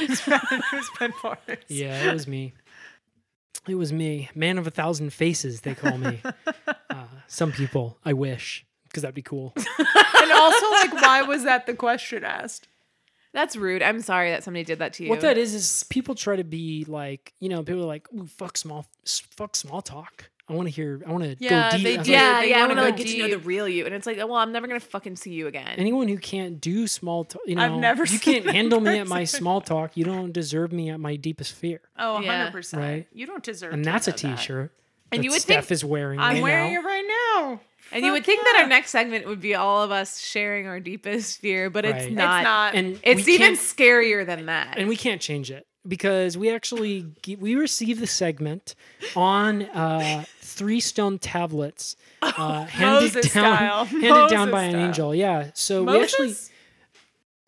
Speaker 5: it's Ben Forrest.
Speaker 1: yeah, it was me. It was me. Man of a thousand faces, they call me. uh, some people, I wish, because that'd be cool.
Speaker 5: And also, like, why was that the question asked?
Speaker 2: That's rude. I'm sorry that somebody did that to you.
Speaker 1: What that is is people try to be like, you know, people are like, "Ooh, fuck small, s- fuck small talk." I want to hear, I want to
Speaker 5: Yeah,
Speaker 1: go deep.
Speaker 5: they
Speaker 1: I was
Speaker 5: do.
Speaker 1: like,
Speaker 2: Yeah,
Speaker 5: They
Speaker 2: yeah. I
Speaker 5: wanna
Speaker 2: want to
Speaker 5: go
Speaker 2: like, get to know the
Speaker 5: deep.
Speaker 2: real you, and it's like, oh, well, I'm never gonna fucking see you again.
Speaker 1: Anyone who can't do small talk, you know,
Speaker 5: I've never
Speaker 1: you
Speaker 5: seen
Speaker 1: can't
Speaker 5: that
Speaker 1: handle me at my small talk. You don't deserve me at my deepest fear.
Speaker 5: Oh,
Speaker 2: Yeah.
Speaker 5: 100%.
Speaker 1: Right.
Speaker 5: You don't deserve
Speaker 1: And
Speaker 5: to
Speaker 1: that's a
Speaker 5: know that.
Speaker 1: T-shirt.
Speaker 2: And
Speaker 1: that
Speaker 2: you would
Speaker 1: Steph
Speaker 2: think-
Speaker 1: is wearing.
Speaker 5: I'm
Speaker 1: right
Speaker 5: wearing
Speaker 1: now.
Speaker 5: it right now.
Speaker 2: and you would think that our next segment would be all of us sharing our deepest fear, but
Speaker 1: Right.
Speaker 2: it's
Speaker 1: It's
Speaker 2: not. It's,
Speaker 5: not.
Speaker 1: And we
Speaker 2: even
Speaker 1: can't-
Speaker 2: scarier than that.
Speaker 1: and we can't change it because we actually ge- we received the segment on uh, three stone tablets uh, handed
Speaker 5: Moses
Speaker 1: down
Speaker 5: style.
Speaker 1: handed down
Speaker 5: Moses
Speaker 1: by an
Speaker 5: style.
Speaker 1: angel. Yeah, so we
Speaker 5: Moses?
Speaker 1: actually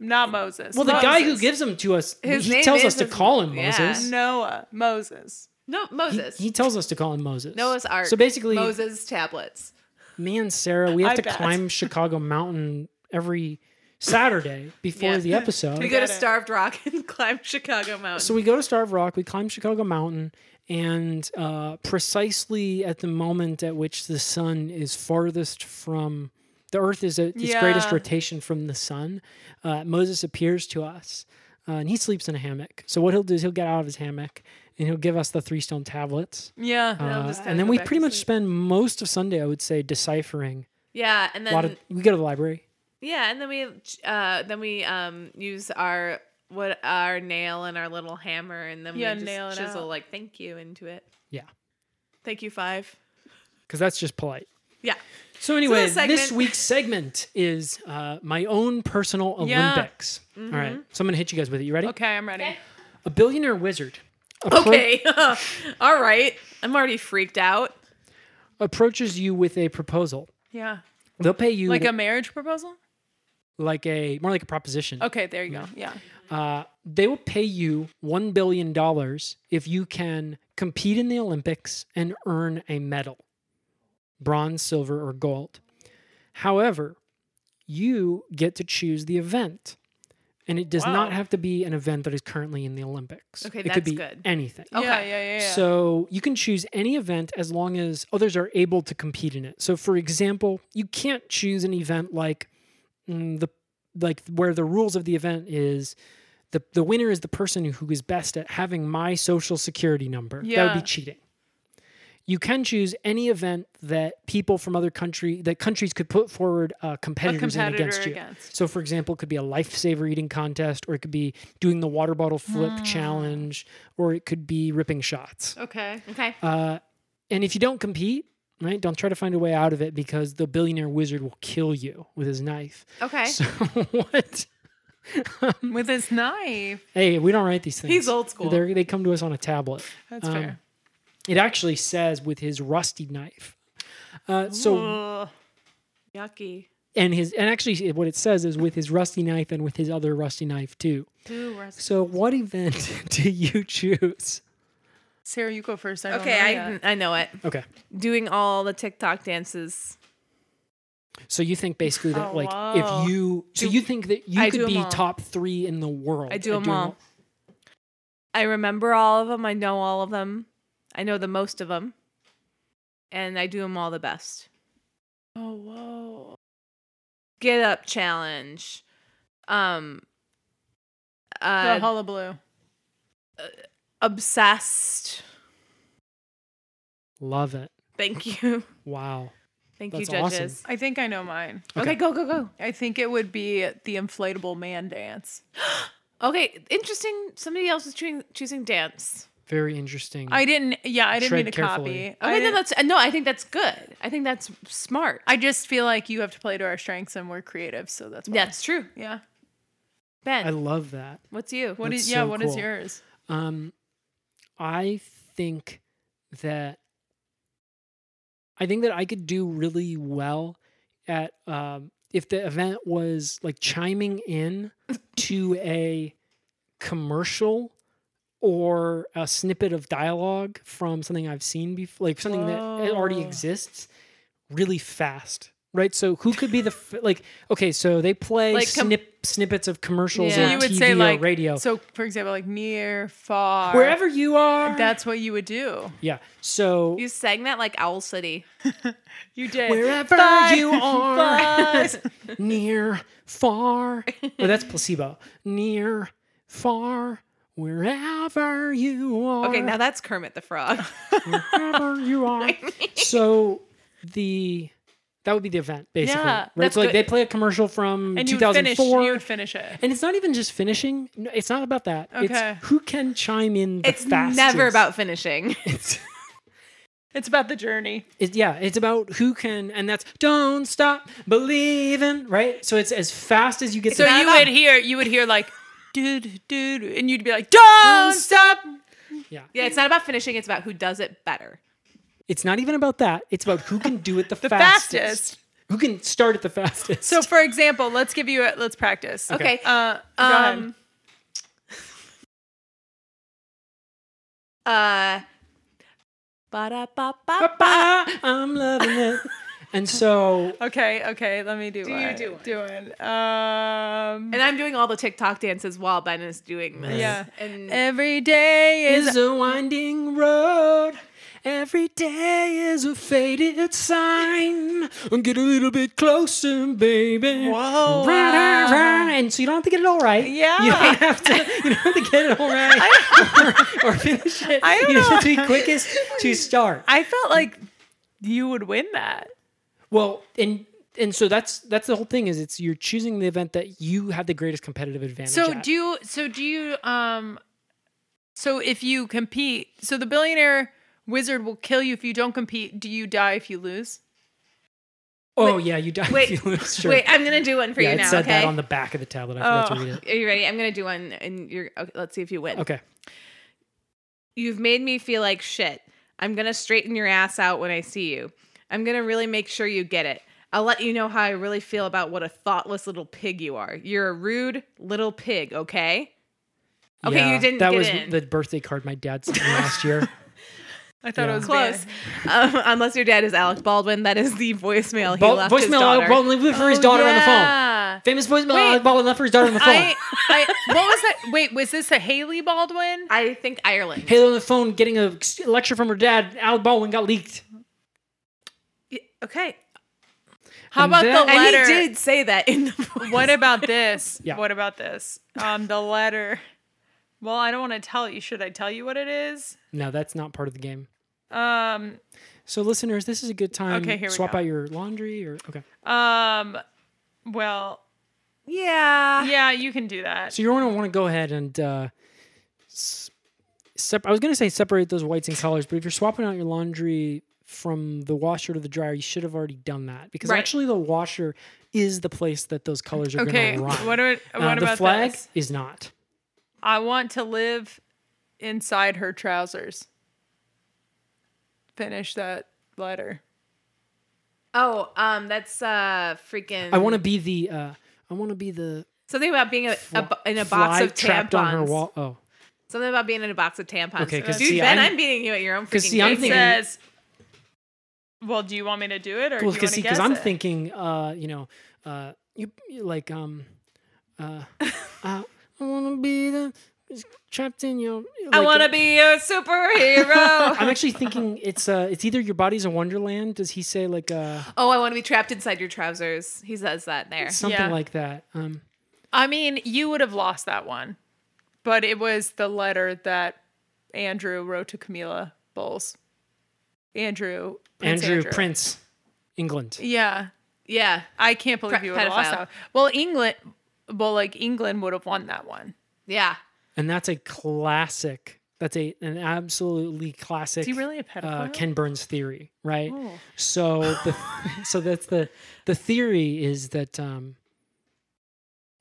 Speaker 5: Not Moses.
Speaker 1: well the guy who
Speaker 5: Moses.
Speaker 1: gives them to us
Speaker 2: His
Speaker 1: he
Speaker 2: name
Speaker 1: tells
Speaker 2: is-
Speaker 1: us to call him
Speaker 2: yeah.
Speaker 1: Moses.
Speaker 5: Noah. Moses.
Speaker 2: no,
Speaker 1: He,
Speaker 2: Moses.
Speaker 1: he tells us to call him Moses.
Speaker 2: Noah's Ark.
Speaker 1: So basically,
Speaker 2: Moses tablets.
Speaker 1: me and Sarah, we have
Speaker 5: I
Speaker 1: to
Speaker 5: bet.
Speaker 1: climb Chicago Mountain every Saturday before
Speaker 2: Yeah.
Speaker 1: the episode.
Speaker 2: We go to
Speaker 5: get it.
Speaker 2: Starved Rock and climb Chicago Mountain.
Speaker 1: So we go to Starved Rock, we climb Chicago Mountain, and uh, precisely at the moment at which the sun is farthest from the Earth is at its greatest
Speaker 5: Yeah.
Speaker 1: rotation from the sun, uh, Moses appears to us, uh, and he sleeps in a hammock. So what he'll do is he'll get out of his hammock and he'll give us the three stone tablets,
Speaker 5: Yeah.
Speaker 1: uh,
Speaker 2: just kinda
Speaker 1: and then
Speaker 2: go
Speaker 1: we
Speaker 2: back
Speaker 1: pretty
Speaker 2: to
Speaker 1: much
Speaker 2: sleep.
Speaker 1: spend most of Sunday, I would say, deciphering.
Speaker 2: yeah, and
Speaker 1: a lot
Speaker 2: then
Speaker 1: of we go to the library.
Speaker 2: yeah, and then we uh then we um use our what our nail and our little hammer, and then
Speaker 5: Yeah,
Speaker 2: we just
Speaker 5: nail it
Speaker 2: chisel
Speaker 5: out.
Speaker 2: like thank you into it.
Speaker 1: Yeah,
Speaker 2: Thank you five.
Speaker 1: because that's just polite.
Speaker 2: Yeah.
Speaker 1: So anyway,
Speaker 2: this segment-
Speaker 1: this week's segment is uh, my own personal
Speaker 5: Yeah.
Speaker 1: Olympics. All right, so I'm gonna hit you guys with it. You ready?
Speaker 5: Okay, I'm ready.
Speaker 1: A billionaire wizard appro-
Speaker 2: Okay. All right. I'm already freaked out.
Speaker 1: approaches you with a proposal.
Speaker 5: Yeah.
Speaker 1: They'll pay you
Speaker 5: Like a marriage proposal?
Speaker 1: like a more like a proposition.
Speaker 5: Okay, there you go. Yeah.
Speaker 1: Uh, they will pay you one billion dollars if you can compete in the Olympics and earn a medal, bronze, silver, or gold. However, you get to choose the event, and it does not
Speaker 5: Wow.
Speaker 1: have to be an event that is currently in the Olympics.
Speaker 2: Okay,
Speaker 1: it
Speaker 2: that's
Speaker 1: could be
Speaker 2: good.
Speaker 1: anything.
Speaker 5: Yeah, yeah, yeah, yeah.
Speaker 1: So you can choose any event as long as others are able to compete in it. So, for example, you can't choose an event like mm, the like where the rules of the event is the the winner is the person who is best at having my social security number. That would
Speaker 5: Yeah.
Speaker 1: be cheating. You can choose any event that people from other country that countries could put forward uh, competitors in
Speaker 5: competitor
Speaker 1: against you.
Speaker 5: against.
Speaker 1: So, for example, it could be a lifesaver eating contest, or it could be doing the water bottle flip
Speaker 2: Hmm.
Speaker 1: challenge, or it could be ripping shots.
Speaker 2: Oh.
Speaker 5: okay.
Speaker 2: Okay.
Speaker 1: Uh, and if you don't compete, right, don't try to find a way out of it because the billionaire wizard will kill you with his knife.
Speaker 2: Okay.
Speaker 1: So what?
Speaker 5: With his knife.
Speaker 1: Hey, we don't write these things.
Speaker 2: He's old school.
Speaker 1: They're, they come to us on a tablet.
Speaker 5: That's
Speaker 1: Um,
Speaker 5: fair.
Speaker 1: It actually says with his rusty knife. Uh, so
Speaker 5: Ugh.
Speaker 2: Yucky.
Speaker 1: and his and actually what it says is with his rusty knife and with his other rusty knife too. So what event do you choose?
Speaker 5: Sarah, you go first. I don't
Speaker 2: Okay,
Speaker 5: know
Speaker 2: I
Speaker 5: yet.
Speaker 2: I know it.
Speaker 1: Okay.
Speaker 2: Doing all the TikTok dances.
Speaker 1: So you think basically that
Speaker 5: Oh,
Speaker 1: like
Speaker 5: wow.
Speaker 1: if you so you think that you
Speaker 2: I do
Speaker 1: could
Speaker 2: 'em
Speaker 1: be
Speaker 2: all.
Speaker 1: top three in the world.
Speaker 2: I do
Speaker 1: at
Speaker 2: 'em
Speaker 1: doing
Speaker 2: all. I remember all of them. I know all of them. I know the most of them. And I do them all the best.
Speaker 5: Oh whoa.
Speaker 2: Get up challenge. Um
Speaker 5: The
Speaker 2: uh
Speaker 5: hullabaloo.
Speaker 2: obsessed.
Speaker 1: Love it.
Speaker 2: Thank you.
Speaker 1: Wow.
Speaker 2: Thank
Speaker 1: That's
Speaker 2: you judges.
Speaker 5: I think I know mine.
Speaker 1: Okay.
Speaker 2: Okay. go go go.
Speaker 5: I think it would be the inflatable man dance.
Speaker 2: Okay, interesting. Somebody else is choosing, choosing dance.
Speaker 1: Very interesting.
Speaker 5: I didn't. Yeah, I didn't
Speaker 1: Hmm. Tread
Speaker 5: mean to
Speaker 1: carefully.
Speaker 5: copy. I
Speaker 2: Okay, no,
Speaker 5: didn't-
Speaker 2: that's uh, no. I think that's good. I think that's smart.
Speaker 5: I just feel like you have to play to our strengths and we're creative, so that's why.
Speaker 2: that's true.
Speaker 5: yeah.
Speaker 1: I
Speaker 2: Ben,
Speaker 1: love that.
Speaker 2: what's you?
Speaker 5: What
Speaker 1: That's
Speaker 5: is yeah?
Speaker 1: so
Speaker 5: What is
Speaker 1: cool.
Speaker 5: yours?
Speaker 1: Um, I think that I think that I could do really well at um, if the event was like chiming in to a commercial or a snippet of dialogue from something I've seen before, like something that already
Speaker 5: Whoa.
Speaker 1: exists, really fast. Right, so who could be the f- like? Okay, so they play
Speaker 2: Like com-
Speaker 1: snip, snippets of commercials
Speaker 2: Yeah.
Speaker 1: on
Speaker 5: So you would
Speaker 1: TV
Speaker 5: say
Speaker 1: or
Speaker 5: like
Speaker 1: radio,
Speaker 5: So for example, like near, far,
Speaker 1: wherever you are.
Speaker 5: That's what you would do.
Speaker 1: Yeah. So
Speaker 2: You sang that like Owl City.
Speaker 5: You did.
Speaker 1: wherever
Speaker 5: Bye.
Speaker 1: you are,
Speaker 5: Bye.
Speaker 1: near, far. Well, that's placebo. Near, far, wherever you are.
Speaker 2: Okay, now that's Kermit the Frog.
Speaker 1: wherever you are. So the that would be the event basically.
Speaker 5: Yeah,
Speaker 1: right.
Speaker 2: that's
Speaker 1: So like
Speaker 2: good.
Speaker 1: they play a commercial from
Speaker 5: and you would finish.
Speaker 1: 2004.
Speaker 5: You would finish it.
Speaker 1: and it's not even just finishing. No, It's not about that.
Speaker 5: Okay.
Speaker 1: It's who can chime in the
Speaker 2: It's
Speaker 1: fastest.
Speaker 2: never about finishing.
Speaker 1: It's-
Speaker 5: It's about the journey.
Speaker 1: it, yeah, it's about who can, and that's don't stop believing, right? So it's as fast as you get.
Speaker 5: So
Speaker 1: there.
Speaker 5: you would hear. You would hear like, dude, dude, and you'd be like, don't stop.
Speaker 1: Yeah.
Speaker 2: Yeah, it's not about finishing. It's about who does it better.
Speaker 1: It's not even about that. It's about who can do it the,
Speaker 5: The
Speaker 1: fastest.
Speaker 5: fastest.
Speaker 1: Who can start at the fastest.
Speaker 5: So for example, let's give you. a Let's practice.
Speaker 1: Okay.
Speaker 2: Okay.
Speaker 5: Uh, go ahead.
Speaker 2: um. Uh. Ba-da-ba-ba-ba.
Speaker 1: Ba-ba, I'm loving it. and so
Speaker 5: Okay, okay, let me do,
Speaker 2: Do
Speaker 5: one.
Speaker 2: you do one?
Speaker 5: Do one. Um,
Speaker 2: And I'm doing all the TikTok dances while Ben is doing this.
Speaker 5: yeah.
Speaker 2: And
Speaker 5: Every day is.
Speaker 1: is a winding road. Every day is a faded sign. Get a little bit closer, baby. Rah,
Speaker 5: Whoa.
Speaker 1: rah, rah. And so you don't have to get it all right.
Speaker 5: Yeah.
Speaker 1: You don't have to, you don't have to get it all right or, or finish it.
Speaker 5: I don't
Speaker 1: you just have to
Speaker 5: know.
Speaker 1: be quickest to start.
Speaker 5: I felt like you would win that.
Speaker 1: Well, and and so that's that's the whole thing is it's you're choosing the event that you have the greatest competitive advantage.
Speaker 5: So
Speaker 1: at.
Speaker 5: do you? So do you? Um, so if you compete, so the billionaire wizard will kill you if you don't compete. Do you die if you lose?
Speaker 1: oh yeah, you die.
Speaker 2: wait,
Speaker 1: if you lose. Sure.
Speaker 2: wait, I'm gonna do one for
Speaker 1: yeah,
Speaker 2: you
Speaker 1: it
Speaker 2: now.
Speaker 1: said
Speaker 2: okay.
Speaker 1: that on the back of the tablet. I forgot to
Speaker 5: Oh.
Speaker 1: read it.
Speaker 2: Are you ready? I'm gonna do one, and you're. Okay, let's see if you win.
Speaker 1: Okay.
Speaker 2: You've made me feel like shit. I'm gonna straighten your ass out when I see you. I'm gonna really make sure you get it. I'll let you know how I really feel about what a thoughtless little pig you are. You're a rude little pig, okay? Okay,
Speaker 1: Yeah,
Speaker 2: you didn't
Speaker 1: That
Speaker 2: get
Speaker 1: was
Speaker 2: in.
Speaker 1: the birthday card my dad sent me last year.
Speaker 5: I thought
Speaker 1: Yeah.
Speaker 5: it was
Speaker 2: Close. Um, unless your dad is Alec Baldwin, that is the voicemail he
Speaker 1: Bo-
Speaker 2: left his
Speaker 1: voicemail
Speaker 2: daughter. Oh,
Speaker 1: Alec Baldwin left for his daughter on the phone. Famous voicemail
Speaker 5: Wait.
Speaker 1: Alec Baldwin left for his daughter on the phone.
Speaker 5: I, I, what was that? Wait, was this a Haley Baldwin?
Speaker 2: I think Ireland.
Speaker 1: Halo on the phone getting a lecture from her dad. Alec Baldwin got leaked.
Speaker 2: Okay.
Speaker 5: How
Speaker 1: And
Speaker 5: about
Speaker 1: that-
Speaker 5: the
Speaker 2: And
Speaker 5: letter?
Speaker 2: he did say that in the voice.
Speaker 5: What about this?
Speaker 1: Yeah.
Speaker 5: What about this? Um, the letter. Well, I don't want to tell you. Should I tell you what it is?
Speaker 1: No, that's not part of the game.
Speaker 5: Um,
Speaker 1: So, listeners, this is a good time.
Speaker 5: Okay, here we
Speaker 1: Swap
Speaker 5: go.
Speaker 1: out your laundry or okay.
Speaker 5: um, well,
Speaker 2: Yeah.
Speaker 5: yeah, you can do that.
Speaker 1: So you're gonna want to go ahead and uh, s- sep- I was gonna say separate those whites and colors, but if you're swapping out your laundry from the washer to the dryer, you should have already done that because
Speaker 5: Right.
Speaker 1: actually the washer is the place that those colors are
Speaker 5: Okay.
Speaker 1: gonna run.
Speaker 5: What, are,
Speaker 1: Uh,
Speaker 5: what
Speaker 1: the
Speaker 5: about
Speaker 1: flag
Speaker 5: this?
Speaker 1: is not.
Speaker 5: I want to live inside her trousers. Finish that letter.
Speaker 2: Oh, um, that's uh freaking.
Speaker 1: I want to be the. Uh, I want to be the
Speaker 2: something about being a, a bo- in a box
Speaker 1: fly
Speaker 2: of
Speaker 1: trapped on her
Speaker 2: tampons.
Speaker 1: wall. Oh,
Speaker 2: Something about being in a box of tampons.
Speaker 1: Okay, 'cause
Speaker 2: dude,
Speaker 1: see,
Speaker 2: Ben,
Speaker 1: I'm-
Speaker 2: I'm, beating you at your own
Speaker 1: 'cause
Speaker 2: freaking
Speaker 1: see, I'm
Speaker 2: game.
Speaker 5: It
Speaker 1: thinking-
Speaker 5: says Well, do you want me to do it or
Speaker 1: Well,
Speaker 5: do you want
Speaker 1: because
Speaker 5: to
Speaker 1: see,
Speaker 5: guess
Speaker 1: because I'm
Speaker 5: it?
Speaker 1: thinking, uh, you know, uh, you, you like um, uh, I wanna be the trapped in your. like,
Speaker 2: I
Speaker 1: uh,
Speaker 2: want to be a superhero.
Speaker 1: I'm actually thinking it's uh, it's either your body's a wonderland. Does he say like uh,
Speaker 2: oh, I want to be trapped inside your trousers. He says that there.
Speaker 1: something
Speaker 5: Yeah.
Speaker 1: like that? Um,
Speaker 5: I mean, you would have lost that one, but it was the letter that Andrew wrote to Camila Bowles. Andrew. Prince
Speaker 1: Andrew, Prince, England.
Speaker 5: Yeah.
Speaker 2: Yeah.
Speaker 5: I can't believe
Speaker 2: Pre-
Speaker 5: you would have lost
Speaker 2: pedophile.
Speaker 5: that. one. Well, England. Well, like England would have won that one.
Speaker 2: Yeah.
Speaker 1: and that's a classic. That's a an absolutely classic.
Speaker 5: Is he really a
Speaker 1: Uh,
Speaker 5: pedophile?
Speaker 1: Ken Burns theory, right?
Speaker 2: Oh.
Speaker 1: So, the, so that's the the theory is that um,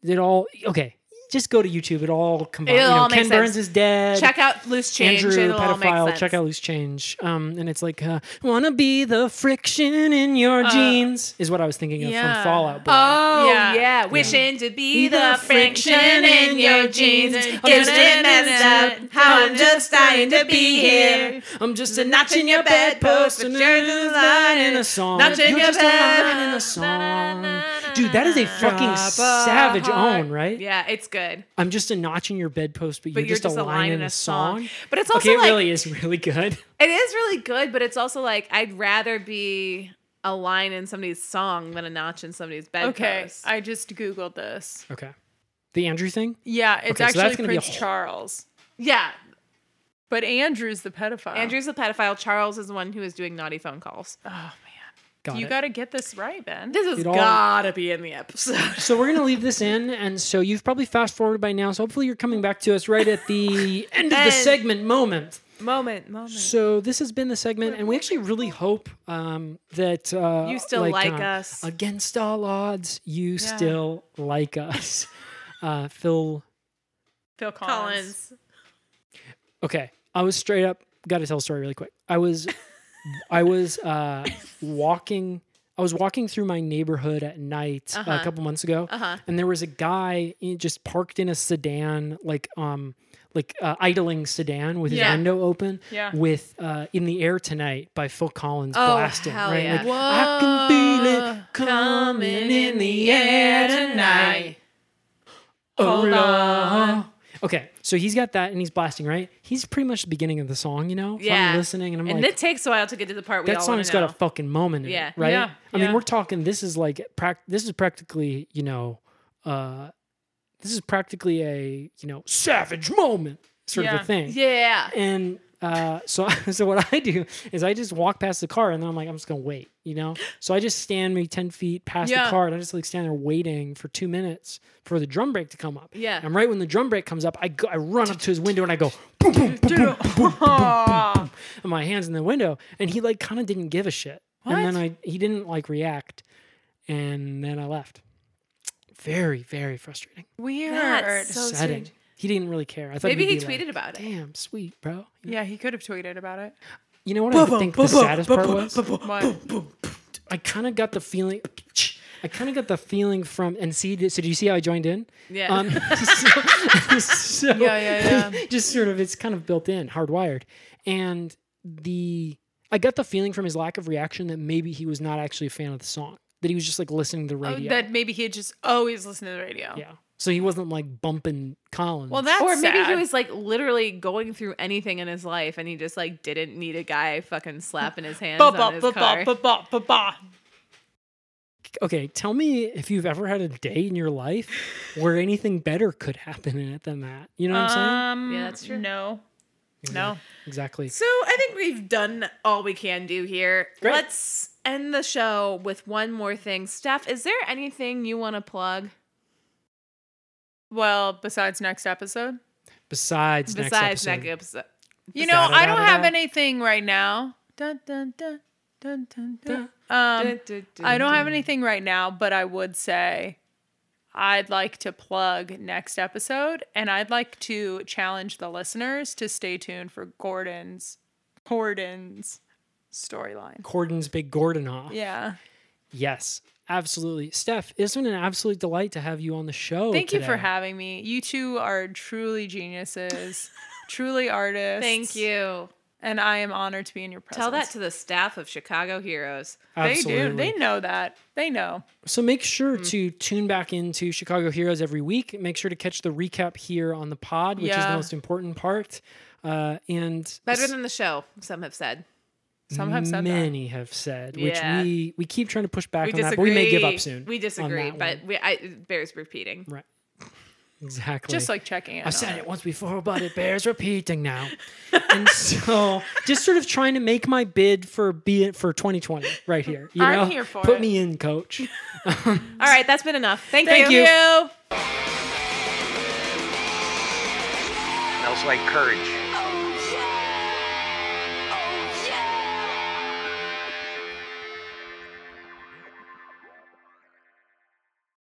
Speaker 1: it all okay. Just go to YouTube. It all combines.
Speaker 2: It'll
Speaker 1: you know,
Speaker 2: all make
Speaker 1: Ken Burns
Speaker 2: sense.
Speaker 1: is dead.
Speaker 2: Check out loose change.
Speaker 1: Andrew,
Speaker 2: It'll all make
Speaker 1: pedophile.
Speaker 2: sense.
Speaker 1: Check out loose change. Um, and it's like uh, wanna be the friction in your jeans is what I was thinking of
Speaker 5: yeah.
Speaker 1: from Fallout Boy.
Speaker 2: Uh, Oh
Speaker 5: Yeah.
Speaker 2: yeah, wishing to be
Speaker 1: Be the
Speaker 2: the friction in your jeans. Gets it messed up. How I'm just dying to be here.
Speaker 1: I'm just
Speaker 2: a notch in your bedpost, but you're just a line in a song.
Speaker 1: Notch in
Speaker 2: You're
Speaker 1: your
Speaker 2: just a line
Speaker 1: bed-
Speaker 2: in a song.
Speaker 1: Dude, that is a fucking savage
Speaker 2: heart.
Speaker 1: own, right?
Speaker 2: Yeah, it's good.
Speaker 1: I'm just a notch in your bedpost, but,
Speaker 2: But
Speaker 1: you're, just, a line, in a song.
Speaker 2: But it's also
Speaker 1: okay, it
Speaker 2: like
Speaker 1: really is really good.
Speaker 2: it is really good, but it's also like I'd rather be a line in somebody's song than a notch in somebody's bedpost.
Speaker 5: Okay, I just googled this.
Speaker 1: Okay. The Andrew thing?
Speaker 5: Yeah, it's
Speaker 1: Okay, so that's
Speaker 5: actually
Speaker 1: gonna be a
Speaker 5: Prince
Speaker 1: whole-
Speaker 5: Charles,
Speaker 2: yeah.
Speaker 5: but Andrew's the pedophile.
Speaker 2: Andrew's the pedophile. Charles is the one who is doing naughty phone calls.
Speaker 1: Got
Speaker 5: you
Speaker 1: it.
Speaker 5: got to get this right, Ben.
Speaker 2: This has
Speaker 1: It all-
Speaker 2: gotta be in the episode.
Speaker 1: So we're gonna leave this in, and so you've probably fast forwarded by now. So hopefully you're coming back to us right at the end of the
Speaker 2: End.
Speaker 1: segment moment.
Speaker 2: moment, moment.
Speaker 1: So this has been the segment, and we actually really hope um, that uh,
Speaker 2: You still like us.
Speaker 1: against all odds. You still like us, uh, Phil.
Speaker 5: Phil Collins.
Speaker 2: Collins.
Speaker 1: Okay, I was straight up. Got to tell a story really quick. I was, I was uh, walking. I was walking through my neighborhood at night a couple months ago, and there was a guy in, just parked in a sedan, like um, like uh, idling sedan with his
Speaker 5: Yeah.
Speaker 1: window open,
Speaker 5: Yeah.
Speaker 1: with uh, "In the Air Tonight" by Phil Collins
Speaker 2: Oh,
Speaker 1: blasting.
Speaker 2: hell
Speaker 1: right?
Speaker 2: yeah.
Speaker 1: Like, I can feel it coming in the air tonight. Hold on. Okay, so he's got that and he's blasting, right? He's pretty much the beginning of the song, you know? So
Speaker 2: Yeah.
Speaker 1: I'm listening and I'm
Speaker 2: And
Speaker 1: like,
Speaker 2: it takes a while to get to the part we
Speaker 1: that
Speaker 2: all
Speaker 1: song's
Speaker 2: wanna
Speaker 1: got a
Speaker 2: know.
Speaker 1: fucking moment in
Speaker 2: Yeah.
Speaker 1: it, right?
Speaker 5: Yeah,
Speaker 1: I mean,
Speaker 5: yeah.
Speaker 1: we're talking, this is like, prac- this is practically, you know, uh, this is practically a, you know, savage moment sort of
Speaker 5: Yeah.
Speaker 1: a thing.
Speaker 2: yeah.
Speaker 1: And uh, so, so what I do is I just walk past the car and then I'm like, I'm just gonna wait, you know. So I just stand maybe ten feet past
Speaker 5: Yeah.
Speaker 1: the car and I just like stand there waiting for two minutes for the drum break to come up.
Speaker 2: Yeah.
Speaker 1: And right when the drum break comes up, I go, I run up to his window and I go, boom, boom, boom, boom,
Speaker 5: Aw.
Speaker 1: and my hands in the window, and he like kind of didn't give a shit. And then
Speaker 5: What?
Speaker 1: I he didn't like react, and then I left. Very very frustrating.
Speaker 5: Weird.
Speaker 2: That's so
Speaker 1: Upsetting.
Speaker 2: strange.
Speaker 1: He didn't really care. I thought
Speaker 2: Maybe he
Speaker 1: he'd be
Speaker 2: tweeted
Speaker 1: like,
Speaker 2: about it.
Speaker 1: Damn, sweet bro.
Speaker 5: yeah, he could have tweeted about it.
Speaker 1: You know what I think the saddest part was?
Speaker 5: What?
Speaker 1: I kind of got the feeling. I kind of got the feeling from and see. So do you see how I joined in? Um,
Speaker 2: Yeah.
Speaker 1: so, so-
Speaker 5: yeah,
Speaker 1: Just sort of, it's kind of built in, hardwired, and the I got the feeling from his lack of reaction that maybe he was not actually a fan of the song. That he was just like listening to the radio.
Speaker 5: Oh, That maybe he had just always listened to the radio.
Speaker 1: yeah. So he wasn't like bumping Collins.
Speaker 5: Well, that's
Speaker 2: or maybe he
Speaker 5: sad.
Speaker 2: was like literally going through anything in his life and he just like didn't need a guy fucking slapping his hands
Speaker 5: Ba,
Speaker 2: on
Speaker 5: ba,
Speaker 2: his
Speaker 5: ba,
Speaker 2: car.
Speaker 5: ba, ba, ba, ba, ba.
Speaker 1: okay. Tell me if you've ever had a day in your life where anything better could happen in it than that. You know what I'm saying?
Speaker 5: Um,
Speaker 2: Yeah, that's true.
Speaker 5: No. No.
Speaker 1: Exactly.
Speaker 2: So I think we've done all we can do here.
Speaker 1: Great.
Speaker 2: Let's end the show with one more thing. Steph, is there anything you want to plug
Speaker 5: Well, besides next episode.
Speaker 1: Besides,
Speaker 2: besides
Speaker 1: next episode.
Speaker 2: next episode?
Speaker 5: You know, I don't have
Speaker 1: Da-da-da-da-da.
Speaker 5: anything right now. Dun, dun, dun, dun, dun, dun. Um, I don't
Speaker 1: Mm-hmm.
Speaker 5: have anything right now, but I would say I'd like to plug next episode and I'd like to challenge the listeners to stay tuned for Gordon's Gordon's storyline.
Speaker 1: Gordon's Big Gordonoff.
Speaker 5: Yeah.
Speaker 1: Yes, absolutely. Steph, it's been an absolute delight to have you on the show.
Speaker 5: Thank you for
Speaker 1: today.
Speaker 5: having me. You two are truly geniuses, truly artists.
Speaker 2: Thank you.
Speaker 5: and I am honored to be in your presence.
Speaker 2: Tell that to the staff of Chicago Heroes.
Speaker 5: they Mm.
Speaker 1: Absolutely.
Speaker 5: do. They know that. They know.
Speaker 1: So make sure to tune back into Chicago Heroes every week. Make sure to catch the recap here on the pod, which is the
Speaker 5: Yeah.
Speaker 1: most important part. Uh, and
Speaker 2: Better than the show, some have said.
Speaker 5: Some have said that.
Speaker 1: many have said, which
Speaker 2: Yeah.
Speaker 1: we we keep trying to push back
Speaker 2: We
Speaker 1: on
Speaker 2: disagree.
Speaker 1: that, but we may give up soon.
Speaker 2: We
Speaker 1: on
Speaker 2: disagree,
Speaker 1: that
Speaker 2: but
Speaker 1: one.
Speaker 2: we, I, it bears repeating.
Speaker 1: right, exactly.
Speaker 5: Just like checking in.
Speaker 1: I've said it once before, but it bears repeating now. and so, just sort of trying to make my bid for be it for 2020 right here. You
Speaker 5: I'm
Speaker 1: know?
Speaker 5: here for
Speaker 1: Put
Speaker 5: it.
Speaker 1: me in, coach.
Speaker 2: All right, that's been enough. Thank,
Speaker 1: Thank
Speaker 2: you.
Speaker 1: you.
Speaker 4: Smells like courage.
Speaker 6: Oh